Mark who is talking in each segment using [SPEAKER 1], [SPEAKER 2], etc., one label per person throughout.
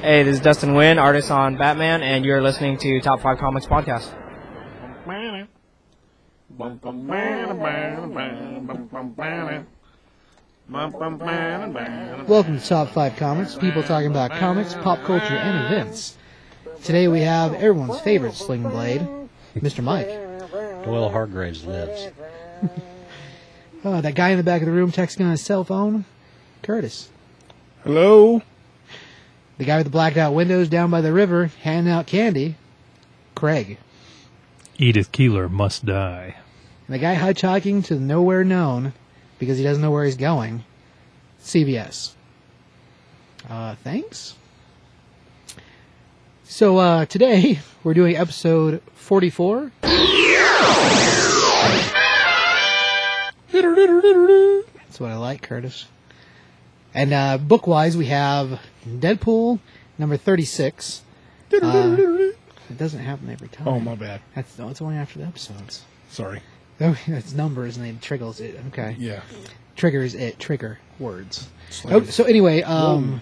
[SPEAKER 1] Hey, this is Dustin Wynn, artist on Batman, and you're listening to Top 5 Comics Podcast.
[SPEAKER 2] Welcome to Top 5 Comics, people talking about comics, pop culture, and events. Today we have everyone's favorite Sling Blade, Mr. Mike.
[SPEAKER 3] Doyle Hargraves lives.
[SPEAKER 2] Uh, that guy in the back of the room texting on his cell phone, Curtis.
[SPEAKER 4] Hello?
[SPEAKER 2] The guy with the blacked out windows down by the river handing out candy, Craig.
[SPEAKER 5] Edith Keeler must die.
[SPEAKER 2] And the guy hitchhiking to nowhere known because he doesn't know where he's going, CBS. Uh, thanks. So uh, today we're doing episode 44. That's what I like, Curtis. And uh, book wise, we have Deadpool number 36. Uh, it doesn't happen every time.
[SPEAKER 4] Oh, my bad.
[SPEAKER 2] That's, no, it's only after the episodes.
[SPEAKER 4] Sorry.
[SPEAKER 2] Oh, that's numbers and then triggers it. Okay.
[SPEAKER 4] Yeah.
[SPEAKER 2] Triggers it. Trigger words.
[SPEAKER 4] Slightly.
[SPEAKER 2] Oh, so anyway, um,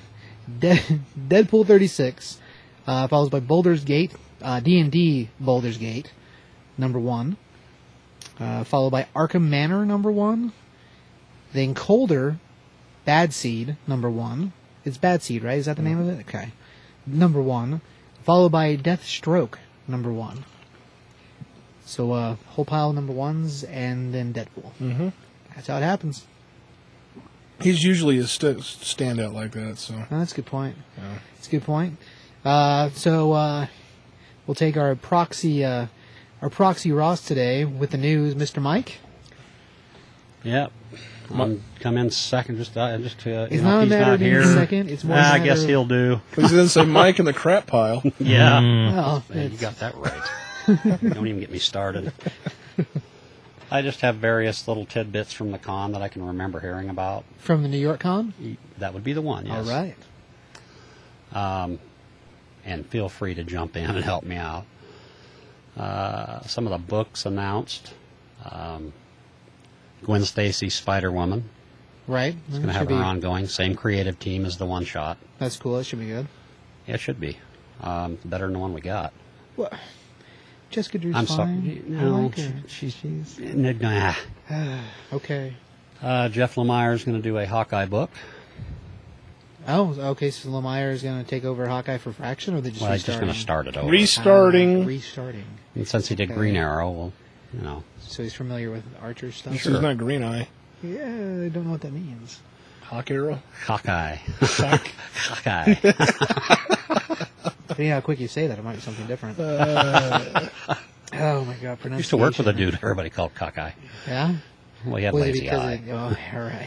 [SPEAKER 2] De- Deadpool 36, uh, followed by Boulder's Gate, uh, D&D Boulder's Gate, number one, uh, followed by Arkham Manor, number one, then Colder, Bad Seed, number one. It's Bad Seed, right? Is that the name of it? Okay. Number one, followed by Death Stroke, number one. So, uh, whole pile of number ones, and then Deadpool. Mm-hmm. That's how it happens.
[SPEAKER 4] He's usually a st- standout like that, so.
[SPEAKER 2] Oh, that's a good point. That's a good point. Uh, so uh, we'll take our proxy uh, our proxy Ross today with the news, Mr. Mike.
[SPEAKER 3] Yep. I'm come in second. Just uh, just to, uh,
[SPEAKER 2] It's
[SPEAKER 3] you know,
[SPEAKER 2] not a
[SPEAKER 3] if he's
[SPEAKER 2] matter
[SPEAKER 3] not
[SPEAKER 2] of being
[SPEAKER 3] here.
[SPEAKER 2] second, it's more a
[SPEAKER 3] Ah, I
[SPEAKER 2] matter
[SPEAKER 3] guess
[SPEAKER 2] of-
[SPEAKER 3] he'll do.
[SPEAKER 4] Because then say Mike in the crap pile.
[SPEAKER 3] Yeah.
[SPEAKER 2] Well,
[SPEAKER 3] Hey, Hmm. you
[SPEAKER 2] it's-
[SPEAKER 3] got that right. Don't even get me started. I just have various little tidbits from the con that I can remember hearing about.
[SPEAKER 2] from the New York Con.
[SPEAKER 3] That would be the one. Yes.
[SPEAKER 2] All right.
[SPEAKER 3] and feel free to jump in and help me out. Uh, some of the books announced um, Gwen Stacy's Spider Woman.
[SPEAKER 2] Right.
[SPEAKER 3] Going to
[SPEAKER 2] That
[SPEAKER 3] have
[SPEAKER 2] should
[SPEAKER 3] her
[SPEAKER 2] be-
[SPEAKER 3] ongoing. Same creative team as the one shot.
[SPEAKER 2] That's cool. That should be good.
[SPEAKER 3] Yeah, it should be. Um, better than the one we got.
[SPEAKER 2] Jessica Drew's
[SPEAKER 3] I'm sorry.
[SPEAKER 2] fine.
[SPEAKER 3] No,
[SPEAKER 2] I like her.
[SPEAKER 3] she-
[SPEAKER 2] she's
[SPEAKER 3] Nah.
[SPEAKER 2] okay.
[SPEAKER 3] Uh, Jeff Lemire's going to do a Hawkeye book.
[SPEAKER 2] Oh, okay. So Lemire is going to take over Hawkeye for Fraction, or they just
[SPEAKER 3] Well, he's just
[SPEAKER 2] restarting?
[SPEAKER 3] going to start it over.
[SPEAKER 4] Restarting.
[SPEAKER 2] Ah, restarting.
[SPEAKER 3] And since he did Green Arrow, well, you know,
[SPEAKER 2] So he's familiar with Archer stuff.
[SPEAKER 4] This is not Green Eye.
[SPEAKER 2] Yeah, I don't know what that means.
[SPEAKER 4] Hawk Arrow.
[SPEAKER 3] Hawkeye. Hawkeye.
[SPEAKER 2] Depending how quick you say that, it might be something different. oh my god, pronunciation.
[SPEAKER 3] used to work with a dude everybody called Cockeye.
[SPEAKER 2] Yeah?
[SPEAKER 3] Well, he had
[SPEAKER 2] Was it
[SPEAKER 3] lazy
[SPEAKER 2] because
[SPEAKER 3] eye.
[SPEAKER 2] it- oh, alright.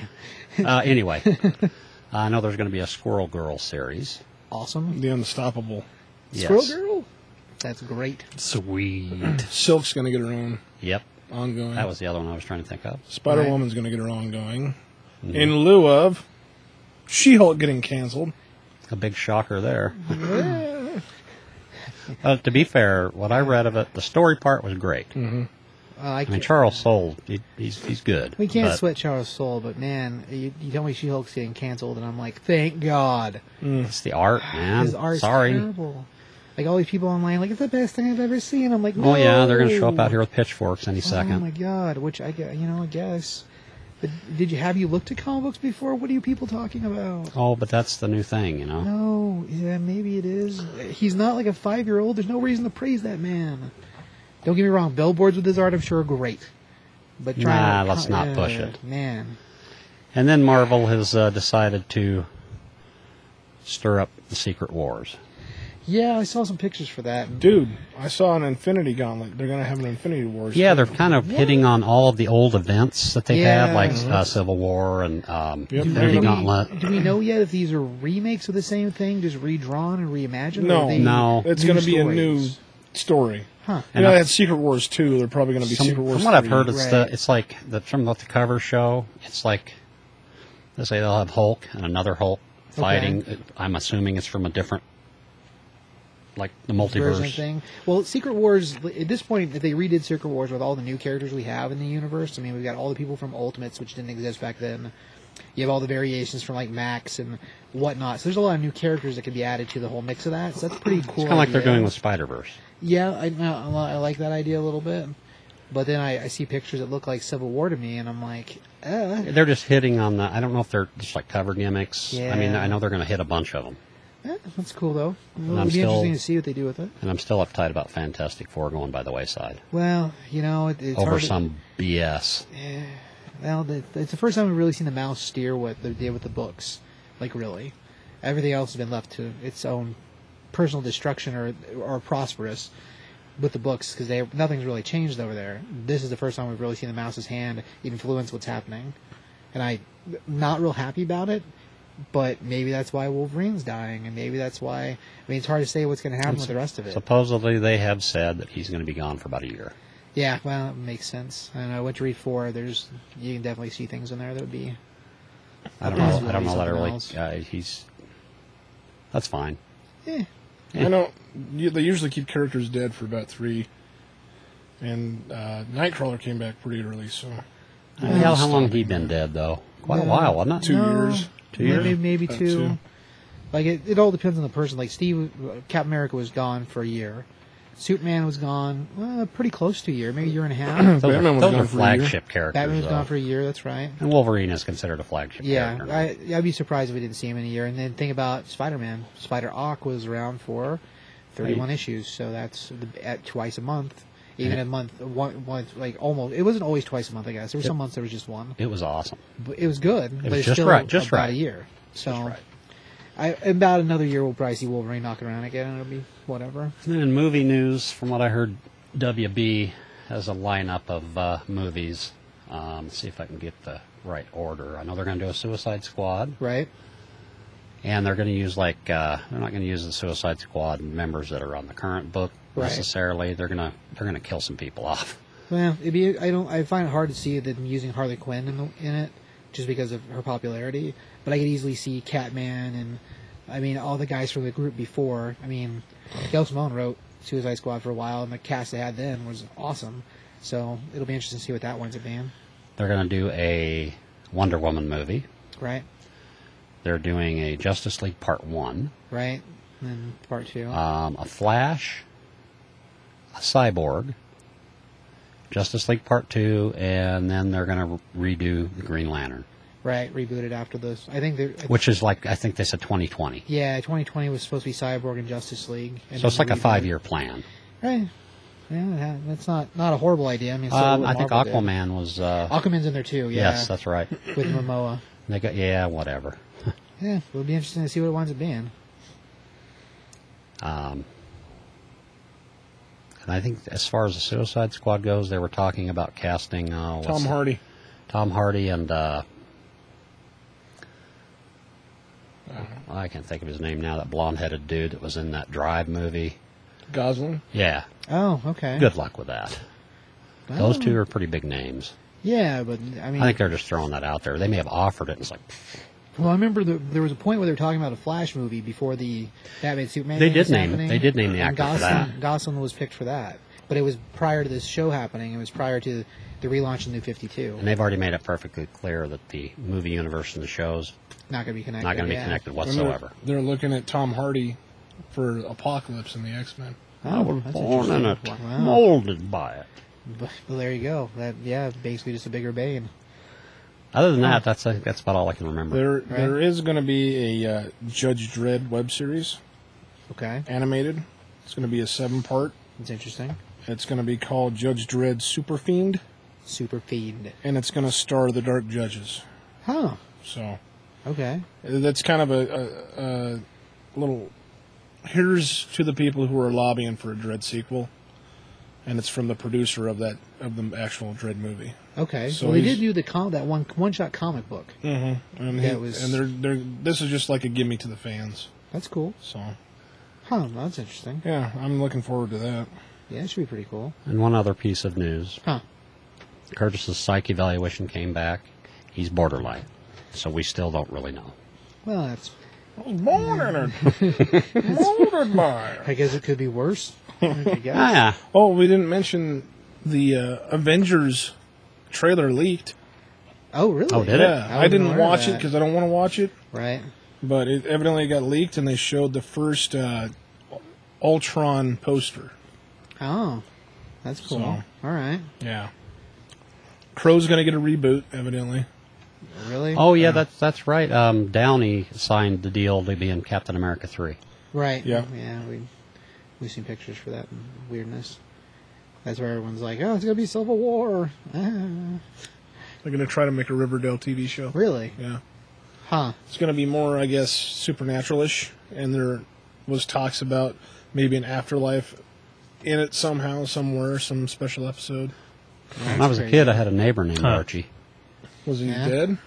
[SPEAKER 3] Uh, anyway, I know there's going to be a Squirrel Girl series.
[SPEAKER 2] Awesome.
[SPEAKER 4] The Unstoppable.
[SPEAKER 3] Yes.
[SPEAKER 2] Squirrel Girl? That's great.
[SPEAKER 5] Sweet.
[SPEAKER 4] Silk's going to get her own
[SPEAKER 3] Yep.
[SPEAKER 4] ongoing.
[SPEAKER 3] That was the other one I was trying to think of.
[SPEAKER 4] Spider Woman's going to get her ongoing.
[SPEAKER 3] Mm-hmm.
[SPEAKER 4] In lieu of She Hulk getting canceled.
[SPEAKER 3] A big shocker there. uh, to be fair, what I read of it, the story part was great.
[SPEAKER 2] Uh, I
[SPEAKER 3] I mean,
[SPEAKER 2] can't,
[SPEAKER 3] Charles Soule, he, he's, he's good.
[SPEAKER 2] we can't
[SPEAKER 3] but
[SPEAKER 2] sweat Charles Soul, but man, you, you tell me She Hulk's getting canceled, and I'm like, thank God.
[SPEAKER 3] It's the art, man.
[SPEAKER 2] His art's
[SPEAKER 3] Sorry.
[SPEAKER 2] terrible. Like all these people online, like it's the best thing I've ever seen. I'm like,
[SPEAKER 3] Oh, yeah, they're going to show up
[SPEAKER 2] no.
[SPEAKER 3] out here with pitchforks
[SPEAKER 2] Oh
[SPEAKER 3] any
[SPEAKER 2] my
[SPEAKER 3] second.
[SPEAKER 2] god, which I gue- you know, I guess. But did you have you looked at comic books before? What are you people talking about?
[SPEAKER 3] Oh, but that's the new thing, you know?
[SPEAKER 2] No, yeah, maybe it is. He's not like a five year old. There's no reason to praise that man. Don't get me wrong, billboards with his art, I'm sure, are great. But trying
[SPEAKER 3] Nah,
[SPEAKER 2] to,
[SPEAKER 3] let's not push
[SPEAKER 2] Uh,
[SPEAKER 3] it.
[SPEAKER 2] man.
[SPEAKER 3] And then Marvel has uh, decided to stir up the Secret Wars.
[SPEAKER 2] Yeah, I saw some pictures for that.
[SPEAKER 4] Dude, I saw an Infinity Gauntlet. They're going to have an Infinity Wars.
[SPEAKER 3] Yeah, they're kind of hitting on all of the old events that they've
[SPEAKER 2] Yeah.
[SPEAKER 3] had, like uh, Civil War and um,
[SPEAKER 4] Yep.
[SPEAKER 3] Infinity
[SPEAKER 4] Do we-
[SPEAKER 3] Gauntlet.
[SPEAKER 2] Do we know yet if these are remakes of the same thing, just redrawn and reimagined? or
[SPEAKER 4] No.
[SPEAKER 2] are they
[SPEAKER 3] No.
[SPEAKER 4] It's
[SPEAKER 2] new
[SPEAKER 4] going to be a
[SPEAKER 2] stories?
[SPEAKER 4] new story.
[SPEAKER 2] Huh.
[SPEAKER 4] You know, they had Secret Wars 2. They're probably going to be
[SPEAKER 3] Some-
[SPEAKER 4] Secret Wars
[SPEAKER 3] from what I've
[SPEAKER 4] 3.
[SPEAKER 3] heard, it's
[SPEAKER 2] right.
[SPEAKER 3] the it's like the from what the cover show. It's like they say they'll have Hulk and another Hulk fighting. I'm assuming it's from a different, like the
[SPEAKER 2] version
[SPEAKER 3] multiverse.
[SPEAKER 2] thing. Well, Secret Wars at this point, if they redid Secret Wars with all the new characters we have in the universe, I mean, we've got all the people from Ultimates, which didn't exist back then. You have all the variations from like Max and whatnot. So there's a lot of new characters that can be added to the whole mix of that. So that's pretty cool.
[SPEAKER 3] Kind of like they're
[SPEAKER 2] idea.
[SPEAKER 3] doing with Spider Verse.
[SPEAKER 2] Yeah, I, no, I li- I like that idea a little bit. But then I, I see pictures that look like Civil War to me, and I'm like, uh,
[SPEAKER 3] They're just hitting on the. I don't know if they're just like cover gimmicks. I mean,
[SPEAKER 2] Yeah.
[SPEAKER 3] I know they're going to hit a bunch of them,
[SPEAKER 2] eh, that's cool though. It'll
[SPEAKER 3] I'm
[SPEAKER 2] be
[SPEAKER 3] still-
[SPEAKER 2] interesting to see what they do with it.
[SPEAKER 3] and I'm still uptight about Fantastic Four going by the wayside
[SPEAKER 2] Well, you know, it, it's
[SPEAKER 3] over
[SPEAKER 2] hard to-
[SPEAKER 3] some BS.
[SPEAKER 2] Well, the, it's the first time we've really seen the mouse steer what they did with the books. Like, really. Everything else has been left to its own personal destruction or, or prosperous with the books because they nothing's really changed over there. This is the first time we've really seen the mouse's hand influence what's happening. And I'm not real happy about it, but maybe that's why Wolverine's dying, and maybe that's why. I mean, it's hard to say what's going to happen with the rest of it.
[SPEAKER 3] Supposedly, they have said that he's going to be gone for about a year.
[SPEAKER 2] Yeah, well, it makes sense. I don't know. Once you read four, there's you can definitely see things in there that would be.
[SPEAKER 3] I don't know. I
[SPEAKER 2] Possibly
[SPEAKER 3] don't know that I
[SPEAKER 2] something
[SPEAKER 3] really.
[SPEAKER 2] else.
[SPEAKER 3] Uh, he's. That's fine.
[SPEAKER 2] Eh,
[SPEAKER 4] I know you, they usually keep characters dead for about three, and uh, Nightcrawler came back pretty early, so
[SPEAKER 3] I don't know how long he been dead though. Quite a while, wasn't it?
[SPEAKER 4] two years.
[SPEAKER 3] Two
[SPEAKER 2] maybe
[SPEAKER 3] years?
[SPEAKER 2] maybe
[SPEAKER 4] About
[SPEAKER 2] two.
[SPEAKER 4] Uh, two.
[SPEAKER 2] Like it, it all depends on the person. Like Steve, Cap America was gone for a year. Superman was gone, uh, pretty close to a year, maybe a year and a half.
[SPEAKER 3] Those are-
[SPEAKER 4] Batman was
[SPEAKER 3] those
[SPEAKER 4] gone
[SPEAKER 3] are
[SPEAKER 4] for a year.
[SPEAKER 3] flagship characters.
[SPEAKER 2] Batman was
[SPEAKER 3] though.
[SPEAKER 2] gone for a year. That's right.
[SPEAKER 3] and Wolverine is considered a flagship
[SPEAKER 2] Yeah,
[SPEAKER 3] character. now.
[SPEAKER 2] I, I'd be surprised if we didn't see him in a year. And then think about Spider-Man. Spider-Ock was around for 31 issues, so that's the, at twice a month. Even a month, one, one, like almost. It wasn't always twice a month, I guess. There were some months there was just one.
[SPEAKER 3] it was awesome.
[SPEAKER 2] But it was good, but
[SPEAKER 3] was
[SPEAKER 2] it's
[SPEAKER 3] just
[SPEAKER 2] still
[SPEAKER 3] right, just
[SPEAKER 2] about a
[SPEAKER 3] right.
[SPEAKER 2] year. So, I, in about another year, we'll probably see Wolverine knocking around again, and it'll be whatever.
[SPEAKER 3] And then in movie news, from what I heard, WB has a lineup of uh, movies. Um, see if I can get the right order. I know they're going to do a Suicide Squad,
[SPEAKER 2] Right?
[SPEAKER 3] and they're going to use like uh, they're not going to use the Suicide Squad members that are on the current book
[SPEAKER 2] Right.
[SPEAKER 3] necessarily. They're gonna they're gonna kill some people off.
[SPEAKER 2] Well, it'd be, I don't. I find it hard to see them using Harley Quinn in, the, in it, just because of her popularity. But I could easily see Catman and, I mean, all the guys from the group before. I mean, Gail Simone wrote Suicide Squad for a while, and the cast they had then was awesome. So it'll be interesting to see what that winds up being,
[SPEAKER 3] They're going to do a Wonder Woman movie.
[SPEAKER 2] right?
[SPEAKER 3] They're doing a Justice League Part One,
[SPEAKER 2] Right. And then part two.
[SPEAKER 3] um, a Flash, a Cyborg, Justice League Part Two, and then they're going to redo the Green Lantern,
[SPEAKER 2] right. Rebooted after this. I think they're. I-
[SPEAKER 3] which is like I think they said 2020.
[SPEAKER 2] yeah, 2020 was supposed to be Cyborg and Justice League. And
[SPEAKER 3] So it's
[SPEAKER 2] then
[SPEAKER 3] like a
[SPEAKER 2] rebooted.
[SPEAKER 3] five-year plan.
[SPEAKER 2] Right. Yeah, that- that's not not a horrible idea. I mean, so
[SPEAKER 3] Um,
[SPEAKER 2] what
[SPEAKER 3] I think
[SPEAKER 2] Marvel did.
[SPEAKER 3] Aquaman was. Uh,
[SPEAKER 2] Aquaman's in there too. Yeah.
[SPEAKER 3] Yes, that's right.
[SPEAKER 2] with Momoa.
[SPEAKER 3] They got yeah, whatever.
[SPEAKER 2] Yeah, it'll be interesting to see what it winds up being.
[SPEAKER 3] Um, and I think as far as the Suicide Squad goes, they were talking about casting uh, what's
[SPEAKER 4] Tom
[SPEAKER 3] the-
[SPEAKER 4] Hardy.
[SPEAKER 3] Tom Hardy and uh,
[SPEAKER 2] Uh-huh.
[SPEAKER 3] I can't think of his name now. That blonde-headed dude that was in that Drive movie.
[SPEAKER 4] Gosling.
[SPEAKER 3] Yeah,
[SPEAKER 2] Oh, okay.
[SPEAKER 3] good luck with that. Those two are pretty big names.
[SPEAKER 2] Yeah, but I mean,
[SPEAKER 3] I think they're just throwing that out there. They may have offered it. And it's like pfft.
[SPEAKER 2] well, I remember the, there was a point where they were talking about a Flash movie before the Batman Superman.
[SPEAKER 3] They
[SPEAKER 2] thing
[SPEAKER 3] did
[SPEAKER 2] was
[SPEAKER 3] name-
[SPEAKER 2] happening.
[SPEAKER 3] they did name the
[SPEAKER 2] And
[SPEAKER 3] actor
[SPEAKER 2] Gosling,
[SPEAKER 3] for that.
[SPEAKER 2] Gosling was picked for that, but it was prior to this show happening. It was prior to the relaunch of New Fifty Two.
[SPEAKER 3] and they've already made it perfectly clear that the movie universe and the shows
[SPEAKER 2] Not going to be connected.
[SPEAKER 3] not going to be
[SPEAKER 2] yeah.
[SPEAKER 3] connected
[SPEAKER 4] And they're-
[SPEAKER 3] whatsoever.
[SPEAKER 4] They're, looking at Tom Hardy for Apocalypse in the X Men.
[SPEAKER 3] I was
[SPEAKER 2] Oh, that's
[SPEAKER 3] born in it,
[SPEAKER 2] interesting. Wow.
[SPEAKER 3] molded by it.
[SPEAKER 2] But, well, there you go. That yeah, basically just a bigger Bane.
[SPEAKER 3] Other than that, that's I think that's about all I can remember.
[SPEAKER 4] There, there is going to be a uh, Judge Dredd web series,
[SPEAKER 2] Okay,
[SPEAKER 4] animated. It's going to be a seven-part.
[SPEAKER 2] that's interesting.
[SPEAKER 4] It's going to be called Judge Dredd Super Fiend,
[SPEAKER 2] Super fiend.
[SPEAKER 4] and it's going to star the Dark Judges.
[SPEAKER 2] Huh.
[SPEAKER 4] So
[SPEAKER 2] Okay.
[SPEAKER 4] uh, that's kind of a, a, a little. Here's to the people who are lobbying for a Dread sequel, and it's from the producer of that of the actual Dread movie.
[SPEAKER 2] Okay.
[SPEAKER 4] So
[SPEAKER 2] So well, they
[SPEAKER 4] he's-
[SPEAKER 2] did do the com- that one one shot comic book.
[SPEAKER 4] And,
[SPEAKER 2] That
[SPEAKER 4] he-
[SPEAKER 2] was-
[SPEAKER 4] and they're, they're, this is just like a gimme to the fans.
[SPEAKER 2] That's cool.
[SPEAKER 4] So
[SPEAKER 2] Huh, that's interesting.
[SPEAKER 4] yeah, I'm looking forward to that.
[SPEAKER 2] Yeah, it should be pretty cool.
[SPEAKER 3] And one other piece of news:
[SPEAKER 2] Huh.
[SPEAKER 3] Curtis's psych evaluation came back. He's borderline, so we still don't really know.
[SPEAKER 2] Well, that's.
[SPEAKER 4] I was born in it. Molded by it.
[SPEAKER 2] I guess it could be worse. I guess.
[SPEAKER 3] Ah, yeah.
[SPEAKER 4] Oh, we didn't mention the uh, Avengers trailer leaked.
[SPEAKER 2] Oh, really?
[SPEAKER 3] Oh, did it?
[SPEAKER 4] Yeah, I,
[SPEAKER 2] wasn't
[SPEAKER 4] didn't
[SPEAKER 2] aware of
[SPEAKER 4] watch it
[SPEAKER 2] that.
[SPEAKER 4] because I don't want to watch it.
[SPEAKER 2] Right.
[SPEAKER 4] But it evidently got leaked, and they showed the first uh, Ultron poster.
[SPEAKER 2] Oh, that's cool.
[SPEAKER 4] So-
[SPEAKER 2] All right.
[SPEAKER 4] Yeah. Crow's going to get a reboot, evidently.
[SPEAKER 2] Really?
[SPEAKER 3] Oh yeah, that's that's right. Um, Downey signed the deal to be in Captain America three.
[SPEAKER 2] Right.
[SPEAKER 4] Yeah.
[SPEAKER 2] Yeah. We we've seen pictures for that weirdness. That's where everyone's like, "Oh, it's gonna be Civil War." Ah.
[SPEAKER 4] They're going to try to make a Riverdale TV show.
[SPEAKER 2] Really?
[SPEAKER 4] Yeah.
[SPEAKER 2] Huh.
[SPEAKER 4] It's going to be more, I guess, supernatural-ish, and there was talks about maybe an afterlife in it somehow, somewhere, some special episode.
[SPEAKER 3] When I was a
[SPEAKER 2] crazy.
[SPEAKER 3] kid, I had a neighbor named
[SPEAKER 5] Huh.
[SPEAKER 3] Archie.
[SPEAKER 4] Was he
[SPEAKER 2] Yeah.
[SPEAKER 4] dead?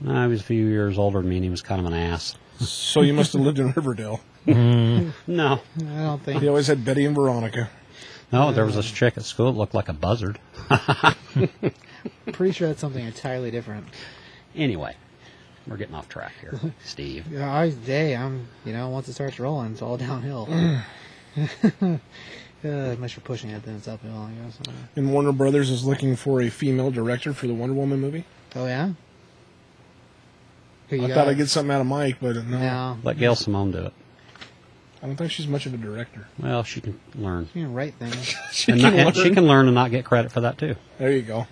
[SPEAKER 3] No, he was a few years older than me, and he was kind of an ass.
[SPEAKER 4] So you must have lived in Riverdale.
[SPEAKER 3] No,
[SPEAKER 2] I don't think.
[SPEAKER 4] He always had Betty and Veronica.
[SPEAKER 3] no, there was this chick at school that looked like a buzzard.
[SPEAKER 2] Pretty sure that's something entirely different.
[SPEAKER 3] Anyway, we're getting off track here, Steve.
[SPEAKER 2] Yeah, Uh, I day I'm you know once it starts rolling, it's all downhill.
[SPEAKER 3] Mm.
[SPEAKER 2] uh, unless you're pushing it, then it's uphill. I guess.
[SPEAKER 4] And Warner Brothers is looking for a female director for the Wonder Woman movie.
[SPEAKER 2] Oh yeah. Who
[SPEAKER 4] I
[SPEAKER 2] you
[SPEAKER 4] thought
[SPEAKER 2] got?
[SPEAKER 4] I'd get something out of Mike, but no,
[SPEAKER 2] No,
[SPEAKER 3] Let Gail Simone do it.
[SPEAKER 4] I don't think she's much of a director.
[SPEAKER 3] Well, she can learn.
[SPEAKER 2] you can write things.
[SPEAKER 4] She
[SPEAKER 3] And,
[SPEAKER 4] can
[SPEAKER 3] not- and she
[SPEAKER 4] learn.
[SPEAKER 3] can learn and not get credit for that too.
[SPEAKER 4] There you go.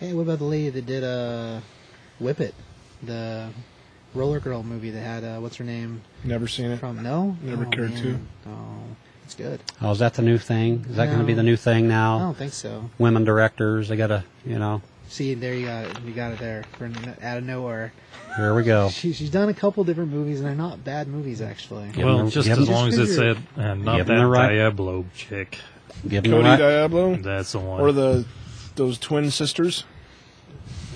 [SPEAKER 2] Hey, what about the lady that did uh, Whip It, the Roller Girl movie that had uh, what's her name
[SPEAKER 4] Never seen it.
[SPEAKER 2] from? No,
[SPEAKER 4] Never
[SPEAKER 2] oh,
[SPEAKER 4] cared
[SPEAKER 2] man.
[SPEAKER 4] to.
[SPEAKER 2] Oh, it's good.
[SPEAKER 3] Oh, is that the new thing? Is that going to be
[SPEAKER 2] No. Oh.
[SPEAKER 3] the new thing
[SPEAKER 2] I
[SPEAKER 3] now?
[SPEAKER 2] don't think so.
[SPEAKER 3] Women directors, they got to, you know,
[SPEAKER 2] See, there you got it. You got it there. From out of nowhere.
[SPEAKER 3] here we go.
[SPEAKER 2] She, she's done a couple different movies, and they're not bad movies actually.
[SPEAKER 3] Give
[SPEAKER 5] well,
[SPEAKER 3] them the-
[SPEAKER 5] just
[SPEAKER 3] give
[SPEAKER 5] as
[SPEAKER 3] them-
[SPEAKER 5] long as it's
[SPEAKER 2] figure-
[SPEAKER 5] that, uh, not
[SPEAKER 3] Give
[SPEAKER 5] that
[SPEAKER 3] them the right-
[SPEAKER 5] Diablo chick.
[SPEAKER 3] Give them the
[SPEAKER 4] Cody uh,
[SPEAKER 3] right-
[SPEAKER 4] Diablo
[SPEAKER 5] That's the one.
[SPEAKER 4] or the those twin sisters.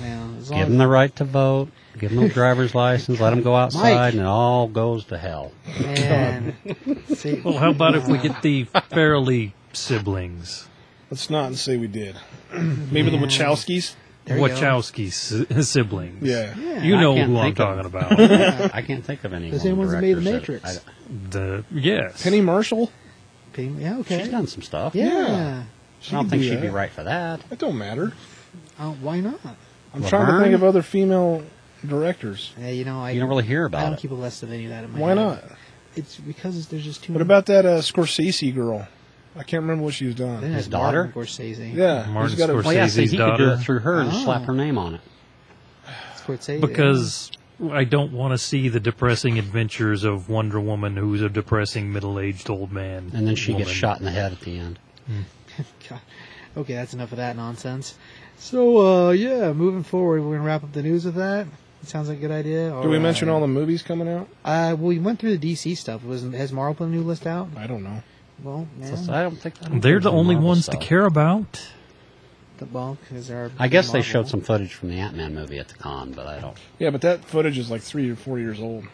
[SPEAKER 2] Yeah, as long
[SPEAKER 3] Give
[SPEAKER 2] as-
[SPEAKER 3] them the right to vote. Give them a driver's license. Let them go outside,
[SPEAKER 2] Mike.
[SPEAKER 3] and it all goes to hell.
[SPEAKER 2] Man. See,
[SPEAKER 5] well, how about if we get the Fairly siblings,
[SPEAKER 4] Let's not say we did. Maybe the Wachowskis.
[SPEAKER 2] There you go.
[SPEAKER 5] Wachowski si- siblings?
[SPEAKER 4] Yeah.
[SPEAKER 5] You
[SPEAKER 3] I
[SPEAKER 5] know
[SPEAKER 3] can't
[SPEAKER 5] who I'm
[SPEAKER 3] think of-
[SPEAKER 5] talking about.
[SPEAKER 3] I can't think of any.
[SPEAKER 2] The same
[SPEAKER 3] woman
[SPEAKER 2] ones that made The
[SPEAKER 3] directors that-
[SPEAKER 2] Matrix.
[SPEAKER 5] the yes,
[SPEAKER 4] Penny Marshall.
[SPEAKER 2] Ping- Yeah,
[SPEAKER 3] I-
[SPEAKER 2] okay.
[SPEAKER 3] she's done some stuff.
[SPEAKER 2] yeah.
[SPEAKER 4] Yeah.
[SPEAKER 3] I don't think
[SPEAKER 4] do
[SPEAKER 3] she'd be
[SPEAKER 4] that.
[SPEAKER 3] right for that.
[SPEAKER 4] It don't matter.
[SPEAKER 2] Uh, why not?
[SPEAKER 4] I'm
[SPEAKER 3] Laverne?
[SPEAKER 4] trying to think of other female directors.
[SPEAKER 2] Yeah, you know, I
[SPEAKER 3] You don't really hear
[SPEAKER 2] I
[SPEAKER 3] about
[SPEAKER 2] don't
[SPEAKER 3] it.
[SPEAKER 2] keep a list of any of that in my
[SPEAKER 4] Why
[SPEAKER 2] head.
[SPEAKER 4] not?
[SPEAKER 2] It's because there's just too
[SPEAKER 4] What
[SPEAKER 2] many-
[SPEAKER 4] about that uh, Scorsese girl? I can't remember what
[SPEAKER 2] I
[SPEAKER 4] she's
[SPEAKER 2] think
[SPEAKER 4] done.
[SPEAKER 2] that's
[SPEAKER 3] daughter?
[SPEAKER 2] Martin Scorsese.
[SPEAKER 4] Yeah,
[SPEAKER 5] Martin
[SPEAKER 4] he's got a-
[SPEAKER 5] Scorsese.
[SPEAKER 3] well, Oh, yeah, see,
[SPEAKER 5] Scorsese's
[SPEAKER 3] he could do it
[SPEAKER 5] daughter.
[SPEAKER 3] through her and
[SPEAKER 2] Ah.
[SPEAKER 3] slap her name on it.
[SPEAKER 2] Scorsese.
[SPEAKER 5] because I don't want to see the depressing adventures of Wonder Woman, who's a depressing middle-aged old man.
[SPEAKER 3] And then she gets
[SPEAKER 5] woman.
[SPEAKER 3] shot in the head at the end.
[SPEAKER 2] God. Okay, that's enough of that nonsense. So, uh, yeah, moving forward, we're gonna wrap up the news with that. It sounds like a good idea.
[SPEAKER 4] Did we mention all the movies coming out?
[SPEAKER 2] Uh, well, we went through the DC stuff. Was has Marvel put a new list out?
[SPEAKER 4] I don't know.
[SPEAKER 2] Well, yeah.
[SPEAKER 3] So I don't think I don't think
[SPEAKER 5] They're the
[SPEAKER 3] there's
[SPEAKER 5] only
[SPEAKER 3] Marvel
[SPEAKER 5] ones
[SPEAKER 3] stuff.
[SPEAKER 5] to care about.
[SPEAKER 2] The well, because there are.
[SPEAKER 3] I guess they
[SPEAKER 2] Marvel.
[SPEAKER 3] showed some footage from the Ant Man movie at the con, but I don't.
[SPEAKER 4] Yeah, but that footage is like three or four years old.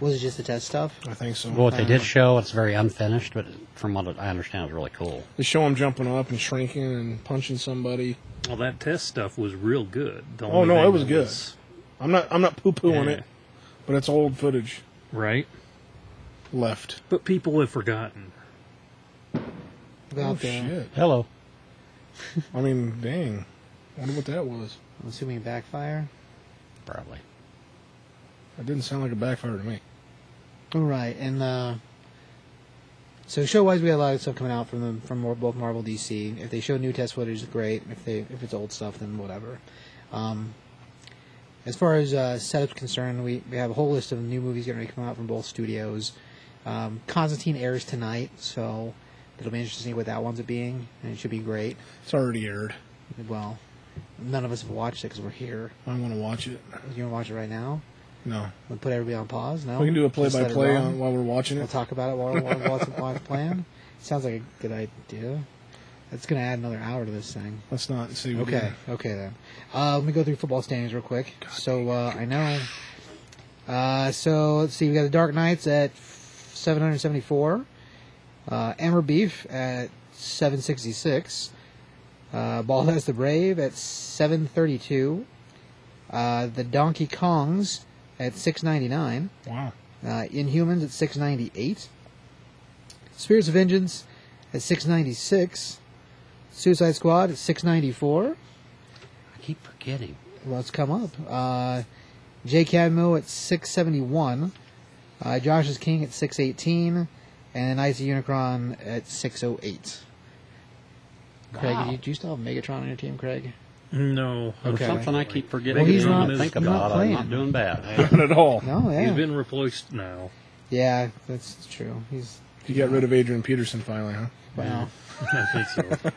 [SPEAKER 2] Was it just the test stuff?
[SPEAKER 4] I think so.
[SPEAKER 3] Well, what they did show, it's very unfinished, but from what I understand, it's really cool.
[SPEAKER 4] They show him jumping up and shrinking and punching somebody.
[SPEAKER 5] Well, that test stuff was real good. The
[SPEAKER 4] Oh,
[SPEAKER 5] only
[SPEAKER 4] no,
[SPEAKER 5] thing
[SPEAKER 4] it was
[SPEAKER 5] that
[SPEAKER 4] good. I'm not. I'm not poo pooing
[SPEAKER 5] Yeah.
[SPEAKER 4] it, but it's old footage
[SPEAKER 5] right?
[SPEAKER 4] left.
[SPEAKER 5] But people have forgotten.
[SPEAKER 2] About the-
[SPEAKER 4] Oh, Shit.
[SPEAKER 3] Hello.
[SPEAKER 4] I mean, dang. Wonder what that was.
[SPEAKER 2] I'm assuming backfire.
[SPEAKER 3] Probably.
[SPEAKER 4] That didn't sound like a backfire to me.
[SPEAKER 2] All right, and uh, so show-wise, we had a lot of stuff coming out from them from Mar- both Marvel, DC. If they show new test footage, great. If they if it's old stuff, then whatever. Um, as far as uh, setups concerned, we, we have a whole list of new movies getting ready to come out from both studios. Um, Constantine airs tonight, so it'll be interesting to see what that one's being, and it should be great.
[SPEAKER 4] It's already aired.
[SPEAKER 2] Well, none of us have watched it because we're here.
[SPEAKER 4] I want to watch it.
[SPEAKER 2] You want to watch it right now?
[SPEAKER 4] No,
[SPEAKER 2] We put everybody on pause. No,
[SPEAKER 4] we can do a
[SPEAKER 2] Just let it
[SPEAKER 4] play-by-play
[SPEAKER 2] run?
[SPEAKER 4] on, while we're watching
[SPEAKER 2] We'll
[SPEAKER 4] it.
[SPEAKER 2] talk about it while, while, while, it's, while it's playing. Sounds like a good idea. That's going to add another hour to this thing.
[SPEAKER 4] Let's not see. What
[SPEAKER 2] Okay, okay then. Uh, let me go through football standings real quick. So uh, I know. Uh, so let's see. We got the Dark Knights at 774. Uh, Amber Beef at 766. Uh, Baldas the Brave at 732. Uh, the Donkey Kongs at 699
[SPEAKER 4] we- Wow.
[SPEAKER 2] uh, Inhumans at 698, Spirits of Vengeance at 696, Suicide Squad at 694,
[SPEAKER 3] I keep forgetting.
[SPEAKER 2] let's come up. Uh, Jay Cadmo at 671, uh, Josh is King at 618, and Icy Unicron at 608. Craig,
[SPEAKER 3] Wow.
[SPEAKER 2] do you, do you still have Megatron on your team, Craig?
[SPEAKER 5] No.
[SPEAKER 2] Okay.
[SPEAKER 3] Something I keep forgetting
[SPEAKER 5] Well,
[SPEAKER 3] to
[SPEAKER 5] he's
[SPEAKER 3] even
[SPEAKER 5] not-
[SPEAKER 3] think
[SPEAKER 2] he's
[SPEAKER 3] about.
[SPEAKER 2] not
[SPEAKER 3] I'm
[SPEAKER 2] playing.
[SPEAKER 3] not doing bad.
[SPEAKER 4] Not at all.
[SPEAKER 2] No, yeah.
[SPEAKER 5] He's been replaced now.
[SPEAKER 2] yeah, that's true. He's.
[SPEAKER 4] You got rid of Adrian Peterson finally, huh?
[SPEAKER 2] Wow.
[SPEAKER 5] I think so.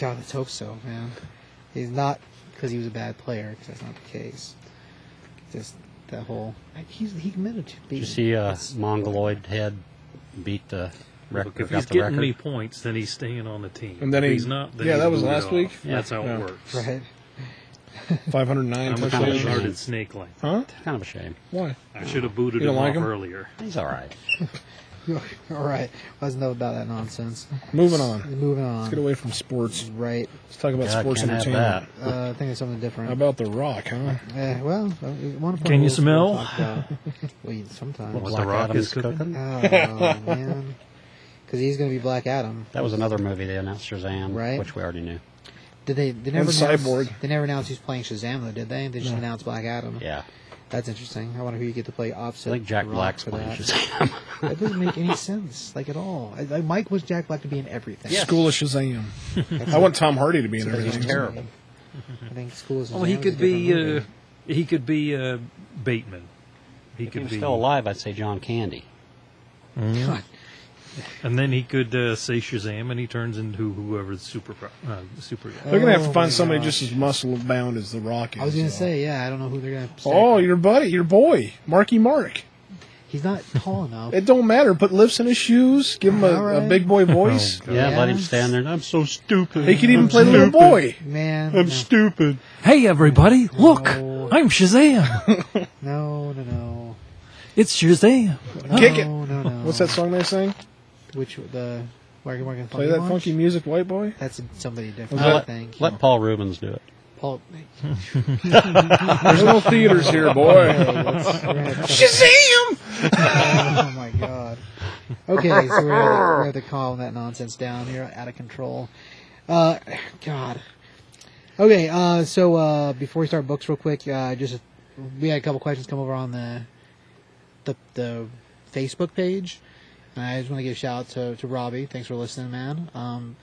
[SPEAKER 2] God, let's hope so, man. He's not because he was a bad player, because that's not the case. Just that whole. He's, he committed to
[SPEAKER 3] Did
[SPEAKER 2] being.
[SPEAKER 3] you see uh, Mongoloid head beat the record?
[SPEAKER 5] Look, if
[SPEAKER 3] got
[SPEAKER 5] he's
[SPEAKER 3] the
[SPEAKER 5] getting
[SPEAKER 3] record.
[SPEAKER 5] me points, then he's staying on the team.
[SPEAKER 4] And then
[SPEAKER 5] if
[SPEAKER 4] he-
[SPEAKER 5] he's not. Then
[SPEAKER 4] yeah,
[SPEAKER 5] he's
[SPEAKER 4] that was
[SPEAKER 5] booted
[SPEAKER 4] last
[SPEAKER 5] off.
[SPEAKER 4] week?
[SPEAKER 5] That's how
[SPEAKER 4] Yeah.
[SPEAKER 5] it works.
[SPEAKER 2] Right.
[SPEAKER 4] 509
[SPEAKER 3] kind
[SPEAKER 5] I'm a
[SPEAKER 3] of
[SPEAKER 4] touchdowns.
[SPEAKER 3] shame.
[SPEAKER 5] cold-hearted snake like. that.
[SPEAKER 4] Huh?
[SPEAKER 3] kind of a shame.
[SPEAKER 4] Why?
[SPEAKER 5] I should have booted
[SPEAKER 4] You
[SPEAKER 5] him
[SPEAKER 4] don't like
[SPEAKER 5] off
[SPEAKER 4] him?
[SPEAKER 5] earlier.
[SPEAKER 3] He's all right.
[SPEAKER 2] All right. That's enough about that nonsense.
[SPEAKER 4] Moving on.
[SPEAKER 2] Moving
[SPEAKER 4] Get
[SPEAKER 2] on.
[SPEAKER 4] away from sports.
[SPEAKER 2] Right.
[SPEAKER 4] Let's talk about
[SPEAKER 3] God,
[SPEAKER 4] sports
[SPEAKER 3] can't have
[SPEAKER 4] entertainment.
[SPEAKER 3] that.
[SPEAKER 2] Uh, I think it's something different.
[SPEAKER 4] How about The Rock, huh?
[SPEAKER 2] Uh, well, uh, one point
[SPEAKER 5] Can you
[SPEAKER 2] rules
[SPEAKER 5] smell?
[SPEAKER 2] we talked about. Wait, sometimes.
[SPEAKER 5] What
[SPEAKER 3] What
[SPEAKER 5] The
[SPEAKER 3] Black
[SPEAKER 5] Rock
[SPEAKER 3] Adam's
[SPEAKER 5] is cooking?
[SPEAKER 3] cooking?
[SPEAKER 2] Oh man, because he's going to be Black Adam.
[SPEAKER 3] That was another movie they announced Shazam,
[SPEAKER 2] Right.
[SPEAKER 3] which we already knew.
[SPEAKER 2] Did they? They never
[SPEAKER 4] And
[SPEAKER 2] announced,
[SPEAKER 4] Cyborg.
[SPEAKER 2] They never announced who's playing Shazam, though, did they? They just announced Black Adam.
[SPEAKER 3] Yeah,
[SPEAKER 2] that's interesting. I wonder who you get to play opposite.
[SPEAKER 3] I think Jack
[SPEAKER 2] Rock
[SPEAKER 3] Black's
[SPEAKER 2] for
[SPEAKER 3] playing
[SPEAKER 2] that.
[SPEAKER 3] Shazam.
[SPEAKER 2] that doesn't make any sense, like at all. I, I, Mike wants Jack Black to be in everything.
[SPEAKER 4] School of Shazam. I want Tom Hardy to be in
[SPEAKER 2] That's
[SPEAKER 4] everything.
[SPEAKER 2] interesting.
[SPEAKER 3] terrible.
[SPEAKER 2] I think school is.
[SPEAKER 5] Well, Oh, he
[SPEAKER 2] Shazam is a
[SPEAKER 5] could be.
[SPEAKER 2] different movie.
[SPEAKER 5] Uh, he could be uh, Bateman. He
[SPEAKER 3] if he
[SPEAKER 5] could
[SPEAKER 3] was
[SPEAKER 5] be.
[SPEAKER 3] still alive, I'd say John Candy.
[SPEAKER 2] God.
[SPEAKER 5] And then he could uh, say Shazam, and he turns into whoever's super uh, super.
[SPEAKER 4] They're going to have
[SPEAKER 2] Oh
[SPEAKER 4] to find
[SPEAKER 2] my
[SPEAKER 4] somebody
[SPEAKER 2] gosh.
[SPEAKER 4] just as muscle bound as The Rock is.
[SPEAKER 2] I was going to
[SPEAKER 4] so.
[SPEAKER 2] say, yeah, I don't know who they're going to.
[SPEAKER 4] Oh, your buddy, your boy, Marky Mark.
[SPEAKER 2] he's not tall enough.
[SPEAKER 4] It don't matter. Put lifts in his shoes. Give him a,
[SPEAKER 2] All right.
[SPEAKER 4] a big boy voice.
[SPEAKER 5] Oh, God.
[SPEAKER 3] Yeah, let
[SPEAKER 2] Yeah.
[SPEAKER 3] him stand there. I'm so stupid.
[SPEAKER 4] he could even play little boy.
[SPEAKER 2] Man,
[SPEAKER 3] I'm
[SPEAKER 2] no.
[SPEAKER 3] stupid.
[SPEAKER 5] Hey everybody! Look,
[SPEAKER 2] No.
[SPEAKER 5] I'm Shazam.
[SPEAKER 2] no, no, no.
[SPEAKER 5] It's Shazam.
[SPEAKER 4] Kick it.
[SPEAKER 2] No, no, Oh, no.
[SPEAKER 4] What's that song they sing?
[SPEAKER 2] Which the Where Can Work and
[SPEAKER 4] Play that funky music, white boy.
[SPEAKER 2] That's somebody different.
[SPEAKER 4] Well,
[SPEAKER 2] I
[SPEAKER 3] Let,
[SPEAKER 2] think.
[SPEAKER 3] let Paul Rubens do it.
[SPEAKER 2] Paul.
[SPEAKER 4] There's no theaters here, boy. Shazam!
[SPEAKER 2] oh my god. Okay, so we're gonna, we have to calm that nonsense down. You're out of control. Uh, God. Okay, uh, so uh, before we start books, real quick, uh, just we had a couple questions come over on the the, the Facebook page. And I just want to give a shout out to, to Robbie. Thanks for listening, man. Um,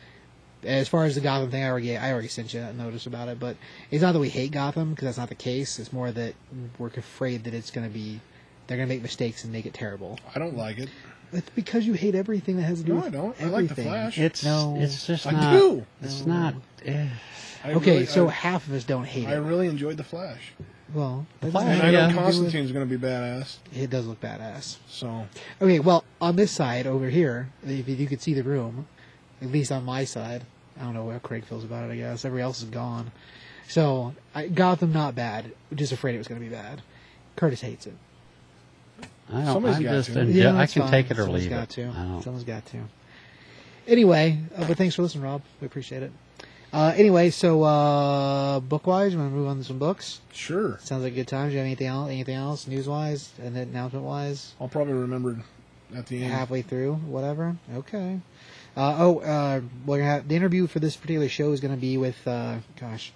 [SPEAKER 2] as far as the Gotham thing, I already I already sent you a notice about it, but it's not that we hate Gotham because that's not the case. It's more that we're afraid that it's going to be they're going to make mistakes and make it terrible.
[SPEAKER 4] I don't like it.
[SPEAKER 2] It's because you hate everything that has to do.
[SPEAKER 4] No, I
[SPEAKER 2] with
[SPEAKER 4] don't. I
[SPEAKER 2] Everything.
[SPEAKER 4] like the Flash.
[SPEAKER 3] It's
[SPEAKER 2] No.
[SPEAKER 3] it's just
[SPEAKER 4] I
[SPEAKER 3] not.
[SPEAKER 4] do.
[SPEAKER 3] It's
[SPEAKER 2] No.
[SPEAKER 3] not. eh.
[SPEAKER 4] I
[SPEAKER 2] Okay,
[SPEAKER 4] really-
[SPEAKER 2] so Oh,
[SPEAKER 4] I,
[SPEAKER 2] half of us don't hate
[SPEAKER 4] I
[SPEAKER 2] it.
[SPEAKER 4] really enjoyed the Flash,
[SPEAKER 2] well, that
[SPEAKER 3] Flash,
[SPEAKER 2] doesn't have
[SPEAKER 4] and I know
[SPEAKER 2] anything to do with-
[SPEAKER 4] Constantine's going to be badass.
[SPEAKER 2] It does look badass.
[SPEAKER 4] So
[SPEAKER 2] Okay, well, on this side over here, if you could see the room, at least on my side, I don't know how Craig feels about it. I guess everybody else is gone. So I, Gotham, not bad. Just afraid it was going to be bad. Curtis hates it.
[SPEAKER 3] I don't.
[SPEAKER 4] Somebody's
[SPEAKER 3] I'm
[SPEAKER 4] got
[SPEAKER 3] just.
[SPEAKER 4] to.
[SPEAKER 3] in-
[SPEAKER 2] Yeah,
[SPEAKER 3] I
[SPEAKER 2] that's
[SPEAKER 3] can
[SPEAKER 2] fine.
[SPEAKER 3] take it or
[SPEAKER 2] Someone's
[SPEAKER 3] leave
[SPEAKER 2] got
[SPEAKER 3] it.
[SPEAKER 2] To.
[SPEAKER 3] I don't.
[SPEAKER 2] Someone's got to. Anyway, uh, but thanks for listening, Rob. We appreciate it. Uh, anyway, so uh, book wise, you want to move on to some books?
[SPEAKER 4] sure,
[SPEAKER 2] Sounds like a good time. Do you have anything else? Anything else news wise and then announcement wise?
[SPEAKER 4] I'll probably remember at the end.
[SPEAKER 2] Halfway through, whatever. Okay. Uh, oh, uh, we're gonna have, the interview for this particular show is going to be with, uh, gosh,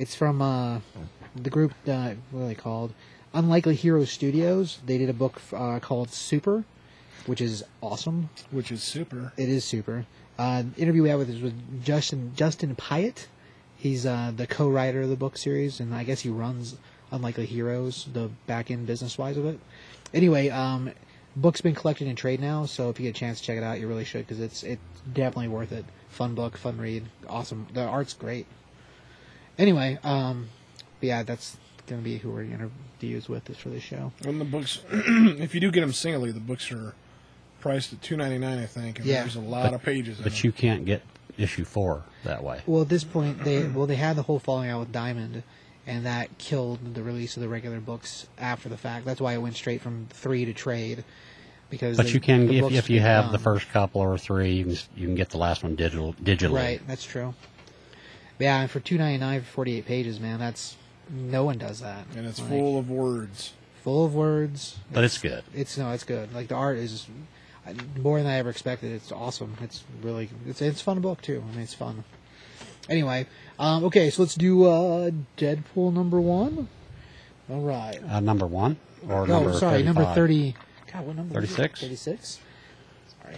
[SPEAKER 2] it's from uh, the group. Uh, what are they called? Unlikely Heroes Studios. They did a book uh, called Super, which is awesome.
[SPEAKER 4] which is super.
[SPEAKER 2] It is super. Uh, the interview we had with is with Justin Justin Pyatt. He's uh, the co-writer of the book series, and I guess he runs Unlikely Heroes, the back end business wise of it. Anyway, um, book's been collected in trade now, so if you get a chance to check it out, you really should because it's it's definitely worth it. Fun book, fun read, awesome. The art's great. Anyway, um, but yeah, that's gonna be who we're interviews with is for this show.
[SPEAKER 4] When the books, if you do get them singly, the books are priced at two ninety nine, I think. And
[SPEAKER 2] Yeah.
[SPEAKER 4] there's a lot of pages. in
[SPEAKER 3] But you can't get issue four that way.
[SPEAKER 2] Well, at this point, they well they had the whole falling out with Diamond, and that killed the release of the regular books after the fact. That's why it went straight from three to trade, because
[SPEAKER 3] But
[SPEAKER 2] the-
[SPEAKER 3] you can
[SPEAKER 2] the
[SPEAKER 3] if,
[SPEAKER 2] books
[SPEAKER 3] if you
[SPEAKER 2] get
[SPEAKER 3] have
[SPEAKER 2] done.
[SPEAKER 3] the first couple or three, you can, s- you can get the last one digital digitally.
[SPEAKER 2] right. That's true. But yeah, and for two ninety nine for forty eight pages, man, that's no one does that.
[SPEAKER 4] and it's
[SPEAKER 2] Like,
[SPEAKER 4] full of words.
[SPEAKER 2] full of words.
[SPEAKER 3] But it's good.
[SPEAKER 2] It's no, it's good. Like the art is I- more than I ever expected. It's awesome. It's really it's it's a fun book too. I mean, it's fun. Anyway, um, okay, so let's do uh, Deadpool number one. All right.
[SPEAKER 3] Uh, number one or
[SPEAKER 2] No,
[SPEAKER 3] number
[SPEAKER 2] sorry,
[SPEAKER 3] 35?
[SPEAKER 2] number thirty. God, what number?
[SPEAKER 3] 36?
[SPEAKER 2] Thirty-six. Sorry.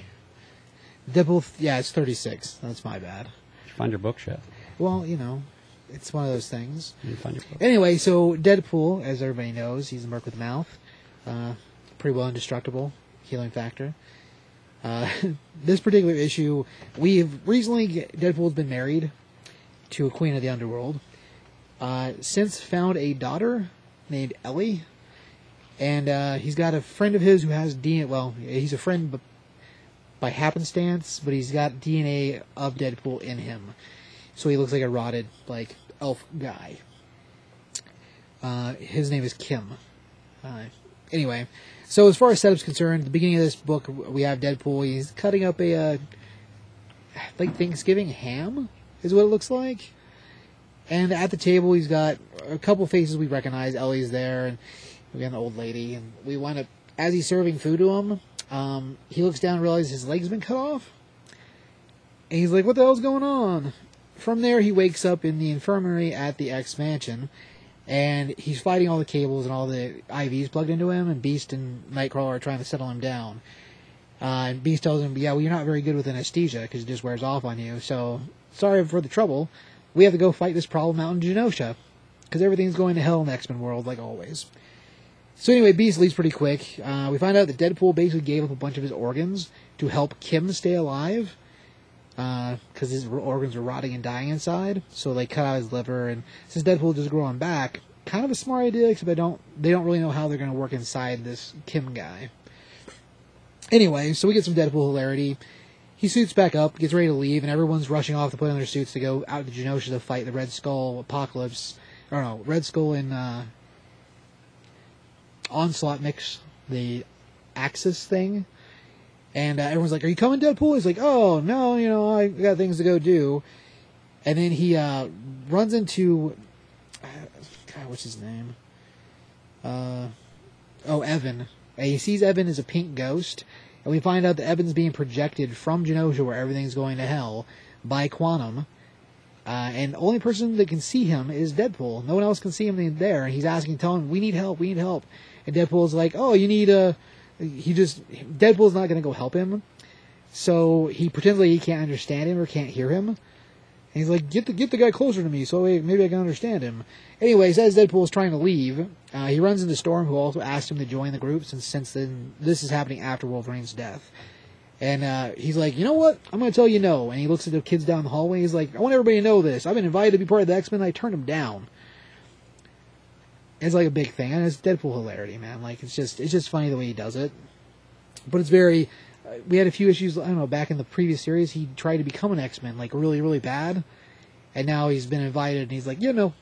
[SPEAKER 2] Deadpool. th- Yeah, it's thirty-six. That's my bad.
[SPEAKER 3] Did you find your bookshelf.
[SPEAKER 2] Well, you know, it's one of those things.
[SPEAKER 3] Did you find your book?
[SPEAKER 2] Anyway, so Deadpool, as everybody knows, he's a merc with mouth. Uh, pretty well indestructible, healing factor. Uh, this particular issue, we've recently, Deadpool's been married to a queen of the underworld. Uh, since found a daughter named Ellie, and uh, he's got a friend of his who has DNA. Well, he's a friend b- by happenstance, but he's got DNA of Deadpool in him, so he looks like a rotted like elf guy. Uh, his name is Kim. Uh, anyway, so as far as setup's concerned, at the beginning of this book, we have Deadpool. He's cutting up a, uh, like Thanksgiving ham, is what it looks like. And at the table, he's got a couple faces we recognize. Ellie's there, and we got an old lady. And we wind up, as he's serving food to him, um, he looks down and realizes his leg's been cut off. And he's like, what the hell's going on? From there, he wakes up in the infirmary at the X Mansion, and he's fighting all the cables and all the IVs plugged into him, and Beast and Nightcrawler are trying to settle him down. Uh, and Beast tells him, yeah, well, you're not very good with anesthesia, because it just wears off on you, so sorry for the trouble. We have to go fight this problem out in Genosha, because everything's going to hell in the X-Men world, like always. So anyway, Beast leaves pretty quick. Uh, we find out that Deadpool basically gave up a bunch of his organs to help Kim stay alive because his r- organs were rotting and dying inside. So they cut out his liver, and since Deadpool just growing back, kind of a smart idea. Except I don't, they don't really know how they're going to work inside this Kim guy. Anyway, so we get some Deadpool hilarity. He suits back up, gets ready to leave, and everyone's rushing off to put on their suits to go out to Genosha to fight the Red Skull Apocalypse. Or no, Red Skull and uh, Onslaught mix the Axis thing. And uh, everyone's like, "Are you coming, Deadpool?" He's like, "Oh no, you know, I got things to go do." And then he uh, runs into, uh, God, what's his name? Uh, oh, Evan. And he sees Evan as a pink ghost, and we find out that Evan's being projected from Genosha, where everything's going to hell, by Quantum. Uh, and the only person that can see him is Deadpool. No one else can see him there. And he's asking, telling him, "We need help. We need help." And Deadpool's like, "Oh, you need a." He just Deadpool's not going to go help him, so he pretends like he can't understand him or can't hear him. And he's like, "Get the get the guy closer to me, so I- maybe I can understand him." Anyways, as Deadpool's trying to leave, uh, he runs into Storm, who also asked him to join the group. Since since then, this is happening after Wolverine's death. And uh, he's like, you know what? I'm going to tell you no. And he looks at the kids down the hallway. He's like, I want everybody to know this. I've been invited to be part of the X Men. I turned him down. It's like a big thing, and it's Deadpool hilarity, man. Like it's just it's just funny the way he does it. But it's very. Uh, we had a few issues. I don't know. Back in the previous series, he tried to become an X Men, like really really bad, and now he's been invited, and he's like, you know.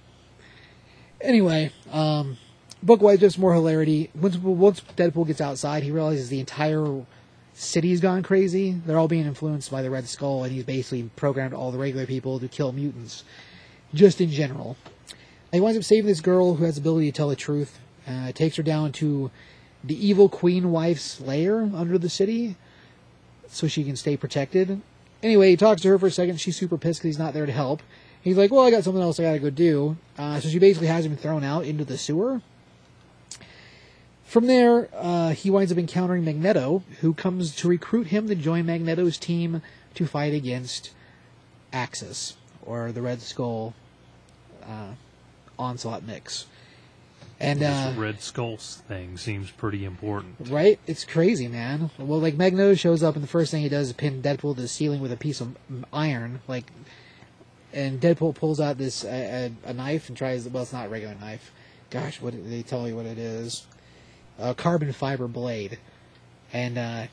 [SPEAKER 2] Anyway, um, book wise, just more hilarity. Once once Deadpool gets outside, he realizes the entire city's gone crazy. They're all being influenced by the Red Skull, and he's basically programmed all the regular people to kill mutants, just in general. And he winds up saving this girl who has the ability to tell the truth. Uh, takes her down to the evil queen wife's lair under the city, so she can stay protected. Anyway, he talks to her for a second. She's super pissed because he's not there to help. He's like, "Well, I got something else I gotta go do." Uh, so she basically has him thrown out into the sewer. From there, uh, he winds up encountering Magneto, who comes to recruit him to join Magneto's team to fight against Axis, or the Red Skull uh, Onslaught mix. And uh,
[SPEAKER 5] This Red Skull's thing seems pretty important.
[SPEAKER 2] Right? It's crazy, man. Well, like Magneto shows up, and the first thing he does is pin Deadpool to the ceiling with a piece of m- iron. Like, and Deadpool pulls out this uh, a, a knife and tries. Well, it's not a regular knife. Gosh, what did they tell you what it is? A carbon fiber blade. And uh,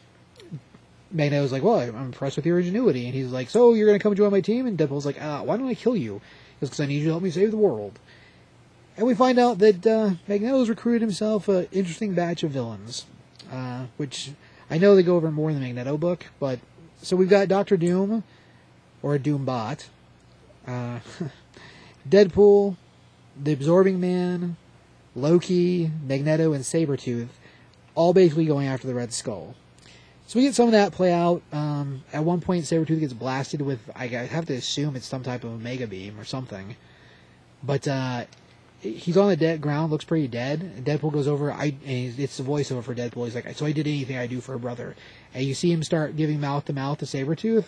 [SPEAKER 2] Magneto's like, "Well, I'm impressed with your ingenuity." And he's like, "So you're gonna come join my team?" And Deadpool's like, "Ah, why don't I kill you? It's because I need you to help me save the world." And we find out that uh, Magneto's recruited himself an interesting batch of villains uh, which I know they go over more in the Magneto book, but so we've got Doctor Doom, or Doombot, uh, Deadpool, the Absorbing Man, Loki, Magneto, and Sabretooth, all basically going after the Red Skull. So we get some of that play out. Um, at one point, Sabretooth gets blasted with, I g- I have to assume it's some type of Omega Beam or something. But uh, he's on the dead ground, looks pretty dead. Deadpool goes over, I, and he's- it's the voiceover for Deadpool. He's like, So I did anything I do for a brother. And you see him start giving mouth to mouth to Sabretooth.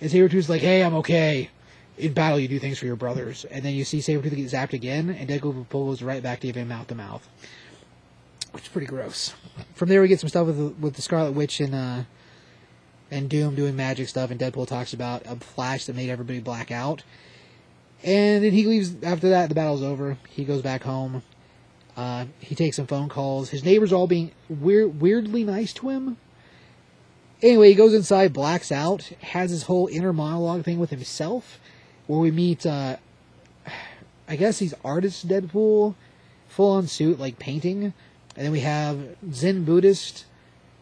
[SPEAKER 2] And Sabretooth's like, Hey, I'm okay. In battle, you do things for your brothers. And then you see Sabretooth get zapped again, and Deadpool goes right back to giving mouth to mouth which is pretty gross. From there, we get some stuff with the, with the Scarlet Witch and uh, and Doom doing magic stuff, and Deadpool talks about a flash that made everybody black out. And then he leaves. After that, the battle's over. He goes back home. Uh, he takes some phone calls. His neighbors all being weird, weirdly nice to him. Anyway, he goes inside, blacks out, has his whole inner monologue thing with himself, where we meet. Uh, I guess he's artist Deadpool, full on suit, like painting. And then we have Zen Buddhist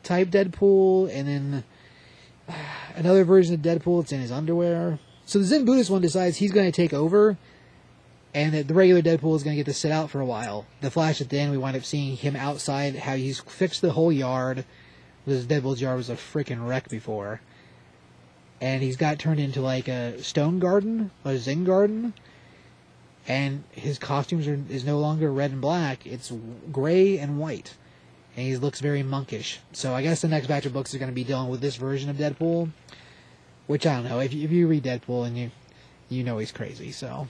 [SPEAKER 2] type Deadpool, and then uh, another version of Deadpool that's in his underwear. So the Zen Buddhist one decides he's going to take over, and that the regular Deadpool is going to get to sit out for a while. The Flash at the end, we wind up seeing him outside, how he's fixed the whole yard. This Deadpool's yard was a freaking wreck before. And he's got turned into like a stone garden, a Zen garden and his costumes are is no longer red and black. It's w- gray and white, and he looks very monkish. So I guess the next batch of books is going to be dealing with this version of Deadpool, which I don't know. If you, if you read Deadpool and you you know he's crazy, so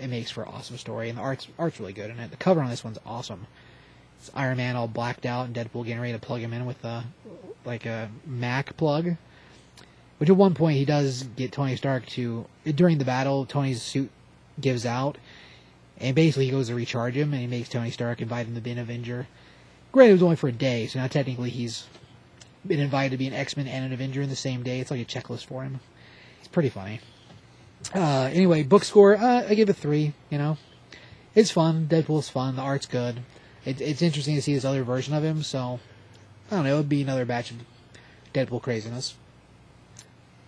[SPEAKER 2] it makes for an awesome story, and the art's art's really good in it. The cover on this one's awesome. It's Iron Man all blacked out, and Deadpool getting ready to plug him in with a like a Mac plug. Which at one point he does get Tony Stark to during the battle. Tony's suit gives out, and basically, he goes to recharge him, and he makes Tony Stark invite him to be an Avenger. Granted, it was only for a day, so now technically he's been invited to be an X Men and an Avenger in the same day. It's like a checklist for him. It's pretty funny. Uh, anyway, book score, uh, I give it three. You know, it's fun. Deadpool's fun. The art's good. It, it's interesting to see this other version of him. So I don't know. It'd be another batch of Deadpool craziness.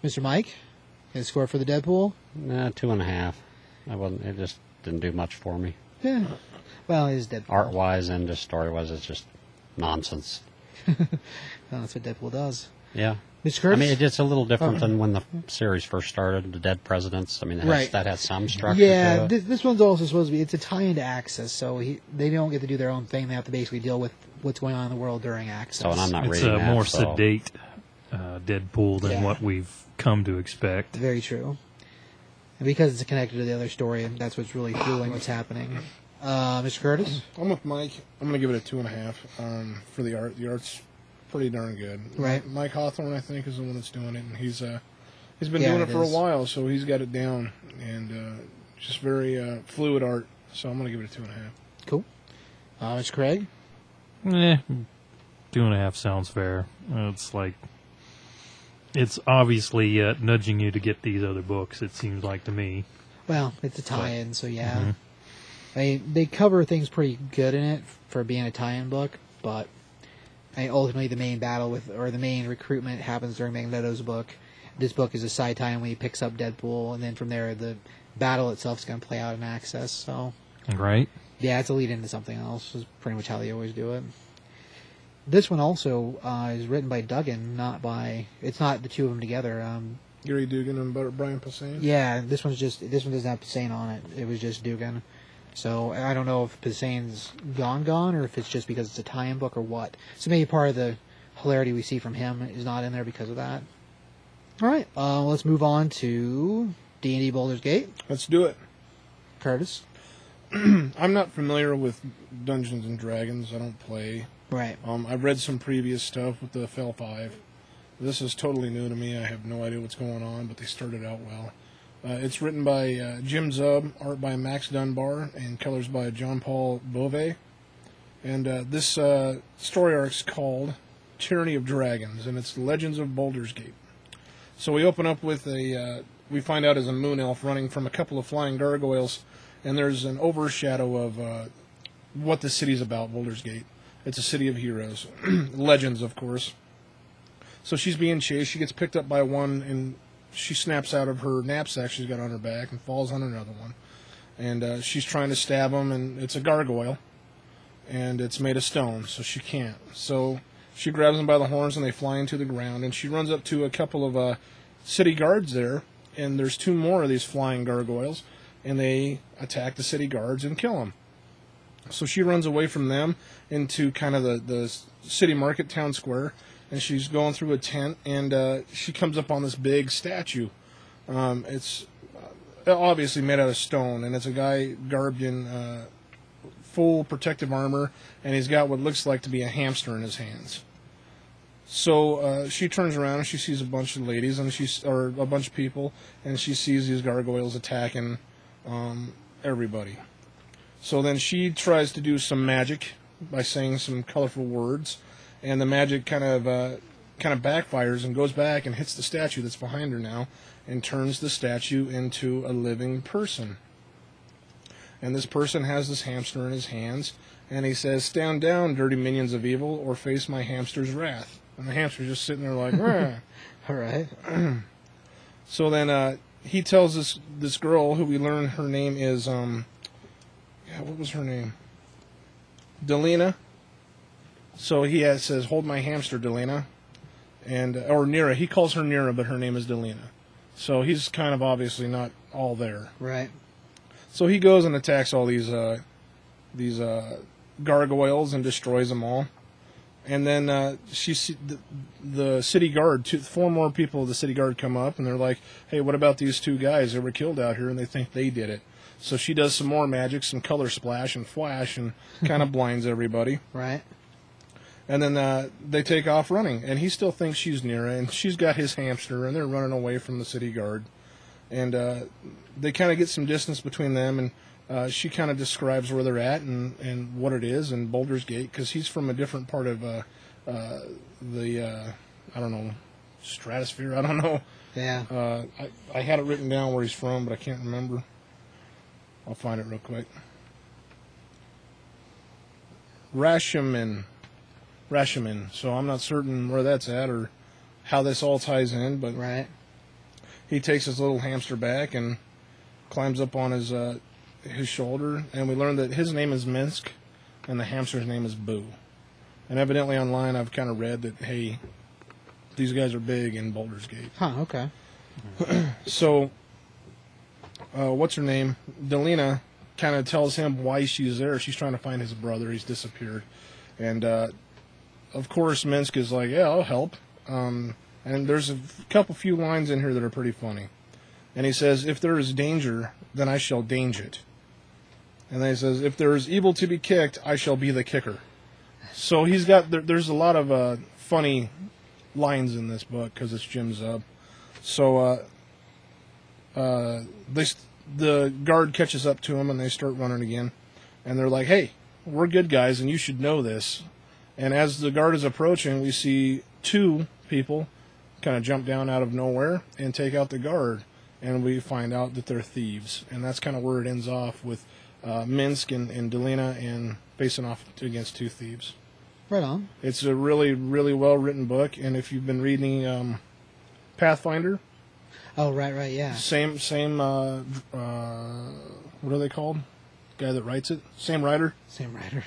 [SPEAKER 2] Mr. Mike, his score for the Deadpool.
[SPEAKER 3] Nah, two and a half. I wasn't. It just didn't do much for me.
[SPEAKER 2] Yeah. Well, it is Deadpool.
[SPEAKER 3] Art wise and just story wise, it's just nonsense.
[SPEAKER 2] Oh, that's what Deadpool does.
[SPEAKER 3] Yeah.
[SPEAKER 2] Mr. Kurtz?
[SPEAKER 3] I mean, it's a little
[SPEAKER 2] Oh.
[SPEAKER 3] different than when the series first started, the Dead Presidents. I mean, it has,
[SPEAKER 2] Right.
[SPEAKER 3] that has some structure.
[SPEAKER 2] yeah,
[SPEAKER 3] to it.
[SPEAKER 2] this, this one's also supposed to be. It's a tie into Axis, so he, they don't get to do their own thing. They have to basically deal with what's going on in the world during Axis.
[SPEAKER 3] so and I'm not
[SPEAKER 5] it's
[SPEAKER 3] reading
[SPEAKER 5] a
[SPEAKER 3] that,
[SPEAKER 5] more
[SPEAKER 3] so-
[SPEAKER 5] sedate uh, Deadpool than
[SPEAKER 2] Yeah.
[SPEAKER 5] what we've come to expect.
[SPEAKER 2] Very true. And because it's connected to the other story, and that's what's really fueling what's happening. Uh, Mr. Curtis?
[SPEAKER 4] I'm with Mike. I'm going to give it a two and a half um, for the art. The art's pretty darn good.
[SPEAKER 2] Right.
[SPEAKER 4] Mike Hawthorne, I think, is the one that's doing it, and he's uh, he's been
[SPEAKER 2] Yeah,
[SPEAKER 4] doing
[SPEAKER 2] it
[SPEAKER 4] it for
[SPEAKER 2] is.
[SPEAKER 4] a while, so he's got it down, and uh, just very uh, fluid art. So I'm going to give it a two and a half.
[SPEAKER 2] Cool. Uh, Mr. Craig?
[SPEAKER 5] Eh, two and a half sounds fair. It's like it's obviously uh, nudging you to get these other books. It seems like to me.
[SPEAKER 2] Well, it's a tie-in, so yeah. I mean, they cover things pretty good in it for being a tie-in book, but I mean, ultimately the main battle with or the main recruitment happens during Magneto's book. This book is a side tie-in when he picks up Deadpool, and then from there the battle itself is going to play out in Access. So
[SPEAKER 5] Right?
[SPEAKER 2] yeah, it's a lead into something else. Is pretty much how they always do it. This one also uh, is written by Duggan, not by. It's not the two of them together. Um,
[SPEAKER 4] Gary Dugan and Bur- Brian Posehn.
[SPEAKER 2] yeah, this one's just this one doesn't have Pisane on it. It was just Dugan. So I don't know if Pisane's gone gone or if it's just because it's a tie-in book or what. So maybe part of the hilarity we see from him is not in there because of that. All right, uh, let's move on to D and D Boulder's Gate.
[SPEAKER 4] Let's do it.
[SPEAKER 2] Curtis,
[SPEAKER 4] I'm not familiar with Dungeons and Dragons. I don't play.
[SPEAKER 2] right?
[SPEAKER 4] Um, I've read some previous stuff with the Fell Five. This is totally new to me. I have no idea what's going on, but they started out well. Uh, it's written by uh, Jim Zub, art by Max Dunbar, and colors by John Paul Bove. And uh, this uh, story arc's called Tyranny of Dragons, and it's Legends of Baldur's Gate. So we open up with a uh, we find out as a moon elf running from a couple of flying gargoyles, and there's an overshadow of uh, what the city's about, Boulder's Gate. It's a city of heroes, legends, of course. So she's being chased. She gets picked up by one, and she snaps out of her knapsack she's got on her back and falls on another one. And uh, she's trying to stab him, and it's a gargoyle, and it's made of stone, so she can't. So She grabs them by the horns and they fly into the ground. And she runs up to a couple of uh, city guards there, and there's two more of these flying gargoyles, and they attack the city guards and kill them. So she runs away from them into kind of the, the city market town square, and she's going through a tent, and uh, she comes up on this big statue. Um, it's uh, obviously made out of stone, and it's a guy garbed in uh, full protective armor, and he's got what looks like to be a hamster in his hands. So uh, she turns around and she sees a bunch of ladies and she's or a bunch of people, and she sees these gargoyles attacking um, everybody. So then she tries to do some magic by saying some colorful words, and the magic kind of uh, kind of backfires and goes back and hits the statue that's behind her now, and turns the statue into a living person. And this person has this hamster in his hands, and he says, "Stand down, dirty minions of evil, or face my hamster's wrath." And the hamster's just sitting there like, "Rah."
[SPEAKER 2] All right.
[SPEAKER 4] So then uh, he tells this this girl who we learn her name is um, yeah, what was her name? Delina. So he has, says, "Hold my hamster, Delina," and or Nira. He calls her Nira, but her name is Delina. So he's kind of obviously not all there.
[SPEAKER 2] Right.
[SPEAKER 4] So he goes and attacks all these uh, these uh, gargoyles and destroys them all. And then uh, she see the, the city guard. Two, four more people of the city guard come up and they're like, "Hey, what about these two guys that were killed out here?" And they think they did it. So she does some more magic, some color splash and flash, and kind of blinds everybody.
[SPEAKER 2] Right.
[SPEAKER 4] And then uh, they take off running, and he still thinks she's Nira, and she's got his hamster, and they're running away from the city guard. And uh, they kind of get some distance between them, and uh, she kind of describes where they're at and, and what it is, and Boulder's Gate, because he's from a different part of uh, uh, the, uh, I don't know, stratosphere, I don't know.
[SPEAKER 2] Yeah.
[SPEAKER 4] Uh, I, I had it written down where he's from, but I can't remember. I'll find it real quick. Rashomon. Rashomon. So I'm not certain where that's at or how this all ties in, but
[SPEAKER 2] Right.
[SPEAKER 4] he takes his little hamster back and climbs up on his uh, his shoulder, and we learn that his name is Minsk, and the hamster's name is Boo. And evidently online, I've kind of read that hey, these guys are big in Boulder's Gate.
[SPEAKER 2] Huh. Okay.
[SPEAKER 4] So, uh, what's her name? Delina kind of tells him why she's there. She's trying to find his brother. He's disappeared. And, uh, of course, Minsk is like, yeah, I'll help. Um, and there's a f- couple few lines in here that are pretty funny. And he says, if there is danger, then I shall danger it. And then he says, if there is evil to be kicked, I shall be the kicker. So he's got, there, there's a lot of uh, funny lines in this book because it's Jim Zub. So uh, uh, they, st- the guard catches up to him and they start running again. And they're like, hey, we're good guys and you should know this. And as the guard is approaching, we see two people kind of jump down out of nowhere and take out the guard. And we find out that they're thieves. And that's kind of where it ends off with uh, Minsk and, and Delina and facing off against two thieves.
[SPEAKER 2] Right on.
[SPEAKER 4] It's a really, really well written book. And if you've been reading um, Pathfinder,
[SPEAKER 2] Oh, right, right, yeah.
[SPEAKER 4] same same uh, uh, what are they called guy that writes it same writer
[SPEAKER 2] Same writer.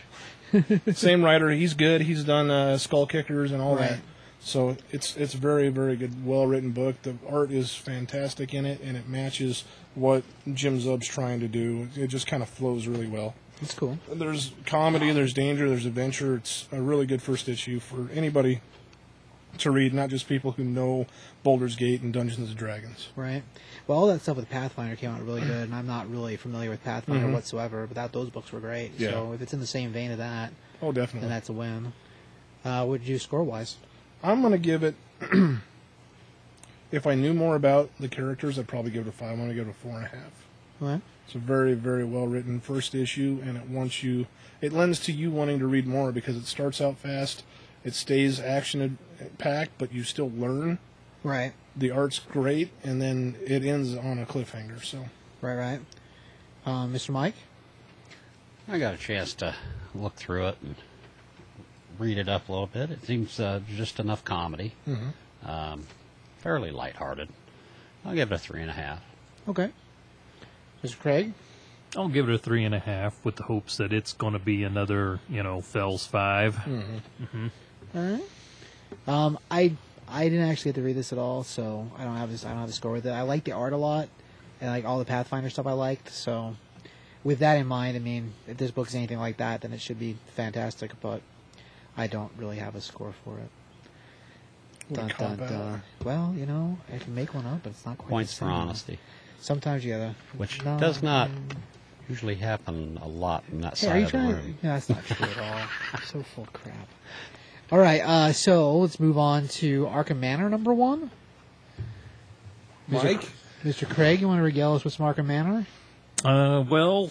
[SPEAKER 4] same writer he's good he's done uh, skull kickers and all that
[SPEAKER 2] Right.
[SPEAKER 4] so it's it's very very good well written book the art is fantastic in it and it matches what jim zub's trying to do it just kind of flows really well
[SPEAKER 2] That's cool.
[SPEAKER 4] there's comedy there's danger there's adventure it's a really good first issue for anybody to read not just people who know boulder's gate and dungeons and dragons
[SPEAKER 2] Right. Well, all that stuff with Pathfinder came out really good, and I'm not really familiar with Pathfinder whatsoever, but that those books were great.
[SPEAKER 4] Yeah.
[SPEAKER 2] So if it's in the same vein of that,
[SPEAKER 4] oh definitely
[SPEAKER 2] then that's a win. Uh, what did you score wise?
[SPEAKER 4] I'm gonna give it. if I knew more about the characters, I'd probably give it a five. I'm gonna give it a four and a half.
[SPEAKER 2] What?
[SPEAKER 4] It's a very, very well written first issue, and it wants you. It lends to you wanting to read more because it starts out fast, it stays action packed, but you still learn.
[SPEAKER 2] Right.
[SPEAKER 4] The art's great, and then it ends on a cliffhanger. So
[SPEAKER 2] Right, right. Um, Mr. Mike?
[SPEAKER 3] I got a chance to look through it and read it up a little bit. It seems uh, just enough comedy,
[SPEAKER 2] Mm-hmm.
[SPEAKER 3] um, fairly lighthearted. I'll give it a three and a half.
[SPEAKER 2] Okay. Mr. Craig?
[SPEAKER 5] I'll give it a three and a half with the hopes that it's going to be another, you know, Fells 5
[SPEAKER 2] All right. Um, I I didn't actually get to read this at all, so I don't have this. I don't have a score with it. I like the art a lot, and like all the Pathfinder stuff I liked. So, with that in mind, I mean, if this book is anything like that, then it should be fantastic. But I don't really have a score for it.
[SPEAKER 4] What
[SPEAKER 2] Dun,
[SPEAKER 4] a
[SPEAKER 2] dun,
[SPEAKER 4] cop-out.
[SPEAKER 2] dun. Well, you know, I can make one up, but it's not quite.
[SPEAKER 3] Points
[SPEAKER 2] the
[SPEAKER 3] for
[SPEAKER 2] same.
[SPEAKER 3] honesty,
[SPEAKER 2] Sometimes you gotta.
[SPEAKER 3] which
[SPEAKER 2] No.
[SPEAKER 3] does not usually happen a lot in that
[SPEAKER 2] Hey, are
[SPEAKER 3] side
[SPEAKER 2] you
[SPEAKER 3] of the
[SPEAKER 2] trying?
[SPEAKER 3] room.
[SPEAKER 2] No, that's not true at all. I'm so full of crap. All right, uh, so let's move on to Arkham Manor number one.
[SPEAKER 4] Mike,
[SPEAKER 2] Mr. Craig, you want to regale us with some Arkham Manor?
[SPEAKER 5] Uh, well,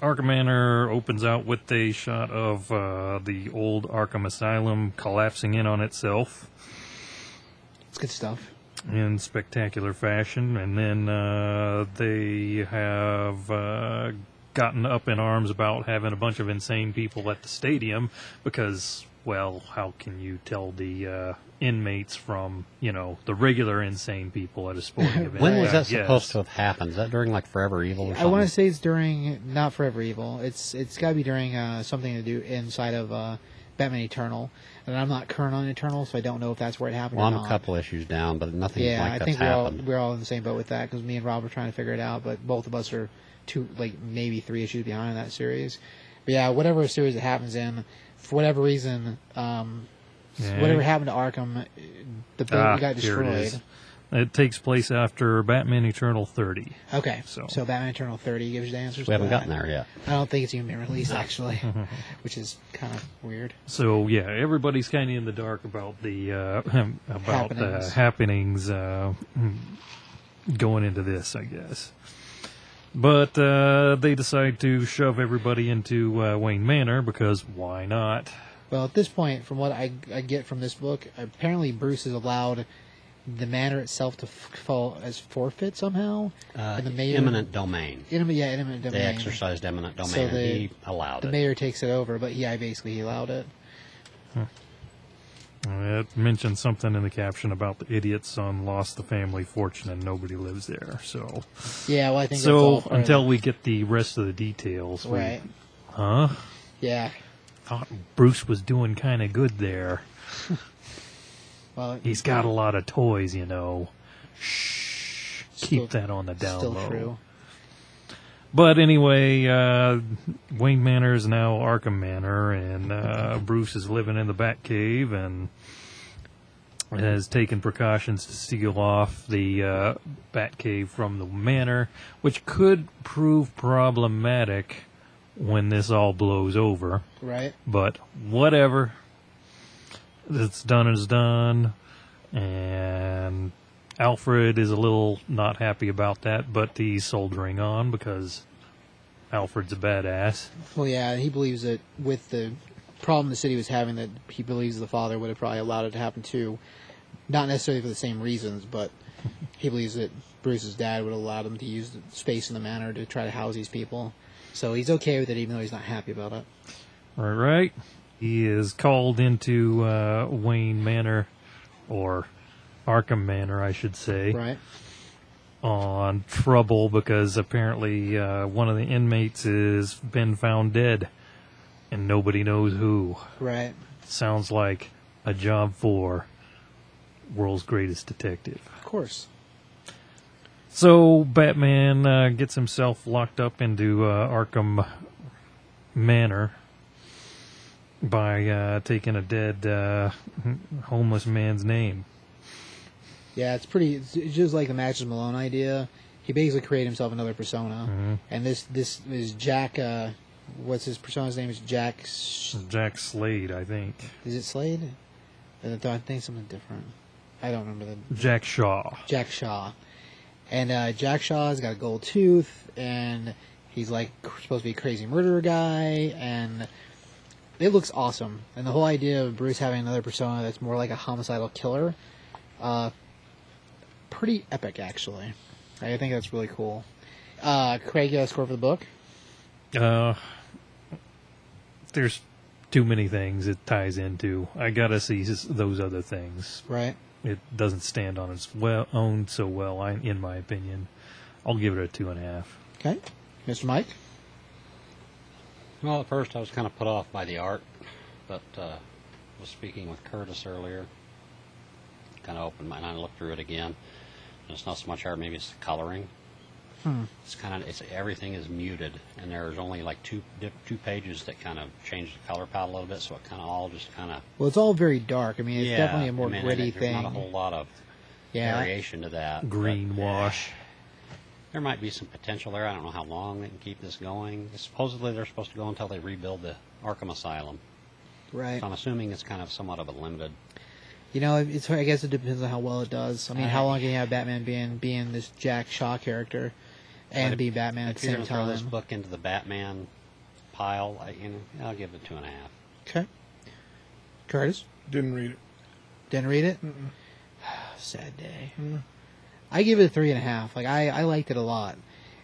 [SPEAKER 5] Arkham Manor opens out with a shot of uh, the old Arkham Asylum collapsing in on itself
[SPEAKER 2] It's good stuff.
[SPEAKER 5] in spectacular fashion, and then uh, they have. Uh, Gotten up in arms about having a bunch of insane people at the stadium because, well, how can you tell the uh, inmates from, you know, the regular insane people at a sporting event?
[SPEAKER 3] When was
[SPEAKER 5] I
[SPEAKER 3] that
[SPEAKER 5] guess.
[SPEAKER 3] supposed to have happened? Is that during like Forever Evil or
[SPEAKER 2] I
[SPEAKER 3] something?
[SPEAKER 2] want to say it's during not Forever Evil. It's it's got to be during uh, something to do inside of uh, Batman Eternal, and I'm not current on Eternal, so I don't know if that's where it happened.
[SPEAKER 3] Well,
[SPEAKER 2] or
[SPEAKER 3] I'm a
[SPEAKER 2] not.
[SPEAKER 3] couple issues down, but nothing
[SPEAKER 2] Yeah,
[SPEAKER 3] like
[SPEAKER 2] I
[SPEAKER 3] that's
[SPEAKER 2] think we're all,
[SPEAKER 3] happened.
[SPEAKER 2] we're all in the same boat with that because me and Rob are trying to figure it out, but both of us are two, like maybe three issues behind in that series. But yeah, whatever series it happens in, for whatever reason, um,
[SPEAKER 5] Yeah.
[SPEAKER 2] whatever happened to Arkham, the building
[SPEAKER 5] Ah,
[SPEAKER 2] got
[SPEAKER 5] here
[SPEAKER 2] destroyed.
[SPEAKER 5] it is. It takes place after Batman Eternal 30.
[SPEAKER 2] Okay, so.
[SPEAKER 5] So-
[SPEAKER 2] Batman Eternal 30 gives you the answers.
[SPEAKER 3] we
[SPEAKER 2] to
[SPEAKER 3] haven't
[SPEAKER 2] that.
[SPEAKER 3] gotten there yet.
[SPEAKER 2] I don't think it's even been released actually, which is kind of weird.
[SPEAKER 5] So yeah, everybody's kind of in the dark about the uh, about
[SPEAKER 2] Happenings.
[SPEAKER 5] the happenings uh, going into this, I guess. But uh, they decide to shove everybody into uh, Wayne Manor because why not?
[SPEAKER 2] Well, at this point, from what I, I get from this book, apparently Bruce has allowed the manor itself to f- fall as forfeit somehow,
[SPEAKER 3] Uh,
[SPEAKER 2] and the mayor,
[SPEAKER 3] eminent domain.
[SPEAKER 2] intimate, yeah, intimate domain.
[SPEAKER 3] They exercised eminent domain,
[SPEAKER 2] So
[SPEAKER 3] and
[SPEAKER 2] the-
[SPEAKER 3] he allowed
[SPEAKER 2] The
[SPEAKER 3] it.
[SPEAKER 2] mayor takes it over, but yeah, basically he allowed it.
[SPEAKER 5] Uh, It mentioned something in the caption about the idiot son lost the family fortune and nobody lives there. So
[SPEAKER 2] Yeah, well, I think that's all
[SPEAKER 5] so
[SPEAKER 2] part of
[SPEAKER 5] until
[SPEAKER 2] it.
[SPEAKER 5] we get the rest of the details, we-
[SPEAKER 2] right,
[SPEAKER 5] huh?
[SPEAKER 2] yeah.
[SPEAKER 5] Thought Bruce was doing kind of good there.
[SPEAKER 2] Well,
[SPEAKER 5] He's got a lot of toys, you know. Shh.
[SPEAKER 2] Still-
[SPEAKER 5] Keep that on the down
[SPEAKER 2] still
[SPEAKER 5] low.
[SPEAKER 2] true.
[SPEAKER 5] But anyway, uh, Wayne Manor is now Arkham Manor, and uh, Bruce is living in the Batcave and has taken precautions to seal off the uh, Batcave from the manor, which could prove problematic when this all blows over.
[SPEAKER 2] Right,
[SPEAKER 5] But whatever. It's done is done. And Alfred is a little not happy about that, but he's soldering on because Alfred's a badass.
[SPEAKER 2] well, yeah, he believes that with the problem the city was having, that he believes the father would have probably allowed it to happen too. Not necessarily for the same reasons, but he believes that Bruce's dad would allow him to use the space in the manor to try to house these people. So he's okay with it, even though he's not happy about it.
[SPEAKER 5] All right. He is called into uh, Wayne Manor, or Arkham Manor, I should say.
[SPEAKER 2] Right,
[SPEAKER 5] on trouble because apparently uh, one of the inmates has been found dead and nobody knows who.
[SPEAKER 2] right.
[SPEAKER 5] Sounds like a job for world's greatest detective.
[SPEAKER 2] Of course.
[SPEAKER 5] So Batman uh, gets himself locked up into uh, Arkham Manor by uh, taking a dead uh, homeless man's name.
[SPEAKER 2] Yeah, it's pretty. It's it's just like the Matches Malone idea. He basically created himself another persona, and this this is Jack. Uh, what's his persona's name? Is Jack? S-
[SPEAKER 5] Jack Slade, I think.
[SPEAKER 2] Is it Slade? I thought- I think something different. I don't remember the
[SPEAKER 5] Jack Shaw.
[SPEAKER 2] Jack Shaw, and uh, Jack Shaw's got a gold tooth, and he's like cr- supposed to be a crazy murderer guy, and it looks awesome. And the whole idea of Bruce having another persona that's more like a homicidal killer, uh, pretty epic actually. I think that's really cool. Uh, Craig, you got a score for the book?
[SPEAKER 5] Uh, there's too many things it ties into. I gotta see s- those other things.
[SPEAKER 2] Right.
[SPEAKER 5] It doesn't stand on its well own so well, I, in my opinion. I'll give it a two and a half.
[SPEAKER 2] Okay. Mr. Mike.
[SPEAKER 3] Well, at first I was kind of put off by the art, but uh, was speaking with Curtis earlier. Kind of opened mine. I looked through it again. And it's not so much art. Maybe it's the coloring.
[SPEAKER 2] Hmm.
[SPEAKER 3] It's kind of it's everything is muted, and there's only like two dip, two pages that kind of change the color palette a little bit. So it kind of all just kind of
[SPEAKER 2] Well, it's all very dark. I mean, it's
[SPEAKER 3] yeah,
[SPEAKER 2] definitely a more
[SPEAKER 3] I mean,
[SPEAKER 2] gritty
[SPEAKER 3] there's Not a whole
[SPEAKER 2] thing.
[SPEAKER 3] lot of
[SPEAKER 2] Yeah,
[SPEAKER 3] variation to that. but eh,
[SPEAKER 5] Green wash.
[SPEAKER 3] There might be some potential there. I don't know how long they can keep this going. Supposedly they're supposed to go until they rebuild the Arkham Asylum.
[SPEAKER 2] right.
[SPEAKER 3] So I'm assuming it's kind of somewhat of a limited.
[SPEAKER 2] You know, it's I guess it depends on how well it does. I mean, how long can you have Batman being being this Jack Shaw character and be Batman at
[SPEAKER 3] If
[SPEAKER 2] the
[SPEAKER 3] you're
[SPEAKER 2] same
[SPEAKER 3] gonna throw this
[SPEAKER 2] time?
[SPEAKER 3] book into the Batman pile, I, you know, I'll give it two and a half.
[SPEAKER 2] Okay. Curtis
[SPEAKER 4] Didn't read it.
[SPEAKER 2] didn't read it. Sad day. I give it a three and a half. Like I, I liked it a lot,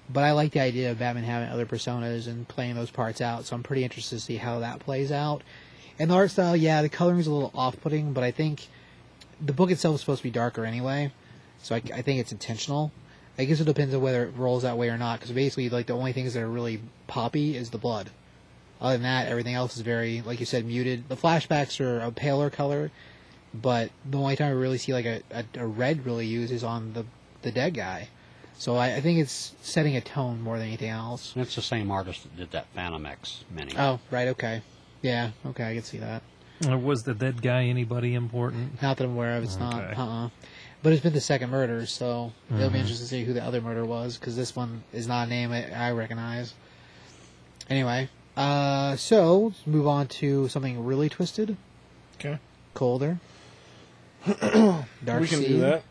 [SPEAKER 2] but I like the idea of Batman having other personas and playing those parts out. So I'm pretty interested to see how that plays out. And the art style, yeah, the coloring's a little off-putting, but I think the book itself is supposed to be darker anyway, so I, I think it's intentional. I guess it depends on whether it rolls that way or not, because basically, like the only things that are really poppy is the blood. Other than that, everything else is very, like you said, muted. The flashbacks are a paler color, but the only time I really see like a, a, a red really used is on the the dead guy. So I, I think it's setting a tone more than anything else.
[SPEAKER 3] And it's the same artist that did that Phantom X mini.
[SPEAKER 2] Oh, right, okay, yeah, okay, I can see that.
[SPEAKER 5] Or was the dead guy anybody important?
[SPEAKER 2] Not that I'm aware of. It's not.
[SPEAKER 5] Okay.
[SPEAKER 2] Uh-uh. But it's been the second murder, so it'll be interesting to see who the other murder was, because this one is not a name I, I recognize. Anyway, uh, so let's move on to something really twisted,
[SPEAKER 4] Okay.
[SPEAKER 2] colder. Dark
[SPEAKER 4] we can
[SPEAKER 2] Sea.
[SPEAKER 4] do that.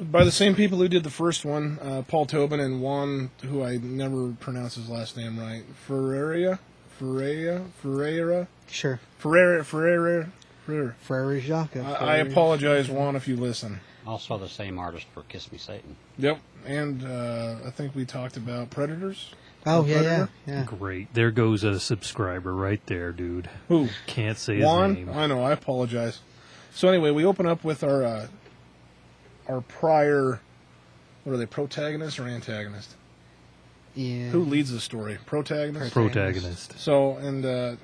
[SPEAKER 4] By the same people who did the first one, uh, Paul Tobin and Juan, who I never pronounce his last name right, Ferreira, Ferreira, Ferreira,
[SPEAKER 2] Sure.
[SPEAKER 4] Ferreira, Ferreira, Ferreira.
[SPEAKER 2] Frere Jacques.
[SPEAKER 4] I, I apologize, Juan, if you listen.
[SPEAKER 3] Also the same artist for Kiss Me Satan.
[SPEAKER 4] Yep. And uh, I think we talked about Predators.
[SPEAKER 2] Oh, yeah, yeah,
[SPEAKER 4] Predator?
[SPEAKER 2] yeah.
[SPEAKER 5] Great. There goes a subscriber right there, dude.
[SPEAKER 4] Who?
[SPEAKER 5] Can't say his
[SPEAKER 4] Juan.
[SPEAKER 5] name.
[SPEAKER 4] I know. I apologize. So anyway, we open up with our uh, our prior. What are they? Protagonist or antagonist?
[SPEAKER 2] yeah.
[SPEAKER 4] Who leads the story? Protagonist.
[SPEAKER 5] Protagonist.
[SPEAKER 4] So and uh,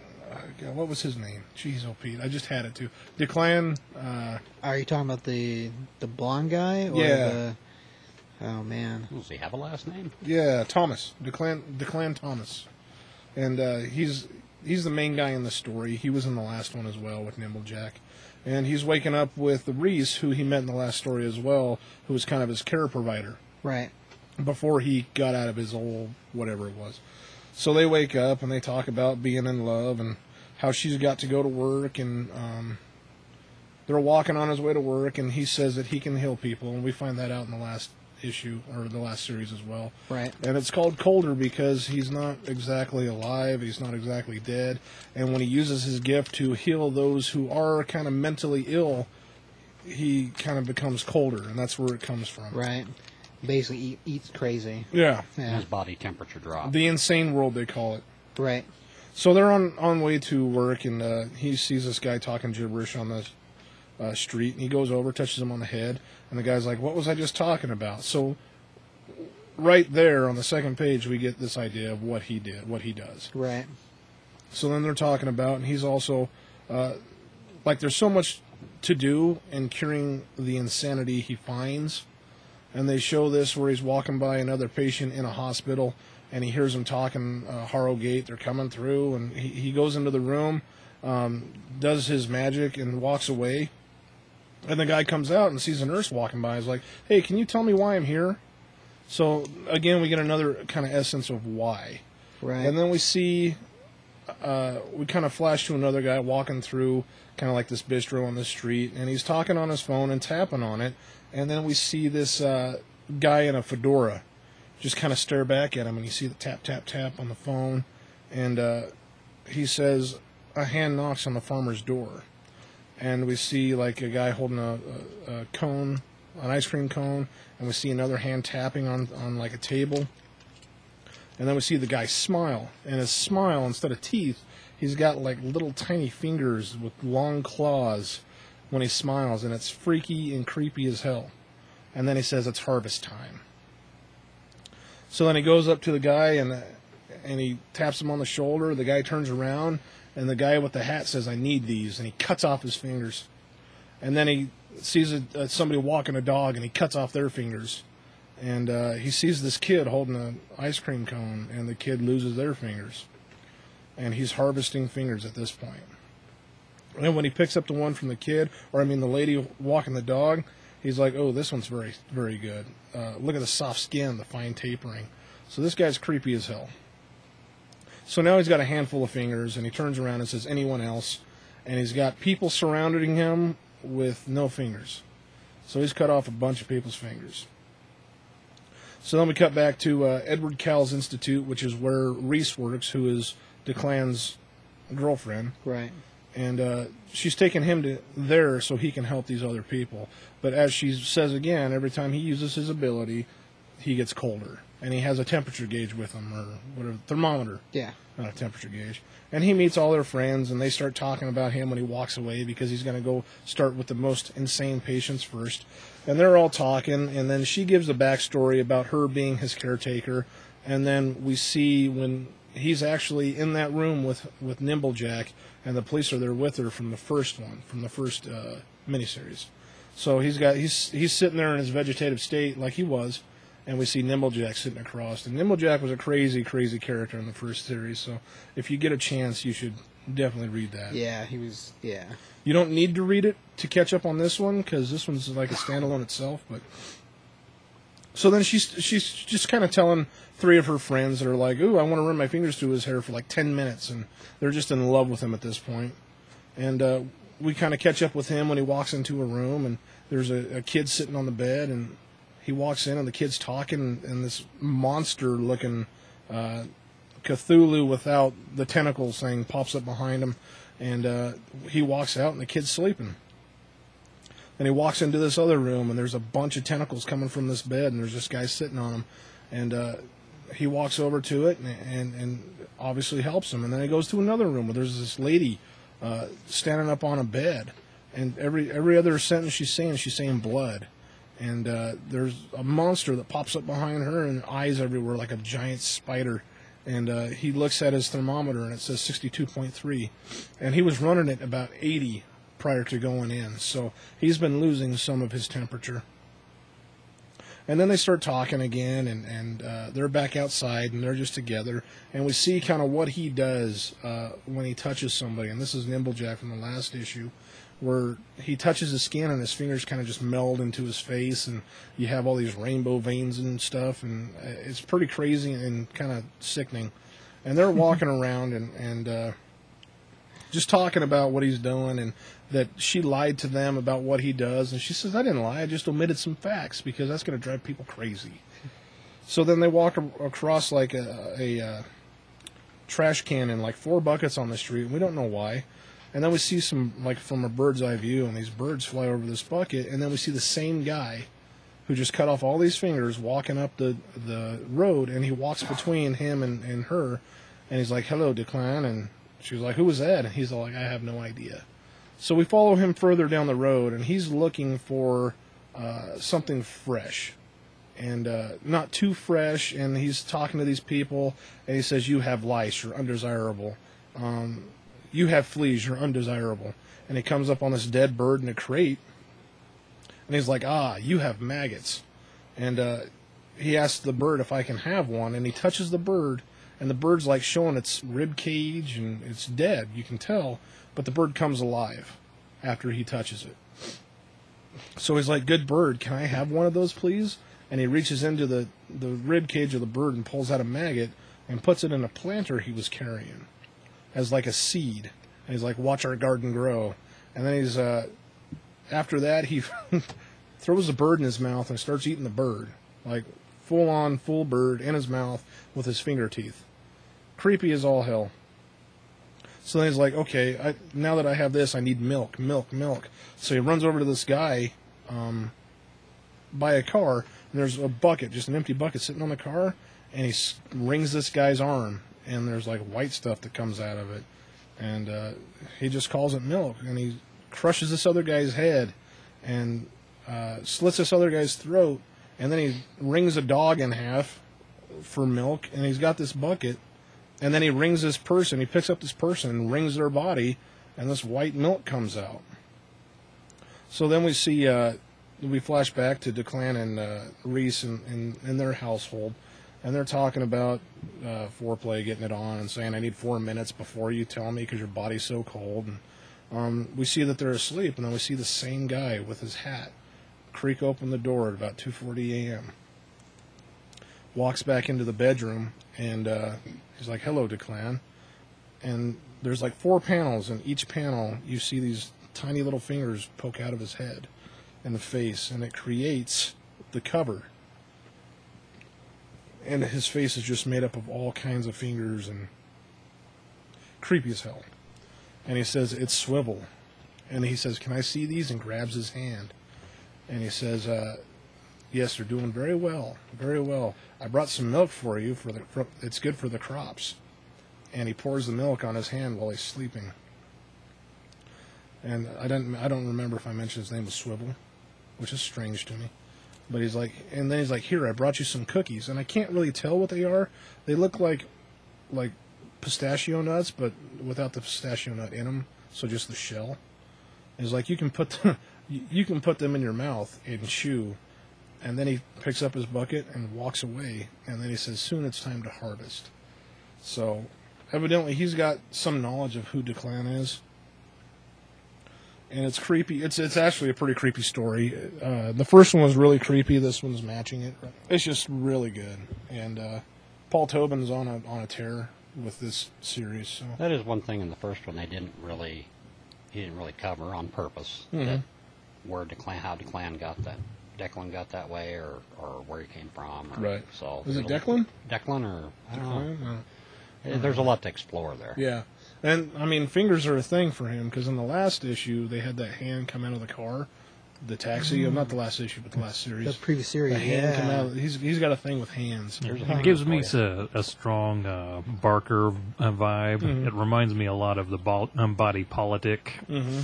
[SPEAKER 4] God, what was his name? Jeez, oh Pete, I just had it too. Declan. Uh,
[SPEAKER 2] Are you talking about the the blonde guy? Or
[SPEAKER 4] Yeah.
[SPEAKER 2] The, oh, man.
[SPEAKER 3] Does he have a last name?
[SPEAKER 4] yeah, Thomas. Declan. Declan Thomas. And uh, he's he's the main guy in the story. He was in the last one as well with Nimble Jack. And he's waking up with Reese, who he met in the last story as well, who was kind of his care provider.
[SPEAKER 2] Right.
[SPEAKER 4] before he got out of his old whatever it was. So they wake up and they talk about being in love and how she's got to go to work and um, they're walking on his way to work and he says that he can heal people and we find that out in the last issue or the last series as well.
[SPEAKER 2] Right.
[SPEAKER 4] And it's called Colder because he's not exactly alive, he's not exactly dead, and when he uses his gift to heal those who are kind of mentally ill, he kind of becomes colder and that's where it comes from.
[SPEAKER 2] Right. Basically, eat, eats crazy.
[SPEAKER 4] Yeah.
[SPEAKER 3] And
[SPEAKER 2] Yeah.
[SPEAKER 3] his body temperature dropped.
[SPEAKER 4] The insane world they call it.
[SPEAKER 2] Right.
[SPEAKER 4] So they're on on way to work, and uh, he sees this guy talking gibberish on the uh, street, and he goes over, touches him on the head, and the guy's like, "What was I just talking about?" So right there on the second page, we get this idea of what he did, what he does.
[SPEAKER 2] Right.
[SPEAKER 4] So then they're talking about, and he's also uh, like, there's so much to do in curing the insanity he finds. And they show this where he's walking by another patient in a hospital, and he hears him talking uh, Harrow Gate. They're coming through, and he, he goes into the room, um, does his magic, and walks away. And the guy comes out and sees a nurse walking by. He's like, "Hey, can you tell me why I'm here?" So again, we get another kind of essence of why.
[SPEAKER 2] Right.
[SPEAKER 4] And then we see, uh, we kind of flash to another guy walking through, kind of like this bistro on the street, and he's talking on his phone and tapping on it. And then we see this uh, guy in a fedora just kind of stare back at him, and you see the tap, tap, tap on the phone. And uh, he says, A hand knocks on the farmer's door. And we see like a guy holding a, a, a cone, an ice cream cone, and we see another hand tapping on, on like a table and then we see the guy smile and his smile instead of teeth he's got like little tiny fingers with long claws when he smiles and it's freaky and creepy as hell and then he says it's harvest time so then he goes up to the guy and and he taps him on the shoulder the guy turns around and the guy with the hat says, "I need these," and he cuts off his fingers, and then he sees a, uh, somebody walking a dog, and he cuts off their fingers, and uh, he sees this kid holding an ice cream cone, and the kid loses their fingers, and he's harvesting fingers at this point. And when he picks up the one from the kid, or I mean the lady walking the dog, he's like, "Oh, this one's very, very good. Uh, look at the soft skin, the fine tapering." So this guy's creepy as hell. So now he's got a handful of fingers, and he turns around and says, "Anyone else?" And he's got people surrounding him with no fingers. So he's cut off a bunch of people's fingers. So then we cut back to uh, Edward Cowles Institute, which is where Reese works, who is DeClan's girlfriend
[SPEAKER 2] Right.
[SPEAKER 4] and uh, she's taking him to there so he can help these other people. But as she says again, every time he uses his ability, he gets colder, and he has a temperature gauge with him or whatever thermometer,
[SPEAKER 2] Yeah.
[SPEAKER 4] not a uh, temperature gauge. And he meets all their friends, and they start talking about him when he walks away because he's going to go start with the most insane patients first. And they're all talking, and then she gives a backstory about her being his caretaker, and then we see when he's actually in that room with with Nimblejack, and the police are there with her from the first one, from the first uh, miniseries. So he's got he's he's sitting there in his vegetative state like he was, and we see Nimblejack sitting across. And Nimblejack was a crazy, crazy character in the first series. So if you get a chance, you should definitely read that.
[SPEAKER 2] Yeah. He was. Yeah.
[SPEAKER 4] You don't need to read it to catch up on this one because this one's like a standalone itself. But so then she's she's just kind of telling three of her friends that are like, "Ooh, I want to run my fingers through his hair for like ten minutes," and they're just in love with him at this point. And uh, we kind of catch up with him when he walks into a room, and there's a, a kid sitting on the bed, and he walks in, and the kid's talking, and, and this monster-looking uh, Cthulhu without the tentacles thing pops up behind him, and uh, he walks out, and the kid's sleeping. And he walks into this other room, and there's a bunch of tentacles coming from this bed, and there's this guy sitting on him, and uh, he walks over to it, and, and and obviously helps him, and then he goes to another room where there's this lady uh, standing up on a bed, and every every other sentence she's saying, she's saying blood, and uh, there's a monster that pops up behind her and eyes everywhere like a giant spider. And uh, he looks at his thermometer and it says 62.3, and he was running at about 80 prior to going in, so he's been losing some of his temperature. And then they start talking again, and and uh, they're back outside, and they're just together. And we see kind of what he does uh, when he touches somebody. And this is Nimblejack from the last issue, where he touches his skin, and his fingers kind of just meld into his face, and you have all these rainbow veins and stuff, and uh, it's pretty crazy and kind of sickening. And they're walking around, and and uh, just talking about what he's doing and that she lied to them about what he does and she says i didn't lie i just omitted some facts because that's going to drive people crazy so then they walk a- across like a, a, uh trash can and like four buckets on the street and we don't know why and then we see some like from a bird's eye view and these birds fly over this bucket and then we see the same guy who just cut off all these fingers walking up the the road and he walks between him and, and her and he's like hello declan and she was like who was that and he's like i have no idea so we follow him further down the road and he's looking for uh, something fresh and uh, not too fresh and he's talking to these people and he says you have lice you're undesirable um, you have fleas you're undesirable and he comes up on this dead bird in a crate and he's like, "Ah, you have maggots," and uh, he asks the bird if I can have one, and he touches the bird, and the bird's like showing its rib cage, and it's dead. You can tell, but the bird comes alive after he touches it. So he's like, "Good bird, can I have one of those, please?" And he reaches into the the rib cage of the bird and pulls out a maggot and puts it in a planter he was carrying as like a seed. And he's like, "Watch our garden grow." And then he's uh, after that he throws the bird in his mouth and starts eating the bird like full on full bird in his mouth with his finger teeth creepy as all hell so then he's like okay I, now that i have this i need milk milk milk so he runs over to this guy um, by a car and there's a bucket just an empty bucket sitting on the car and he s- wrings this guy's arm and there's like white stuff that comes out of it and uh, he just calls it milk and he crushes this other guy's head and uh, slits this other guy's throat and then he wrings a dog in half for milk and he's got this bucket And then he rings this person. He picks up this person, rings their body, and this white milk comes out. So then we see uh, we flash back to Declan and uh, Reese and in, in, their household, and they're talking about uh, foreplay, getting it on, and saying, "I need four minutes before you tell me because your body's so cold." And um, we see that they're asleep, and then we see the same guy with his hat creak open the door at about 2:40 a.m. Walks back into the bedroom, and uh, he's like, "Hello, Declan." And there's like four panels, and each panel you see these tiny little fingers poke out of his head and the face, and it creates the cover. And his face is just made up of all kinds of fingers and creepy as hell. And he says, It's swivel. And he says, Can I see these? And grabs his hand. And he says, uh, Yes, they're doing very well. Very well. I brought some milk for you. For the, for, It's good for the crops. And he pours the milk on his hand while he's sleeping. And I don't, I don't remember if I mentioned his name was Swivel which is strange to me. But he's like, and then he's like, "Here, I brought you some cookies." And I can't really tell what they are. They look like, like pistachio nuts, but without the pistachio nut in them. So just the shell. And he's like, "You can put, them, you can put them in your mouth and chew." And then he picks up his bucket and walks away. And then he says, "Soon it's time to harvest." So, evidently, he's got some knowledge of who Declan is and it's creepy. It's it's actually a pretty creepy story. Uh, the first one was really creepy. This one's matching it. It's just really good. And uh, Paul Tobin's on a on a tear with this series. So.
[SPEAKER 3] That is one thing in the first one they didn't really he didn't really cover on purpose mm-hmm. that where Declan how Declan got that Declan got that way or, or where he came from. Or,
[SPEAKER 4] right.
[SPEAKER 3] So
[SPEAKER 4] is it Declan?
[SPEAKER 3] Declan or I don't Declan? know. No. There's a lot to explore there.
[SPEAKER 4] Yeah. And I mean, fingers are a thing for him because in the last issue they had that hand come out of the car, the taxi. Mm. Not the last issue, but the last series.
[SPEAKER 2] The previous series.
[SPEAKER 4] The hand
[SPEAKER 2] yeah.
[SPEAKER 4] come out. Of, he's he's got a thing with hands.
[SPEAKER 5] It mm-hmm. gives me a, a, strong uh, Barker uh, vibe. Mm-hmm. It reminds me a lot of the bol- um, body politic.
[SPEAKER 4] Mm-hmm.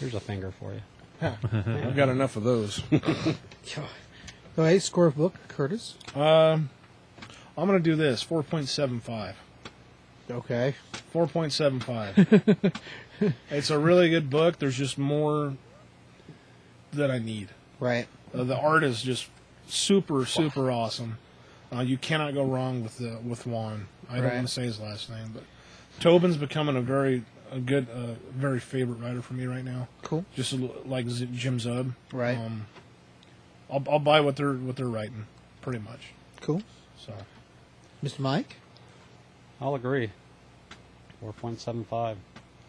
[SPEAKER 3] Here's a finger for you.
[SPEAKER 4] Huh. I've got enough of those.
[SPEAKER 2] All right, score of book, Curtis.
[SPEAKER 4] Um, I'm going to do this four point seven five.
[SPEAKER 2] Okay.
[SPEAKER 4] 4.75. it's a really good book. There's just more that I need.
[SPEAKER 2] Right.
[SPEAKER 4] Uh, the art is just super, super wow. awesome. Uh, you cannot go wrong with the, with Juan. I right. don't want to say his last name, but Tobin's becoming a very a good, uh, very favorite writer for me right now.
[SPEAKER 2] Cool.
[SPEAKER 4] Just like Jim Zub.
[SPEAKER 2] Right. Um,
[SPEAKER 4] I'll, I'll buy what they're what they're writing, pretty much.
[SPEAKER 2] Cool.
[SPEAKER 4] So,
[SPEAKER 2] Mr. Mike.
[SPEAKER 3] I'll agree. 4.75.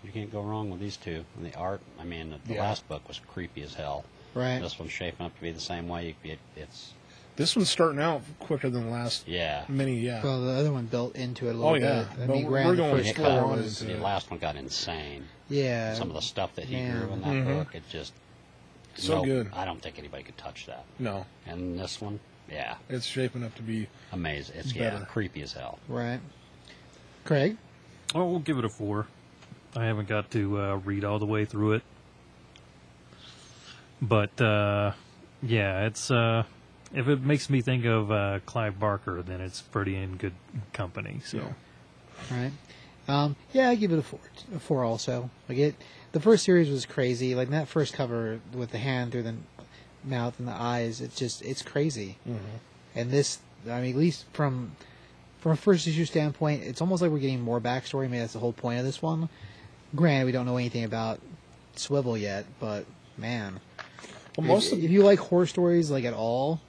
[SPEAKER 3] You can't go wrong with these two. And the art, I mean, the yeah. last book was creepy as hell.
[SPEAKER 2] Right.
[SPEAKER 3] This one's shaping up to be the same way. It, it's.
[SPEAKER 4] This one's starting out quicker than the last.
[SPEAKER 3] Yeah.
[SPEAKER 4] Many, yeah.
[SPEAKER 2] Well, the other one built into it a little oh,
[SPEAKER 4] yeah.
[SPEAKER 2] bit.
[SPEAKER 4] But I mean, we're, we're going
[SPEAKER 3] slow on into The last one got insane.
[SPEAKER 2] Yeah.
[SPEAKER 3] Some of the stuff that he Man. drew in that mm-hmm. book, it just.
[SPEAKER 4] So
[SPEAKER 3] no,
[SPEAKER 4] good.
[SPEAKER 3] I don't think anybody could touch that.
[SPEAKER 4] No.
[SPEAKER 3] And this one, yeah.
[SPEAKER 4] It's shaping up to be.
[SPEAKER 3] Amazing. It's better. yeah, creepy as hell.
[SPEAKER 2] Right. Craig?
[SPEAKER 5] Oh, we'll give it a four. I haven't got to uh, read all the way through it, but uh, yeah, it's uh, if it makes me think of uh, Clive Barker, then it's pretty in good company. So,
[SPEAKER 2] yeah. right, um, yeah, I give it a four, a four also. Like it, the first series was crazy. Like that first cover with the hand through the mouth and the eyes, it's just it's crazy.
[SPEAKER 4] Mm-hmm.
[SPEAKER 2] And this, I mean, at least from from a first issue standpoint, it's almost like we're getting more backstory. I mean, that's the whole point of this one. Granted, we don't know anything about Swivel yet, but man,
[SPEAKER 4] well, most
[SPEAKER 2] if, of, if you like horror stories like at all,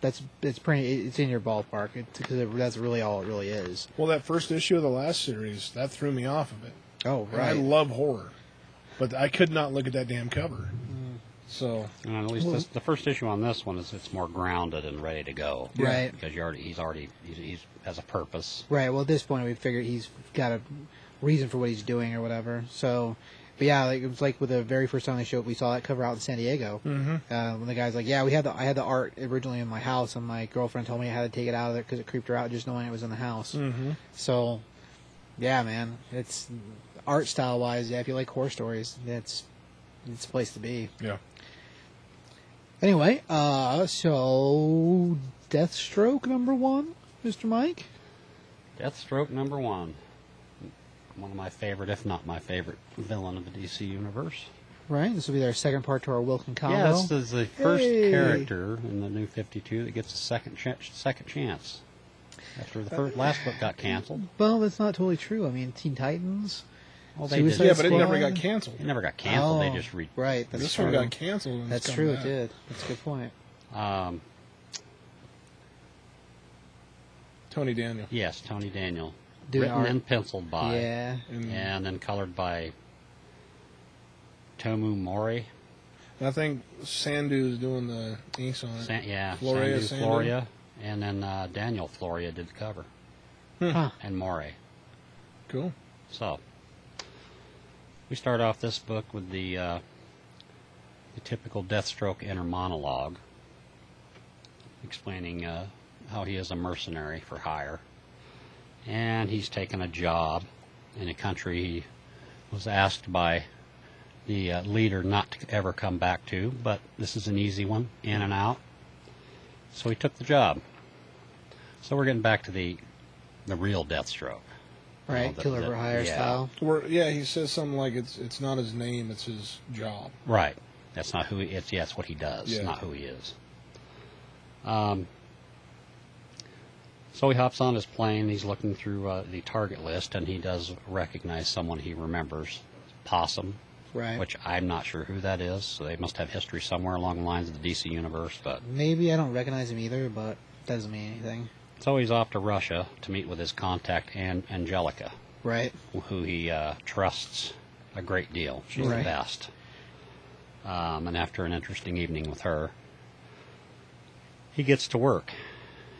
[SPEAKER 2] that's it's pretty it's in your ballpark because it, that's really all it really is.
[SPEAKER 4] Well, that first issue of the last series that threw me off of it.
[SPEAKER 2] Oh right,
[SPEAKER 4] and I love horror, but I could not look at that damn cover. Mm. So
[SPEAKER 3] and at least this, the first issue on this one is it's more grounded and ready to go,
[SPEAKER 2] right?
[SPEAKER 3] Because you already he's already he's, he's has a purpose.
[SPEAKER 2] Right. Well, at this point, we figured he's got a reason for what he's doing or whatever. So, but yeah, like, it was like with the very first time they showed, we saw that cover out in San Diego.
[SPEAKER 4] Mm-hmm.
[SPEAKER 2] Uh, when the guy's like, "Yeah, we had the I had the art originally in my house, and my girlfriend told me I had to take it out of there because it creeped her out just knowing it was in the house."
[SPEAKER 4] Mm-hmm.
[SPEAKER 2] So, yeah, man, it's art style wise. Yeah, if you like horror stories, it's it's a place to be.
[SPEAKER 4] Yeah.
[SPEAKER 2] Anyway, uh, so Deathstroke number one. Mr. Mike?
[SPEAKER 3] Deathstroke number one. One of my favorite, if not my favorite, villain of the DC universe.
[SPEAKER 2] Right? This will be their second part to our Wilkin combo.
[SPEAKER 3] Yeah, this is the first
[SPEAKER 2] Hey.
[SPEAKER 3] character in the new 52 that gets a second ch- second chance after the first last book got canceled.
[SPEAKER 2] Well, that's not totally true. I mean, Teen Titans.
[SPEAKER 3] Well, they did.
[SPEAKER 2] Suicide
[SPEAKER 4] Yeah, but it
[SPEAKER 2] Squad?
[SPEAKER 4] never got canceled.
[SPEAKER 3] It never got
[SPEAKER 2] Oh,
[SPEAKER 3] canceled. they just re-
[SPEAKER 2] right. That's
[SPEAKER 4] This
[SPEAKER 2] true.
[SPEAKER 4] one got canceled. And it's
[SPEAKER 2] That's
[SPEAKER 4] come
[SPEAKER 2] true. It
[SPEAKER 4] back.
[SPEAKER 2] did. That's a good point.
[SPEAKER 3] um,
[SPEAKER 4] Tony Daniel.
[SPEAKER 3] yes, Tony Daniel,
[SPEAKER 2] Doing
[SPEAKER 3] written
[SPEAKER 2] art.
[SPEAKER 3] and penciled by,
[SPEAKER 2] Yeah.
[SPEAKER 4] And
[SPEAKER 3] and then colored by Tomu Mori.
[SPEAKER 4] I think Sandu is doing the inks on it.
[SPEAKER 3] San, yeah,
[SPEAKER 4] Floria,
[SPEAKER 3] Sandu
[SPEAKER 4] Sandu.
[SPEAKER 3] Floria, and then uh, Daniel Floria did the cover,
[SPEAKER 2] Huh.
[SPEAKER 3] and Mori.
[SPEAKER 4] Cool.
[SPEAKER 3] So, we start off this book with the, uh, the typical Deathstroke inner monologue, explaining uh, how he is a mercenary for hire. And he's taken a job in a country he was asked by the uh, leader not to ever come back to, but this is an easy one, in and out. So he took the job. So we're getting back to the the real Deathstroke.
[SPEAKER 2] Right.
[SPEAKER 3] the-
[SPEAKER 2] Killer
[SPEAKER 3] the-
[SPEAKER 2] for Hire
[SPEAKER 3] yeah.
[SPEAKER 2] style.
[SPEAKER 4] Where, yeah, he says something like it's it's not his name, it's his job.
[SPEAKER 3] Right. That's not who he is. Yeah, it's what he does,
[SPEAKER 4] Yeah.
[SPEAKER 3] not who he is. Um, so he hops on his plane. He's looking through uh, the target list, and he does recognize someone he remembers Possum,
[SPEAKER 2] Right.
[SPEAKER 3] which I'm not sure who that is. So they must have history somewhere along the lines of the DC universe. But
[SPEAKER 2] Maybe I don't recognize him either, but doesn't mean anything.
[SPEAKER 3] So he's off to Russia to meet with his contact, An- Angelica,
[SPEAKER 2] Right.
[SPEAKER 3] who he uh, trusts a great deal. She's
[SPEAKER 2] Right.
[SPEAKER 3] the best. Um, and after an interesting evening with her, he gets to work.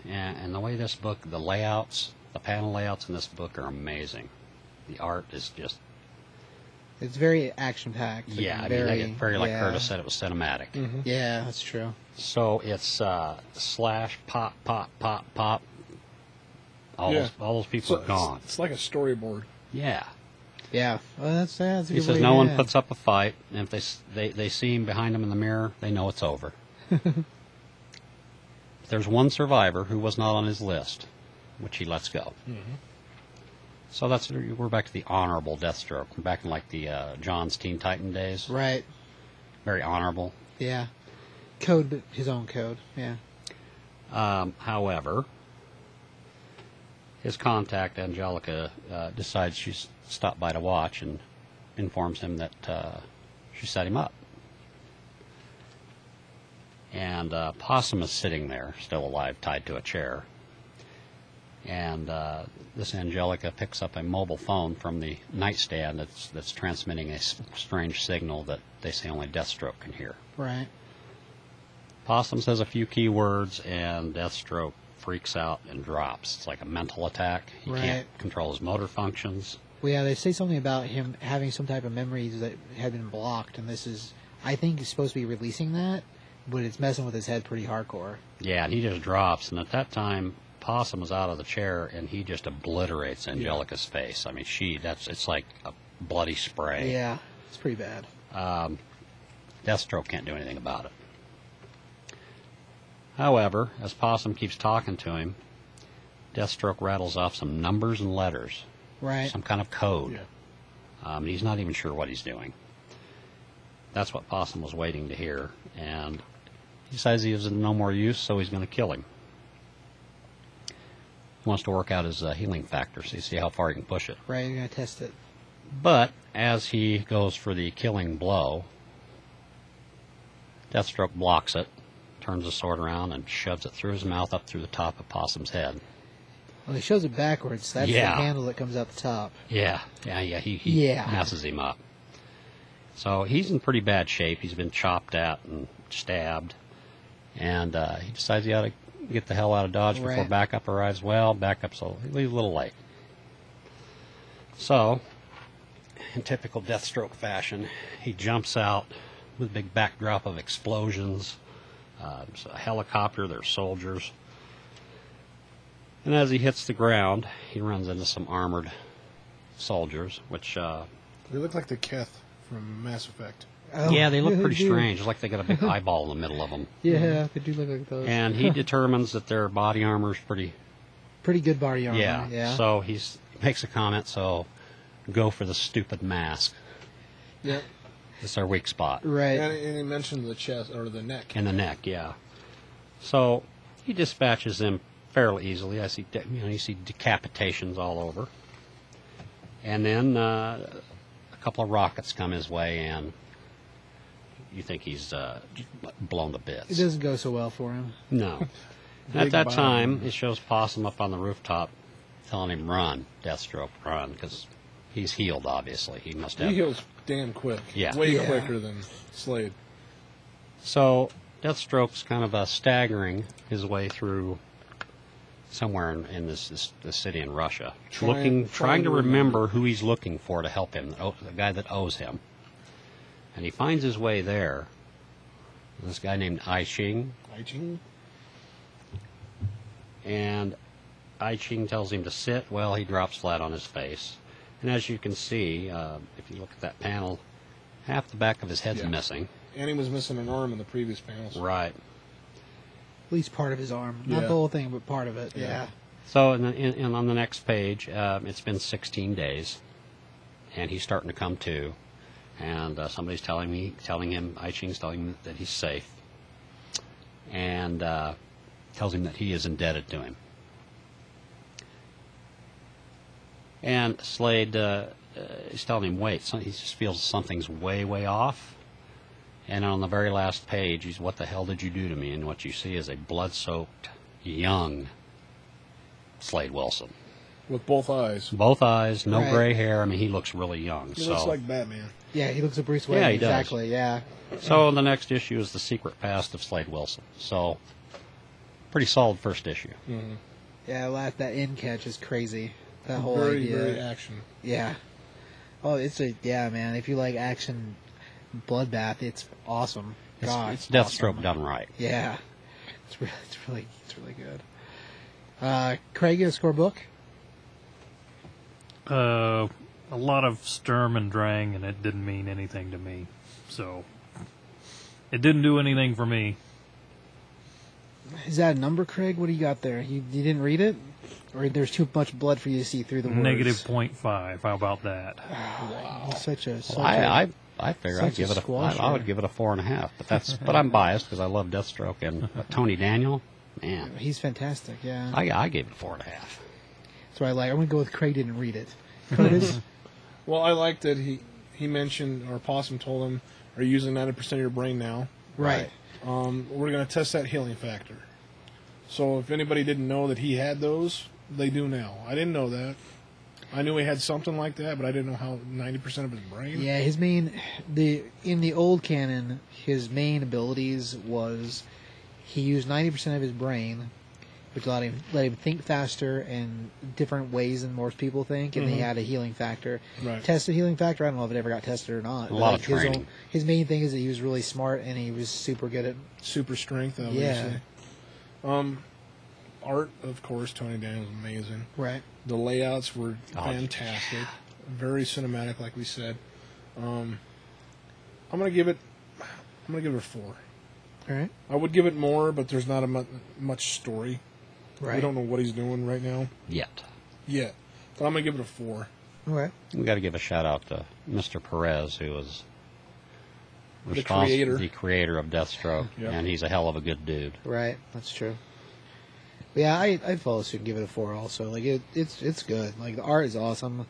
[SPEAKER 3] And, and the way this book, the layouts, the panel layouts in this book are amazing. The art is just,
[SPEAKER 2] It's very action packed.
[SPEAKER 3] yeah, I mean, they get very like
[SPEAKER 2] yeah. Mm-hmm.
[SPEAKER 3] Curtis said, it was cinematic.
[SPEAKER 2] Yeah, that's true.
[SPEAKER 3] So it's uh, slash, pop, pop, pop, pop. All,
[SPEAKER 4] Yeah.
[SPEAKER 3] those, all those people
[SPEAKER 4] So
[SPEAKER 3] are
[SPEAKER 4] it's,
[SPEAKER 3] gone.
[SPEAKER 4] it's like a storyboard.
[SPEAKER 3] Yeah.
[SPEAKER 2] Yeah. Well, that's, that's a
[SPEAKER 3] He
[SPEAKER 2] good
[SPEAKER 3] says
[SPEAKER 2] way-
[SPEAKER 3] no one
[SPEAKER 2] yeah.
[SPEAKER 3] puts up a fight, and if they s- they they see him behind him in the mirror, they know it's over. There's one survivor who was not on his list, which he lets go. So that's we're back to the honorable Deathstroke. We're back in like the uh, John's Teen Titan days.
[SPEAKER 2] Right.
[SPEAKER 3] Very honorable.
[SPEAKER 2] Yeah. Code, but his own code. Yeah.
[SPEAKER 3] Um, however, his contact, Angelica, uh, decides she's stopped by to watch and informs him that uh, she set him up. And uh, Possum is sitting there, still alive, tied to a chair. And uh, this Angelica picks up a mobile phone from the nightstand that's, that's transmitting a s- strange signal that they say only Deathstroke can hear.
[SPEAKER 2] Right.
[SPEAKER 3] Possum says a few key words, and Deathstroke freaks out and drops. It's like a mental attack. He
[SPEAKER 2] Right.
[SPEAKER 3] can't control his motor functions.
[SPEAKER 2] Well, yeah, they say something about him having some type of memories that had been blocked, and this is, I think, he's supposed to be releasing that, but it's messing with his head pretty hardcore.
[SPEAKER 3] Yeah, and he just drops. And at that time, Possum is out of the chair, and he just obliterates Angelica's face. I mean, she—that's it's like a bloody spray.
[SPEAKER 2] Yeah, it's pretty bad.
[SPEAKER 3] Deathstroke can't do anything about it. However, as Possum keeps talking to him, Deathstroke rattles off some numbers and letters.
[SPEAKER 2] Right.
[SPEAKER 3] some kind of code.
[SPEAKER 4] Yeah.
[SPEAKER 3] Um, he's not even sure what he's doing. That's what Possum was waiting to hear, and he decides he is of no more use, so he's going to kill him. He wants to work out his uh, healing factor, so you see how far he can push it.
[SPEAKER 2] Right, you're gonna test it.
[SPEAKER 3] But as he goes for the killing blow, Deathstroke blocks it, turns the sword around, and shoves it through his mouth up through the top of Possum's head.
[SPEAKER 2] Well, he shows it backwards. That's
[SPEAKER 3] Yeah.
[SPEAKER 2] the handle that comes out the top.
[SPEAKER 3] Yeah, yeah, yeah. He, he
[SPEAKER 2] Yeah.
[SPEAKER 3] messes him up. So he's in pretty bad shape. He's been chopped at and stabbed, and uh, he decides he ought to get the hell out of Dodge before
[SPEAKER 2] Right.
[SPEAKER 3] backup arrives. Well, backup's a, he's a little late. So, in typical Deathstroke fashion, he jumps out with a big backdrop of explosions. Uh, there's a helicopter. There's soldiers. And as he hits the ground, he runs into some armored soldiers, which uh,
[SPEAKER 4] They look like the Keth from Mass Effect.
[SPEAKER 2] Oh,
[SPEAKER 3] yeah, they look pretty
[SPEAKER 2] do.
[SPEAKER 3] strange. Mm-hmm. Like they got a big eyeball in the middle of them.
[SPEAKER 2] Yeah, they do look like those.
[SPEAKER 3] And he determines that their body armor is pretty
[SPEAKER 2] pretty good body armor.
[SPEAKER 3] yeah.
[SPEAKER 2] Uh, yeah.
[SPEAKER 3] So he's makes a comment. So go for the stupid mask.
[SPEAKER 4] Yeah.
[SPEAKER 3] It's our weak spot
[SPEAKER 2] right.
[SPEAKER 4] And, and he mentioned the chest or the neck.
[SPEAKER 3] in the neck. Yeah. So he dispatches them fairly easily. I see. De- you know, you see decapitations all over. And then uh, a couple of rockets come his way, and you think he's uh, blown to bits.
[SPEAKER 2] It doesn't go so well for him.
[SPEAKER 3] No.
[SPEAKER 4] Big
[SPEAKER 3] At that
[SPEAKER 4] bomb.
[SPEAKER 3] time, it shows Possum up on the rooftop telling him, run, Deathstroke, run, because he's healed, obviously. He must have.
[SPEAKER 4] He heals damn quick.
[SPEAKER 3] Yeah.
[SPEAKER 4] Way
[SPEAKER 2] Yeah.
[SPEAKER 4] quicker than Slade.
[SPEAKER 3] So Deathstroke's kind of uh, staggering his way through somewhere in, in this, this, this city in Russia,
[SPEAKER 4] Trying-
[SPEAKER 3] looking,
[SPEAKER 4] trying
[SPEAKER 3] trying to
[SPEAKER 4] to
[SPEAKER 3] remember who he's looking for to help him, the, o- the guy that owes him. And he finds his way there. This guy named Ai Shing,
[SPEAKER 4] I think.
[SPEAKER 3] and I Ching tells him to sit. Well, he drops flat on his face, and as you can see, uh, if you look at that panel, half the back of his head's
[SPEAKER 4] Yeah.
[SPEAKER 3] missing.
[SPEAKER 4] And he was missing an arm in the previous panels.
[SPEAKER 3] Right.
[SPEAKER 2] At least part of his arm, not
[SPEAKER 4] Yeah.
[SPEAKER 2] the whole thing, but part of it. Yeah.
[SPEAKER 4] Yeah.
[SPEAKER 3] So, and, in, and on the next page, um, it's been 16 days, and he's starting to come to, and uh, somebody's telling me, telling him, I Ching's telling him that he's safe, and uh, tells him that he is indebted to him. And Slade uh, uh, is telling him, wait, so he just feels something's way, way off. And on the very last page, he's, what the hell did you do to me? And what you see is a blood soaked, young Slade Wilson.
[SPEAKER 4] With both eyes.
[SPEAKER 3] Both eyes, no
[SPEAKER 2] Right.
[SPEAKER 3] gray hair. I mean, he looks really young.
[SPEAKER 4] He
[SPEAKER 3] so,
[SPEAKER 4] looks like Batman.
[SPEAKER 2] Yeah, he looks at Bruce Wayne.
[SPEAKER 3] Yeah, he does.
[SPEAKER 2] exactly. Yeah.
[SPEAKER 3] so the next issue is the secret past of Slade Wilson. So, pretty solid first issue.
[SPEAKER 2] Yeah, that, that end catch is crazy. That whole
[SPEAKER 4] very,
[SPEAKER 2] idea.
[SPEAKER 4] very action.
[SPEAKER 2] yeah. Oh, it's a yeah, man. If you like action bloodbath, it's awesome.
[SPEAKER 3] It's,
[SPEAKER 2] God,
[SPEAKER 3] it's Deathstroke done right.
[SPEAKER 2] Yeah, it's really, it's really, it's really good. Uh, Craig, you got a score book.
[SPEAKER 5] Uh, a lot of Sturm and Drang, and it didn't mean anything to me. So, it didn't do anything for me.
[SPEAKER 2] Is that a number, Craig? What do you got there? You, you didn't read it, or there's too much blood for you to see through the words?
[SPEAKER 5] Negative 0.5. How about that?
[SPEAKER 2] He's Such a. Such
[SPEAKER 3] I,
[SPEAKER 2] a-
[SPEAKER 3] I, I figure
[SPEAKER 2] such
[SPEAKER 3] I'd
[SPEAKER 2] a
[SPEAKER 3] give it a, I, I
[SPEAKER 2] squasher.
[SPEAKER 3] would give it a four and a half. But that's but I'm biased because I love Deathstroke and but Tony Daniel. Man,
[SPEAKER 2] He's fantastic. Yeah.
[SPEAKER 3] I, I gave it a four and a half.
[SPEAKER 2] That's why I like. I'm gonna go with Craig didn't read it. Curtis,
[SPEAKER 4] Well, I like that he he mentioned or Possum told him, "Are you using ninety percent of your brain now?
[SPEAKER 2] right?
[SPEAKER 4] Um, we're going to test that healing factor." So if anybody didn't know that he had those, they do now. I didn't know that. I knew he had something like that, but I didn't know how ninety percent of his brain.
[SPEAKER 2] Yeah, his main the in the old canon, his main abilities was he used ninety percent of his brain, which allowed him let him think faster and different ways than most people think, and he had a healing factor.
[SPEAKER 4] Mm-hmm. Right.
[SPEAKER 2] Tested healing factor. I don't know if it ever got tested or not. but,
[SPEAKER 3] lot of
[SPEAKER 2] his own-
[SPEAKER 3] training.
[SPEAKER 2] His, main thing is that he was really smart and he was super good at.
[SPEAKER 4] super strength, obviously.
[SPEAKER 2] Yeah.
[SPEAKER 4] Um, art, of course, Tony Daniels was amazing.
[SPEAKER 2] Right.
[SPEAKER 4] The layouts were
[SPEAKER 3] Oh,
[SPEAKER 4] fantastic, very cinematic, like we said. Um, I'm gonna give it. I'm gonna give it a four.
[SPEAKER 2] All right.
[SPEAKER 4] I would give it more, but there's not a mu- much story.
[SPEAKER 2] Right.
[SPEAKER 4] We don't know what he's doing right now
[SPEAKER 3] Yet
[SPEAKER 4] yet. But I'm gonna give it a four.
[SPEAKER 2] Okay.
[SPEAKER 3] we got to give a shout out to Mr. Perez, who was
[SPEAKER 4] The
[SPEAKER 3] respons-
[SPEAKER 4] creator.
[SPEAKER 3] the creator of Deathstroke,
[SPEAKER 4] Yep.
[SPEAKER 3] and he's a hell of a good dude.
[SPEAKER 2] Right, that's true. But yeah, I I'd follow suit and give it a four. Also, like it, it's it's good. Like the art is awesome.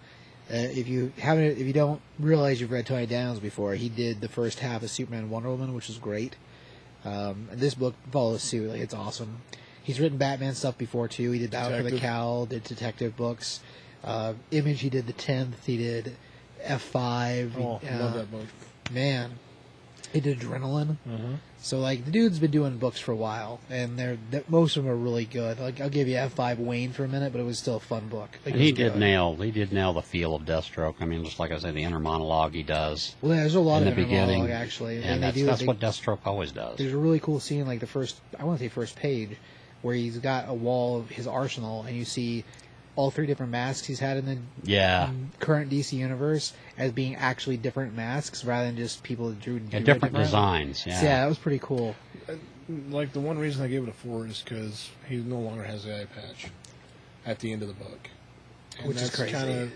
[SPEAKER 2] Uh, if you haven't, if you don't realize you've read Tony Daniels before, he did the first half of Superman and Wonder Woman, which is great. Um, and this book follows suit. Like it's awesome. He's written Batman stuff before too. He did Battle for the
[SPEAKER 4] Detective.
[SPEAKER 2] Cow, did detective books. Uh, Image, he did the tenth. He did F five.
[SPEAKER 4] Oh, I love that book.
[SPEAKER 2] Man, he did adrenaline. So like the dude's been doing books for a while, and they're th- most of them are really good. Like I'll give you F five Wayne for a minute, but it was still a fun book. Like, it
[SPEAKER 3] And he
[SPEAKER 2] was
[SPEAKER 3] did
[SPEAKER 2] good.
[SPEAKER 3] nail he did nail the feel of Deathstroke. I mean, just like I said, the inner monologue he does
[SPEAKER 2] Well, there's a lot
[SPEAKER 3] in
[SPEAKER 2] of
[SPEAKER 3] the
[SPEAKER 2] inner monologue,
[SPEAKER 3] beginning,
[SPEAKER 2] actually,
[SPEAKER 3] and,
[SPEAKER 2] and
[SPEAKER 3] that's,
[SPEAKER 2] they do.
[SPEAKER 3] that's
[SPEAKER 2] they-
[SPEAKER 3] what Deathstroke always does.
[SPEAKER 2] there's a really cool scene, like the first I want to say first page, where he's got a wall of his arsenal, and you see all three different masks he's had in the Mm-hmm.
[SPEAKER 3] Yeah,
[SPEAKER 2] current DC universe as being actually different masks rather than just people that drew
[SPEAKER 3] yeah
[SPEAKER 2] drew
[SPEAKER 3] different designs.
[SPEAKER 2] So,
[SPEAKER 3] Yeah.
[SPEAKER 2] Yeah. that was pretty cool.
[SPEAKER 4] Like the one reason I gave it a four is because he no longer has the eye patch. at the end of the book. And
[SPEAKER 2] Which is
[SPEAKER 4] that's
[SPEAKER 2] crazy.
[SPEAKER 4] Kinda, that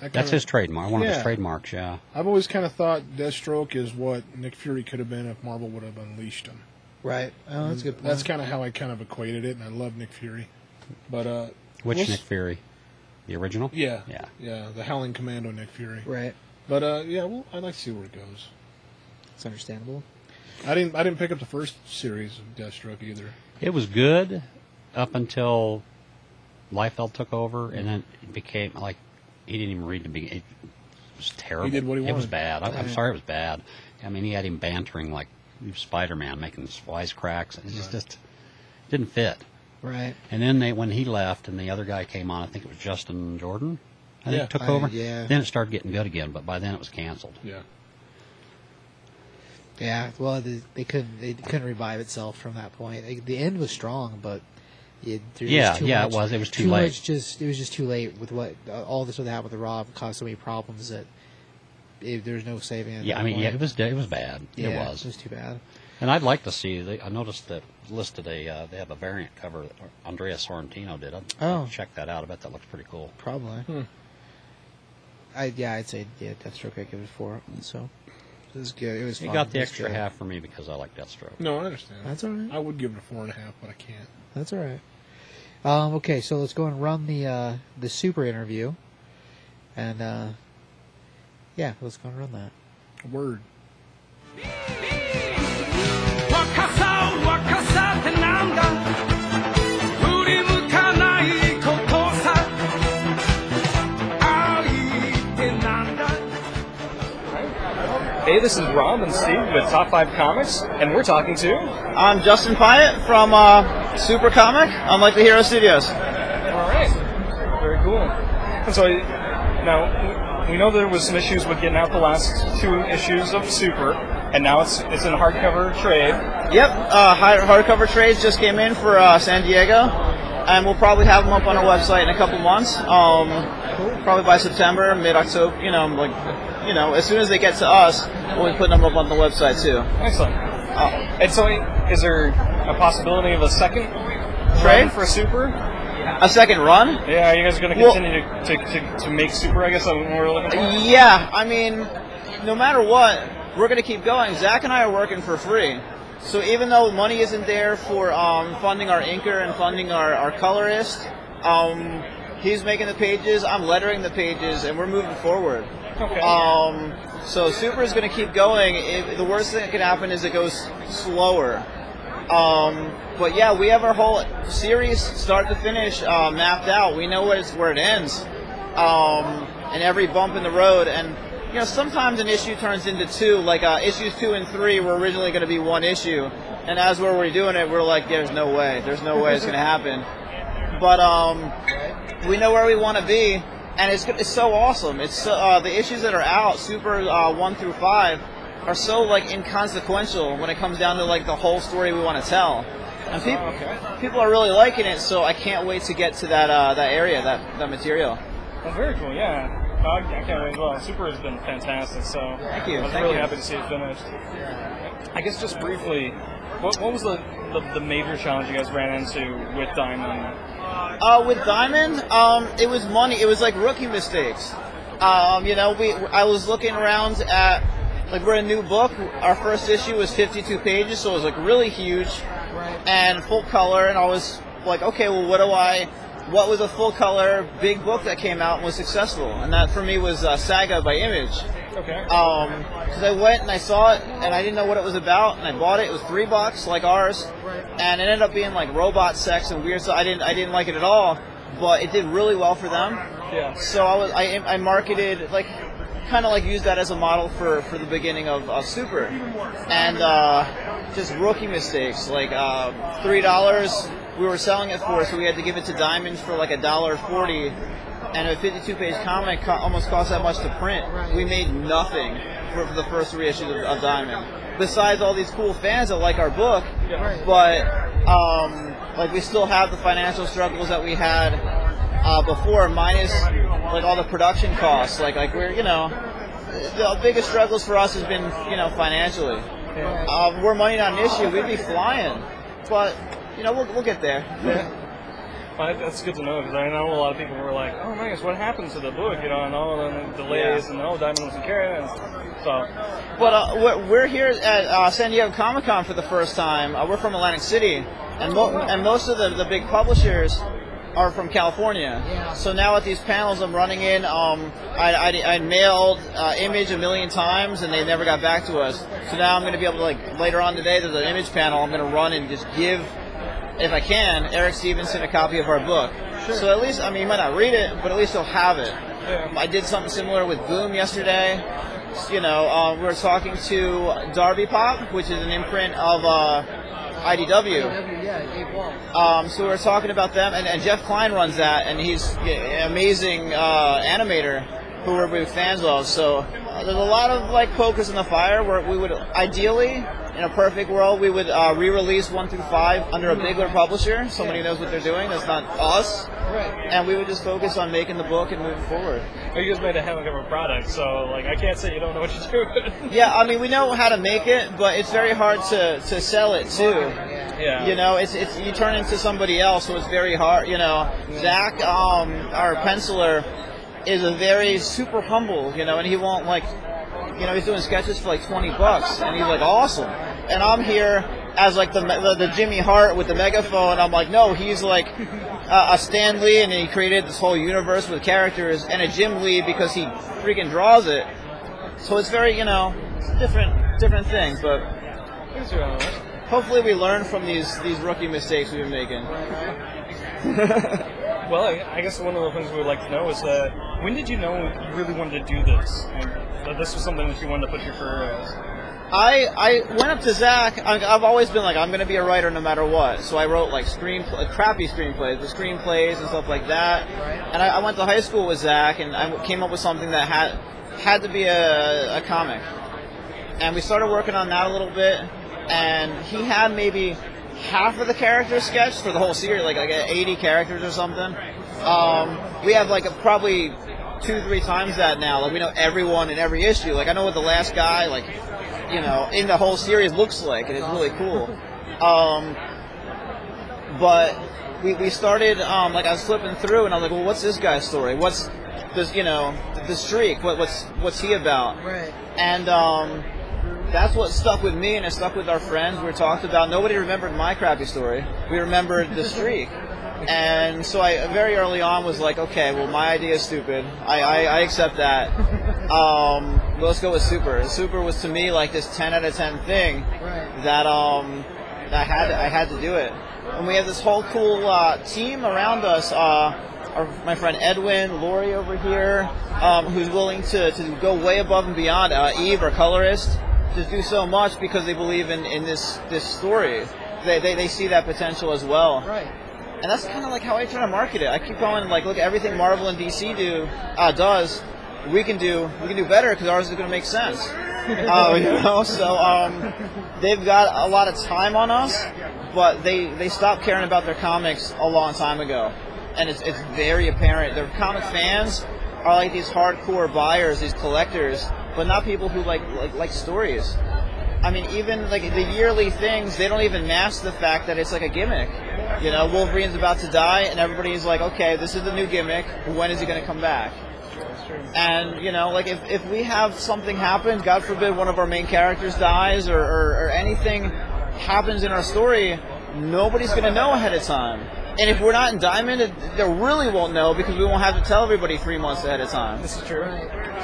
[SPEAKER 3] That's
[SPEAKER 4] kinda-
[SPEAKER 3] his trademark, one of
[SPEAKER 4] Yeah.
[SPEAKER 3] his trademarks, yeah.
[SPEAKER 4] I've always kind of thought Deathstroke is what Nick Fury could have been if Marvel would have unleashed him.
[SPEAKER 2] Right. Oh, that's a good. Point.
[SPEAKER 4] That's kind of how I kind of equated it, and I love Nick Fury. But uh,
[SPEAKER 3] Which
[SPEAKER 4] we'll s-
[SPEAKER 3] Nick Fury? The original?
[SPEAKER 4] Yeah,
[SPEAKER 3] Yeah.
[SPEAKER 4] yeah, the Howling Commando Nick Fury.
[SPEAKER 2] right.
[SPEAKER 4] But uh, yeah, well, I'd like to see where it goes.
[SPEAKER 2] It's understandable.
[SPEAKER 4] I didn't, I didn't pick up the first series of Deathstroke either.
[SPEAKER 3] It was good up until Liefeld took over, and then it became like he didn't even read the beginning. It was terrible.
[SPEAKER 4] did what he
[SPEAKER 3] It was
[SPEAKER 4] wanted.
[SPEAKER 3] bad. I, I'm
[SPEAKER 2] Yeah.
[SPEAKER 3] sorry, it was bad. I mean, he had him bantering like Spider-Man, making these wisecracks. and It just, just didn't fit.
[SPEAKER 2] Right.
[SPEAKER 3] And then they, when he left, and the other guy came on, I think it was Justin Jordan. I think
[SPEAKER 4] Yeah.
[SPEAKER 3] took
[SPEAKER 2] I-
[SPEAKER 3] over.
[SPEAKER 2] yeah.
[SPEAKER 3] Then it started getting good again, but by then it was canceled.
[SPEAKER 4] Yeah,
[SPEAKER 2] Yeah. Well, they, they couldn't. They couldn't revive itself from that point. Like, the end was strong, but it, there
[SPEAKER 3] Yeah,
[SPEAKER 2] was too
[SPEAKER 3] yeah, it
[SPEAKER 2] much,
[SPEAKER 3] was. It was too late.
[SPEAKER 2] Much just it was just too late with what uh, all this with happened with Rob caused so many problems that if there's no saving. At
[SPEAKER 3] Yeah,
[SPEAKER 2] that
[SPEAKER 3] I mean,
[SPEAKER 2] point.
[SPEAKER 3] yeah, it was it was bad. it
[SPEAKER 2] Yeah,
[SPEAKER 3] was.
[SPEAKER 2] It was too bad.
[SPEAKER 3] And I'd like to see. They, I noticed that listed a. Uh, they have a variant cover that Andrea Sorrentino did. I'd
[SPEAKER 2] Oh.
[SPEAKER 3] check that out. I bet that looks pretty cool.
[SPEAKER 2] Probably.
[SPEAKER 3] Hmm.
[SPEAKER 2] I yeah, I'd say yeah, Deathstroke. I give it four. So it was good. It was.
[SPEAKER 3] He
[SPEAKER 2] fun.
[SPEAKER 3] got the
[SPEAKER 2] It was
[SPEAKER 3] extra
[SPEAKER 2] good.
[SPEAKER 3] half for me because I like Deathstroke.
[SPEAKER 4] no, I understand.
[SPEAKER 2] That's all right.
[SPEAKER 4] I would give it a four and a half, but I can't.
[SPEAKER 2] That's all right. Um, okay, so let's go and run the uh, the super interview, and uh, yeah, let's go and run that.
[SPEAKER 4] Word.
[SPEAKER 6] Hey, this is Rob and Steve with Top 5 Comics, and we're talking to.
[SPEAKER 7] I'm Justin Pyatt from uh, Super Comic. I'm like the Hero Studios.
[SPEAKER 6] Alright, very cool. And so, now, we know there was some issues with getting out the last two issues of Super, and now it's it's in hardcover trade.
[SPEAKER 7] Yep, uh, hard- hardcover trades just came in for uh, San Diego, and we'll probably have them up on our website in a couple months. Um, Probably by September, mid-October. You know, like, you know, as soon as they get to us, we'll be putting them up on the website too.
[SPEAKER 6] Excellent. Uh, and so, is there a possibility of a second
[SPEAKER 7] Trade?
[SPEAKER 6] trade for Super?
[SPEAKER 7] A second run?
[SPEAKER 6] Yeah, are you guys going to
[SPEAKER 7] Well-
[SPEAKER 6] continue to, to, to, to make Super, I guess, that we're looking for?
[SPEAKER 7] Yeah, I mean, no matter what, we're gonna keep going. Zach and I are working for free. So even though money isn't there for um, funding our inker and funding our, our colorist, um, he's making the pages, I'm lettering the pages, and we're moving forward.
[SPEAKER 6] Okay.
[SPEAKER 7] Um, so Super is going to keep going. If, the worst thing that can happen is it goes slower. Um, but yeah, we have our whole series, start to finish, uh, mapped out. We know where, it's, where it ends, um, and every bump in the road. And you know, sometimes an issue turns into two. Like uh, issues two and three were originally going to be one issue, and as we're redoing it, we're like, there's no way, there's no way it's going to happen. But um, we know where we want to be, and it's it's so awesome. It's so, uh, the issues that are out, super uh, one through five, are so like inconsequential when it comes down to like the whole story we want to tell. And people people are really liking it, so I can't wait to get to that uh, that area, that that material.
[SPEAKER 6] Well, very cool, yeah. Uh, I I can't wait as well. Super has been fantastic, so
[SPEAKER 7] Thank you,
[SPEAKER 6] I was
[SPEAKER 7] thank
[SPEAKER 6] really
[SPEAKER 7] you.
[SPEAKER 6] happy to see it finished. I guess just briefly, what, what was the, the, the major challenge you guys ran into with Diamond?
[SPEAKER 7] Uh, with Diamond, um, it was money. It was like rookie mistakes. Um, you know, we I was looking around at like we're a new book. Our first issue was 52 pages, so it was like really huge and full color. And I was like, okay, well, what do I? What was a full color big book that came out and was successful? And that for me was uh, Saga by Image
[SPEAKER 6] Okay.
[SPEAKER 7] because Um, I went and I saw it and I didn't know what it was about and I bought it. It was three bucks like ours, and it ended up being like robot sex and weird. So I didn't I didn't like it at all, but it did really well for them.
[SPEAKER 6] Yeah.
[SPEAKER 7] So I was I, I marketed like kind of like used that as a model for for the beginning of, of Super, and uh, just rookie mistakes like uh, three dollars we were selling it for, so we had to give it to Diamond for like a dollar forty. And a 52-page comic co- almost cost that much to print. We made nothing for, for the first three issues of, of Diamond. Besides all these cool fans that like our book, but um, like we still have the financial struggles that we had uh, before, minus like all the production costs. Like like we're you know the biggest struggles for us has been you know financially. Uh, we're money not an issue. We'd be flying, but you know we'll, we'll get there. Well, that- that's good to know because I know a lot of people were like, "Oh my gosh, what happened to the book?" You know, and all the delays
[SPEAKER 1] Yeah.
[SPEAKER 7] and oh, Diamond wasn't carrying it. and So,
[SPEAKER 1] But uh, we're, we're here at uh, San Diego Comic Con for the first time. Uh, we're from Atlantic City, and, mo- and most of the, the big publishers are from California. So now at these panels, I'm running in. Um, I, I, I mailed uh, Image a million times, and they never got back to us. So now I'm going to be able to like later on today, there's an Image panel. I'm going to run and just give, if I can, Eric Stevenson a copy of our book. So at least, I mean, he might not read it, but at least he'll have it. I did something similar with Boom yesterday. You know, uh, we were talking to Darby Pop, which is an imprint of uh, IDW. Um, so we were talking about them, and, and Jeff Klein runs that, and he's an amazing uh, animator who we're big fans of. So uh, there's a lot of like pokers in the fire where we would ideally, in a perfect world, we would uh, re-release one through five under a bigger publisher, somebody who knows what they're doing. That's not us, and we would just focus on making the book and moving forward.
[SPEAKER 7] Well, Oh, you guys made a heck of a product. So, like, I can't say you don't know what you're doing.
[SPEAKER 1] Yeah, I mean, we know how to make it, but it's very hard to, to sell it too.
[SPEAKER 7] yeah.
[SPEAKER 1] You know, it's, it's you turn into somebody else, so it's very hard. You know, Zach, um, our penciler, is a very super humble. You know, and he won't like, you know, he's doing sketches for like twenty bucks, and he's like awesome. And I'm here as like the me- the, the Jimmy Hart with the megaphone. I'm like, no, he's like a, a Stan Lee, and he created this whole universe with characters, and a Jim Lee because he freaking draws it. So it's very, you know, it's a different different thing, but.
[SPEAKER 7] Things are all right.
[SPEAKER 1] Hopefully, we learn from these these rookie mistakes we've been making.
[SPEAKER 7] Well, I, I guess one of the things we would like to know is uh, when did you know you really wanted to do this? And that this was something that you wanted to put your career as?
[SPEAKER 1] I I went up to Zach. I, I've always been like, I'm going to be a writer no matter what. So I wrote like screenplay, crappy screenplays, but screenplays and stuff like that. And I, I went to high school with Zach, and I came up with something that had had to be a, a comic. And we started working on that a little bit. And he had maybe half of the character sketched for the whole series, like like 80 characters or something. Um, we have like a, probably two, three times that now. Like we know everyone in every issue. Like I know what the last guy, like you know, in the whole series looks like, and it's really cool. Um, but we, we started um, like I was flipping through, and I was like, well, what's this guy's story? What's this, you know, the streak? What, what's what's he about?
[SPEAKER 8] Right.
[SPEAKER 1] and um, that's what stuck with me and it stuck with our friends. We were talked about. Nobody remembered my crappy story. We remembered the streak. And so I very early on was like, okay, well, my idea is stupid. I, I, I accept that. Um, but let's go with Super. Super was to me like this 10 out of 10 thing that um, I had I had to do it. And we have this whole cool uh, team around us. Uh, our, my friend Edwin, Lori over here, um, who's willing to, to go way above and beyond. Uh, Eve, our colorist, to do so much because they believe in, in this this story. They, they, they see that potential as well. Right. And that's kind of like how I try to market it. I keep going like, look, everything Marvel and DC do uh, does, we can do we can do better because ours is going to make sense. uh, you know, so um, they've got a lot of time on us, but they they stopped caring about their comics a long time ago, and it's it's very apparent. Their comic fans are like these hardcore buyers, these collectors, but not people who like like, like stories. I mean, even like the yearly things, they don't even mask the fact that it's like a gimmick. You know, Wolverine's about to die, and everybody's like, okay, this is the new gimmick. When is he going to come back? And you know, like if, if we have something happen, God forbid, one of our main characters dies or, or, or anything happens in our story, nobody's gonna know ahead of time. And if we're not in Diamond, it- they really won't know because we won't have to tell everybody three months ahead of time.
[SPEAKER 7] This is true.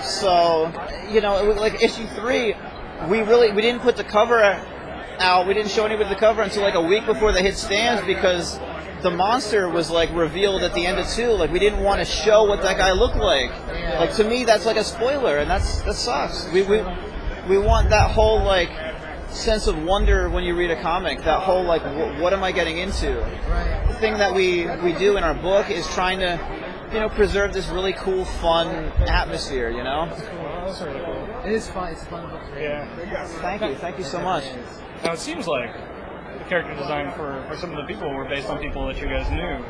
[SPEAKER 1] So, you know, it was like issue three, we really we didn't put the cover out. We didn't show anybody the cover until like a week before they hit stands because the monster was like revealed at the end of two. Like we didn't want to show what that guy looked like. Like to me, that's like a spoiler, and that's that sucks. We we we want that whole like sense of wonder when you read a comic. That whole like wh- what am I getting into? The thing that we we do in our book is trying to you know preserve this really cool, fun atmosphere. You know.
[SPEAKER 7] Well, that's really cool.
[SPEAKER 8] It is fun. It's a fun book.
[SPEAKER 7] Yeah.
[SPEAKER 1] Thank you, thank you so much.
[SPEAKER 7] Now it seems like the character design for, for some of the people were based on people that you guys knew.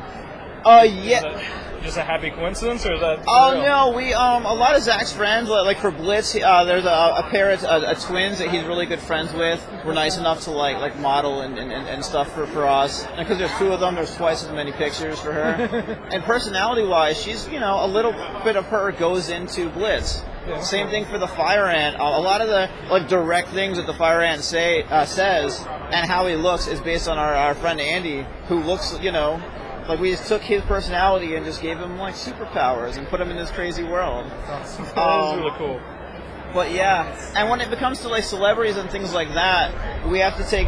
[SPEAKER 7] Uh,
[SPEAKER 6] Is
[SPEAKER 7] yeah.
[SPEAKER 6] that just a happy coincidence, or is that? for
[SPEAKER 7] Oh
[SPEAKER 6] real?
[SPEAKER 7] no, we um a lot of Zach's friends like, like for Blitz, uh, there's a, a pair of uh, uh, twins that he's really good friends with. Were nice enough to like like model and, and, and- and stuff for, for us. And because there's two of them, there's twice as many pictures for her. and personality wise, she's you know a little bit of her goes into Blitz. Same thing for the fire ant. A a lot of the like direct things that the fire ant say uh, says and how he looks is based on our, our friend Andy, who looks you know like we just took his personality and just gave him like superpowers and put him in this crazy world.
[SPEAKER 6] That is
[SPEAKER 7] Um,
[SPEAKER 6] really cool.
[SPEAKER 7] But yeah, and when it becomes to like celebrities and things like that, we have to take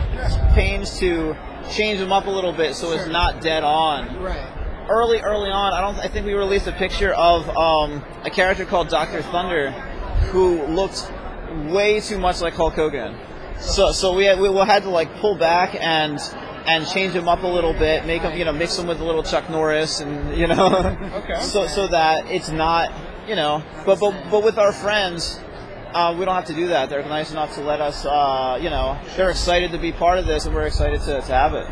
[SPEAKER 7] pains to change them up a little bit so it's not dead on.
[SPEAKER 2] Right.
[SPEAKER 7] Early, early on, I don't. I think we released a picture of um, a character called Doctor Thunder, who looked way too much like Hulk Hogan. So, so we had, we had to like pull back and and change him up a little bit, make him you know mix him with a little Chuck Norris and you know
[SPEAKER 6] Okay.
[SPEAKER 7] so so that it's not you know but but, but with our friends uh, we don't have to do that they're nice enough to let us uh, you know they're excited to be part of this and we're excited to, to have it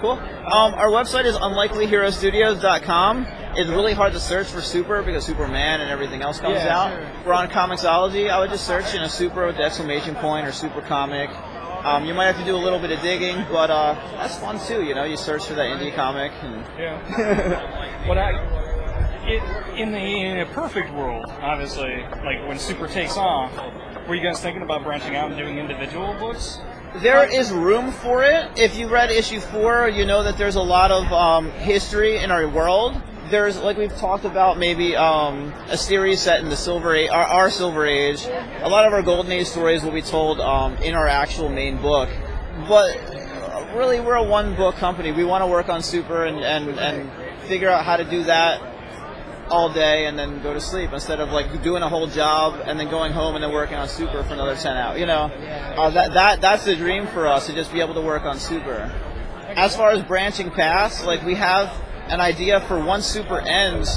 [SPEAKER 7] cool um, our website is unlikelyherostudios.com it's really hard to search for super because superman and everything else comes
[SPEAKER 6] Yeah,
[SPEAKER 7] out
[SPEAKER 6] sure.
[SPEAKER 7] we're on comicsology i would just search you know super with the exclamation point or super comic um, you might have to do a little bit of digging, but uh, that's fun too. You know, you search for that indie comic, and
[SPEAKER 6] Yeah. what I, it, in the in a perfect world, obviously, like when Super takes off, were you guys thinking about branching out and doing individual books?
[SPEAKER 7] there is room for it. If you read issue four, you know that there's a lot of um, history in our world. There's like we've talked about maybe um, a series set in the Silver Age, our, our Silver Age. A lot of our Golden Age stories will be told um, in our actual main book, but uh, really we're a one book company. We want to work on Super and, and, and figure out how to do that all day and then go to sleep instead of like doing a whole job and then going home and then working on super for another 10 hours you know uh, that, that that's the dream for us to just be able to work on super as far as branching past like we have an idea for once super ends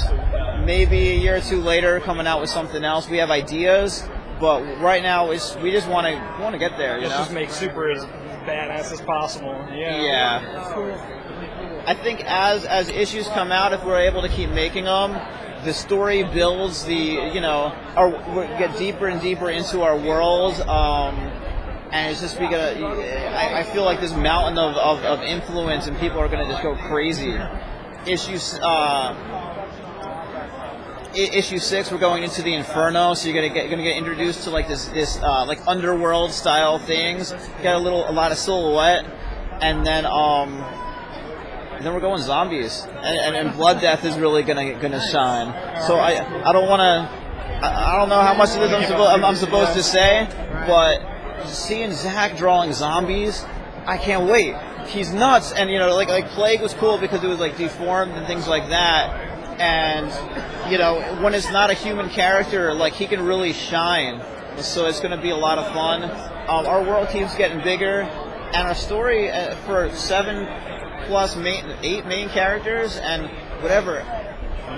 [SPEAKER 7] maybe a year or two later coming out with something else we have ideas but right now it's, we just want to want to get there you
[SPEAKER 6] Let's
[SPEAKER 7] know
[SPEAKER 6] just make Super as badass as possible. Yeah.
[SPEAKER 7] yeah. I think as as issues come out, if we're able to keep making them, the story builds the you know, our we get deeper and deeper into our world. Um, and it's just we gotta. I, I feel like this mountain of, of, of influence, and people are gonna just go crazy. Issues. Uh, I- issue six, we're going into the Inferno, so you're gonna get gonna get introduced to like this this uh, like underworld style things. Got a little a lot of silhouette, and then um, and then we're going zombies, and, and, and blood death is really gonna gonna shine. So I I don't wanna I, I don't know how much of this I'm, suppo- I'm, I'm supposed to say, but seeing Zach drawing zombies, I can't wait. He's nuts, and you know like like Plague was cool because it was like deformed and things like that and you know when it's not a human character like he can really shine so it's going to be a lot of fun um, our world keeps getting bigger and our story uh, for seven plus main, eight main characters and whatever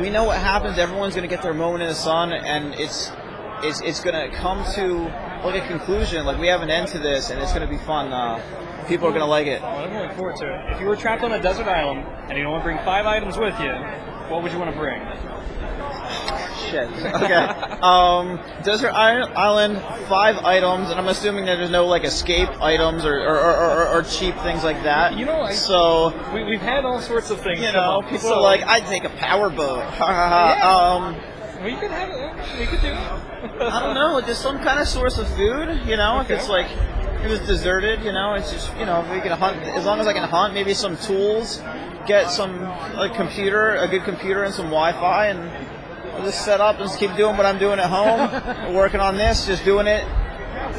[SPEAKER 7] we know what happens everyone's going to get their moment in the sun and it's it's, it's going to come to like a conclusion like we have an end to this and it's going to be fun uh, people are going to like it
[SPEAKER 6] Well, I'm looking forward to it. If you were trapped on a desert island and you only bring five items with you, what would you want to bring?
[SPEAKER 7] Shit. Okay. um, Desert Isle- Island, five items, and I'm assuming that there's no like escape items or or, or, or, or cheap things like that.
[SPEAKER 6] You know, I-
[SPEAKER 7] so
[SPEAKER 6] We, we've had all sorts of things.
[SPEAKER 7] you
[SPEAKER 6] come
[SPEAKER 7] know,
[SPEAKER 6] up,
[SPEAKER 7] people
[SPEAKER 6] so,
[SPEAKER 7] are like, I'd take a power boat. Ha, ha, ha. um,
[SPEAKER 6] we could have it. We could do it.
[SPEAKER 7] I don't know, just some kind of source of food. You know,
[SPEAKER 6] Okay.
[SPEAKER 7] if it's like if it's deserted, you know, it's just you know, if we can hunt, as long as I can hunt, maybe some tools, get some a computer, a good computer, and some Wi-Fi, and. I'll just set up and just keep doing what I'm doing at home, working on this, just doing it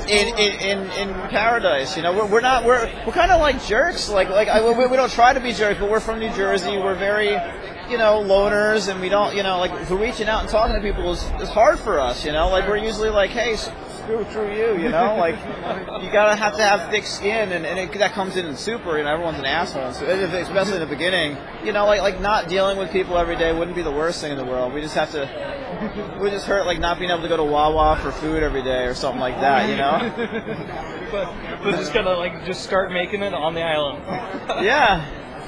[SPEAKER 7] in in, in, in paradise. You know, we're, we're not we're we're kind of like jerks. Like like I, we, we don't try to be jerks, but we're from New Jersey. We're very you know loners, and we don't you know like for reaching out and talking to people is, is hard for us. You know, like we're usually like, hey, s- screw through you, you know? Like, you gotta have to have thick skin, and, and it, that comes in in Super, you know, everyone's an asshole, so, eh, especially in the beginning. You know, like, like not dealing with people every day wouldn't be the worst thing in the world. We just have to, we just hurt, like, not being able to go to Wawa for food every day or something like that, you know?
[SPEAKER 6] But, but just gotta like just start making it on the island.
[SPEAKER 7] Yeah.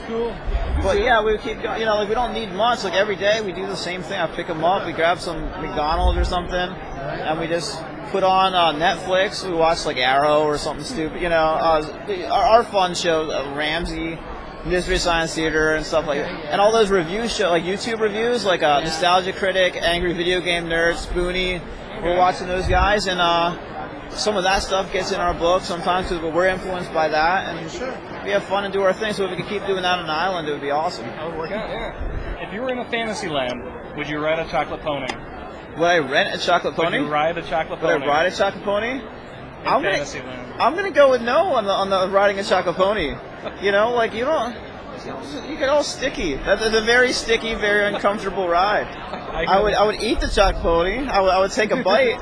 [SPEAKER 6] Cool.
[SPEAKER 7] But yeah, we keep going. You know, like we don't need much. Like every day, we do the same thing. I pick them up. We grab some McDonald's or something, and we just put on uh, Netflix. We watch like Arrow or something stupid. You know, uh, our, our fun shows, uh, Ramsey, Mystery Science Theater, and stuff like that. And all those review show, like YouTube reviews, like uh, Nostalgia Critic, Angry Video Game Nerd, Spoonie. We're watching those guys, and uh, some of that stuff gets in our book sometimes because we're influenced by that, and we have fun and do our thing. So if we could keep doing that on an island, it would be awesome.
[SPEAKER 6] That would work out. Yeah. If you were in a fantasy land, would you ride a chocolate pony?
[SPEAKER 7] Would I rent a chocolate pony?
[SPEAKER 6] Would you ride a chocolate
[SPEAKER 7] Would I
[SPEAKER 6] pony?
[SPEAKER 7] ride a chocolate pony?
[SPEAKER 6] in
[SPEAKER 7] I'm gonna,
[SPEAKER 6] fantasy land.
[SPEAKER 7] I'm gonna go with no on the on the riding a chocolate pony. You know, like you don't. You get all sticky. That's a very sticky, very uncomfortable ride. I would I would eat the chocolate pony. I would I would take a bite.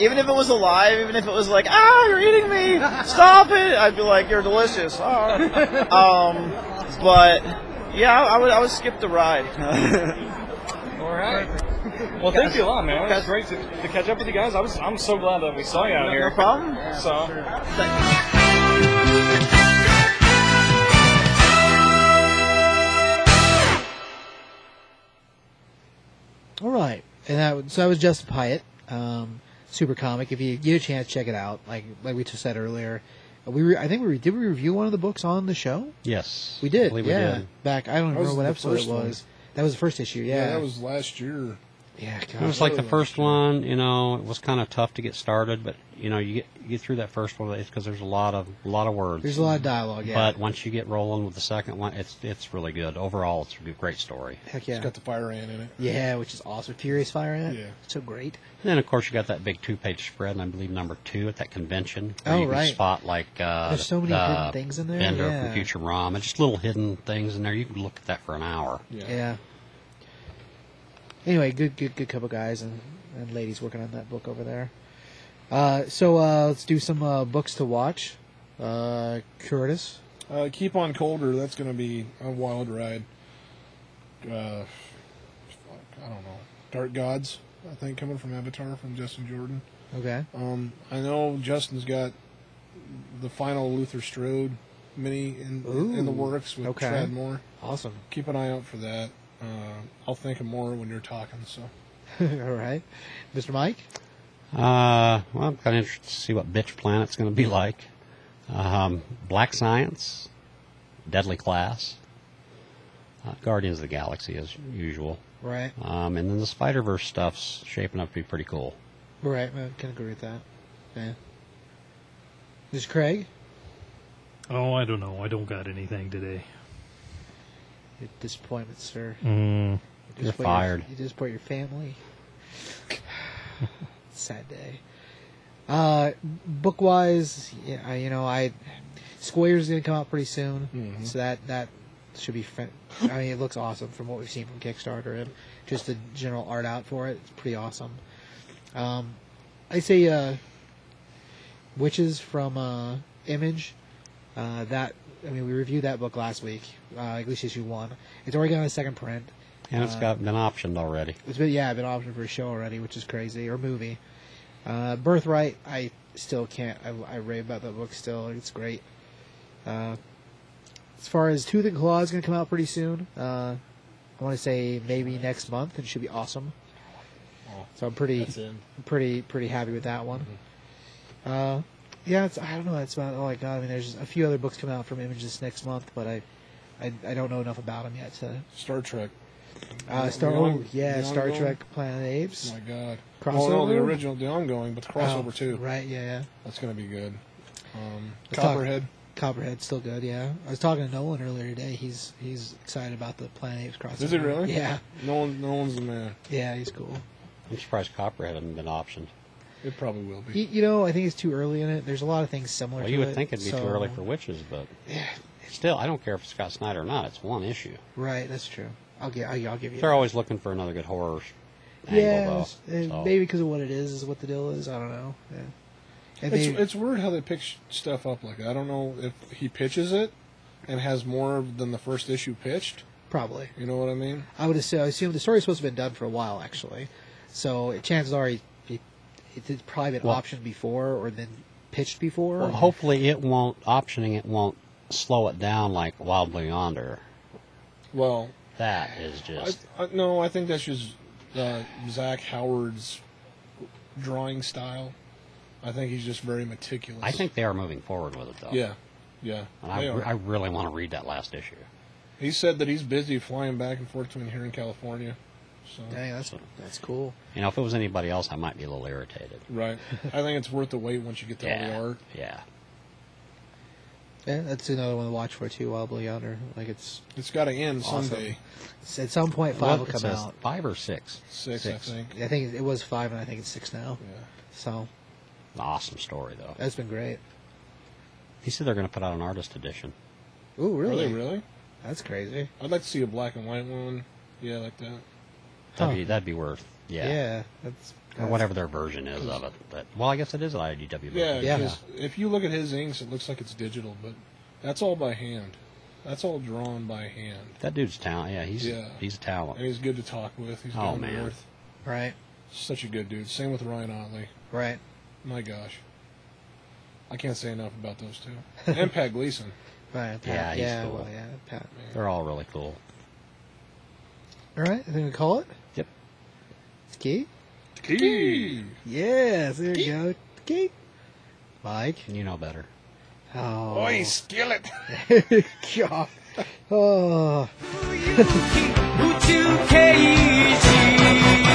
[SPEAKER 7] Even if it was alive, even if it was like, ah, you're eating me, stop it, I'd be like, you're delicious. Ah. Um, but yeah, I I would I would skip the ride.
[SPEAKER 6] All right. Well, thank you a lot, man. It was great to, to catch up with you guys. I was I'm so glad that we saw you out
[SPEAKER 7] no
[SPEAKER 6] here.
[SPEAKER 7] problem.
[SPEAKER 6] So.
[SPEAKER 2] All right, and that was- so that was Justin Pyatt, um, super comic. If you get a chance, check it out. Like like we just said earlier, we re- I think we re- did we review one of the books on the show.
[SPEAKER 3] Yes.
[SPEAKER 2] We
[SPEAKER 3] I
[SPEAKER 2] did,
[SPEAKER 3] believe
[SPEAKER 2] yeah.
[SPEAKER 3] We did.
[SPEAKER 2] Back I don't
[SPEAKER 4] That was
[SPEAKER 2] remember what
[SPEAKER 4] the
[SPEAKER 2] episode it
[SPEAKER 4] first one.
[SPEAKER 2] was. That was the first issue. Yeah,
[SPEAKER 4] that was last year.
[SPEAKER 2] yeah.
[SPEAKER 3] It was
[SPEAKER 2] God.
[SPEAKER 3] like the first one, you know, it was kind of tough to get started, but you know, you get you get through that first one because there's a lot of a lot of words.
[SPEAKER 2] There's a lot of dialogue. Yeah,
[SPEAKER 3] But once you get rolling with the second one, it's it's really good. Overall, it's a good- great story.
[SPEAKER 2] heck yeah,
[SPEAKER 4] It's got the fire ant in it.
[SPEAKER 2] yeah, which is awesome. Furious Fire in it.
[SPEAKER 4] Yeah.
[SPEAKER 2] so great.
[SPEAKER 3] And then, of course, you got that big two-page spread, and I believe number two at that convention. where
[SPEAKER 2] Oh,
[SPEAKER 3] you can
[SPEAKER 2] right.
[SPEAKER 3] Spot like uh,
[SPEAKER 2] There's so many
[SPEAKER 3] the
[SPEAKER 2] hidden things in there,
[SPEAKER 3] Bender
[SPEAKER 2] yeah.
[SPEAKER 3] from Futurama, and just little hidden things in there. You can look at that for an hour.
[SPEAKER 2] Yeah. Anyway, good, good, good couple guys and, and ladies working on that book over there. Uh, so uh, let's do some uh, books to watch. Uh, Curtis,
[SPEAKER 4] Uh, keep on colder. That's going to be a wild ride. Uh, fuck, I don't know. Dark Gods, I think, coming from Avatar from Justin Jordan.
[SPEAKER 2] okay,
[SPEAKER 4] Um, I know Justin's got the final Luther Strode mini in in the
[SPEAKER 2] Ooh,
[SPEAKER 4] works with
[SPEAKER 2] okay.
[SPEAKER 4] Chad Moore.
[SPEAKER 2] awesome.
[SPEAKER 4] Keep an eye out for that. Uh, I'll think of more when you're talking. So
[SPEAKER 2] All right, Mr. Mike.
[SPEAKER 3] Uh, well, I'm kind of interested to see what Bitch Planet's going to be like. Um, Black Science, Deadly Class, uh, Guardians of the Galaxy as usual,
[SPEAKER 2] Right,
[SPEAKER 3] um, and then the Spider Verse stuff's shaping up to be pretty cool.
[SPEAKER 2] right. I can agree with that. Yeah. Mr. Craig,
[SPEAKER 5] Oh, I don't know. I don't got anything today.
[SPEAKER 2] your disappointment, sir.
[SPEAKER 5] Mm.
[SPEAKER 2] You
[SPEAKER 3] You're
[SPEAKER 2] disappoint your-
[SPEAKER 3] fired.
[SPEAKER 2] you disappoint your family. Sad day. Uh, book wise, yeah, I- you know, I Square's gonna come out pretty soon,
[SPEAKER 3] Mm-hmm.
[SPEAKER 2] so that that should be. Fin- I mean, it looks awesome from what we've seen from Kickstarter and just the general art out for it. It's pretty awesome. Um, I say uh, witches from uh, Image. Uh, that I mean, we reviewed that book last week, uh, at least issue one. It's already got a second print.
[SPEAKER 3] And
[SPEAKER 2] Uh,
[SPEAKER 3] it's got been optioned already.
[SPEAKER 2] It's been yeah, I've been optioned for a show already, which is crazy, or movie. Uh, Birthright, I still can't. I, I rave about that book still. It's great. Uh, as far as Tooth and Claw is going to come out pretty soon. Uh, I want to say maybe next month. It should be awesome. So I'm pretty, pretty, pretty happy with that one. Uh, yeah, it's, I don't know. That's about all I got. I mean, there's a few other books coming out from Image this next month, but I, I, I don't know enough about them yet to
[SPEAKER 4] Star Trek.
[SPEAKER 2] uh, Star,
[SPEAKER 4] The
[SPEAKER 2] oh,
[SPEAKER 4] on-
[SPEAKER 2] yeah,
[SPEAKER 4] the
[SPEAKER 2] Star
[SPEAKER 4] ongoing?
[SPEAKER 2] Trek Planet of the Apes.
[SPEAKER 4] Oh my God.
[SPEAKER 2] Crossover?
[SPEAKER 4] Oh no, the original, the ongoing, but the crossover
[SPEAKER 2] Oh,
[SPEAKER 4] too.
[SPEAKER 2] Right, yeah, yeah.
[SPEAKER 4] That's going to be good. Um,
[SPEAKER 2] Let's talk-
[SPEAKER 4] Copperhead.
[SPEAKER 2] Copperhead's still good, yeah. I was talking to Nolan earlier today. He's he's excited about the Planet Apes crossover.
[SPEAKER 4] Is he really?
[SPEAKER 2] Yeah,
[SPEAKER 4] No one, no one's the man.
[SPEAKER 2] yeah, he's cool.
[SPEAKER 3] I'm surprised Copperhead hasn't been optioned.
[SPEAKER 4] It probably will be.
[SPEAKER 2] You, you know, I think it's too early in it. There's a lot of things similar.
[SPEAKER 3] Well,
[SPEAKER 2] to
[SPEAKER 3] you would
[SPEAKER 2] it,
[SPEAKER 3] think it'd be
[SPEAKER 2] so-
[SPEAKER 3] too early for witches, but still, I don't care if it's Scott Snyder or not. It's one issue.
[SPEAKER 2] Right, that's true. I'll give I'll, I'll give you.
[SPEAKER 3] They're always looking for another good horror
[SPEAKER 2] yeah,
[SPEAKER 3] angle,
[SPEAKER 2] it's-
[SPEAKER 3] though.
[SPEAKER 2] uh,
[SPEAKER 3] so.
[SPEAKER 2] maybe because of what it is is what the deal is. I don't know. Yeah. And
[SPEAKER 4] It's,
[SPEAKER 2] they,
[SPEAKER 4] it's weird how they pick sh- stuff up like that. I don't know if he pitches it and has more than the first issue pitched.
[SPEAKER 2] probably.
[SPEAKER 4] You know what I mean?
[SPEAKER 2] I would assume, I assume the story's supposed to have been done for a while, actually. So chances are he, he, it's probably been
[SPEAKER 3] Well-
[SPEAKER 2] optioned before or then pitched before.
[SPEAKER 3] Well, hopefully it won't optioning it won't slow it down like Wild Yonder.
[SPEAKER 4] Well,
[SPEAKER 3] That is
[SPEAKER 4] I,
[SPEAKER 3] just
[SPEAKER 4] I, no, I think that's just uh, Zach Howard's drawing style. I think he's just very meticulous.
[SPEAKER 3] I, think they are moving forward with it though.
[SPEAKER 4] Yeah, yeah.
[SPEAKER 3] And I,
[SPEAKER 4] they are.
[SPEAKER 3] I really want to read that last issue.
[SPEAKER 4] he said that he's busy flying back and forth between here and California. So
[SPEAKER 2] Dang, that's, that's cool.
[SPEAKER 3] You know, if it was anybody else, I might be a little irritated.
[SPEAKER 4] right, I think it's worth the wait once you get to
[SPEAKER 3] yeah,
[SPEAKER 4] the art.
[SPEAKER 3] yeah.
[SPEAKER 2] Yeah, that's another one to watch for too, Wild Blue Yonder. Like it's,
[SPEAKER 4] It's got to end
[SPEAKER 2] Awesome.
[SPEAKER 4] someday.
[SPEAKER 2] it's at some point five will
[SPEAKER 3] Well, it
[SPEAKER 2] come
[SPEAKER 3] says
[SPEAKER 2] out.
[SPEAKER 3] Five or six.
[SPEAKER 4] Six, I think.
[SPEAKER 2] I think it was five, and I think it's six now.
[SPEAKER 4] Yeah.
[SPEAKER 2] So
[SPEAKER 3] An awesome story though.
[SPEAKER 2] that's been great.
[SPEAKER 3] He said they're going to put out an artist edition.
[SPEAKER 2] Ooh,
[SPEAKER 4] Really?
[SPEAKER 2] really?
[SPEAKER 4] really,
[SPEAKER 2] That's crazy.
[SPEAKER 4] I'd like to see a black and white one. Yeah, like that.
[SPEAKER 2] Huh.
[SPEAKER 3] That'd, be, that'd be worth.
[SPEAKER 2] Oh. Yeah,
[SPEAKER 3] Yeah.
[SPEAKER 2] that's,
[SPEAKER 3] Or whatever their version is of it. But, well, I guess it is an IDW version.
[SPEAKER 4] Yeah,
[SPEAKER 2] Yeah.
[SPEAKER 4] 'cause if you look at his inks, it looks like it's digital, but that's all by hand. That's all drawn by hand.
[SPEAKER 3] That dude's talent. Yeah, he's
[SPEAKER 4] Yeah.
[SPEAKER 3] he's a
[SPEAKER 4] And
[SPEAKER 3] talent.
[SPEAKER 4] he's good to talk with. He's
[SPEAKER 3] Oh,
[SPEAKER 4] down to
[SPEAKER 3] man.
[SPEAKER 4] earth.
[SPEAKER 2] Right,
[SPEAKER 4] Such a good dude. Same with Ryan Otley.
[SPEAKER 2] right.
[SPEAKER 4] My gosh. I can't say enough about those two. And Pat Gleason.
[SPEAKER 2] Right. Pat,
[SPEAKER 3] Yeah, he's
[SPEAKER 2] yeah,
[SPEAKER 3] cool.
[SPEAKER 2] well, yeah, Pat.
[SPEAKER 3] They're all really cool.
[SPEAKER 2] All right, I think we call it.
[SPEAKER 3] Yep.
[SPEAKER 2] It's Key.
[SPEAKER 4] Gee.
[SPEAKER 2] Yes, there you go. Key. Mike.
[SPEAKER 3] You know better.
[SPEAKER 2] Oh.
[SPEAKER 4] Boy, skillet.
[SPEAKER 2] God. Oh.
[SPEAKER 9] 宇宙刑事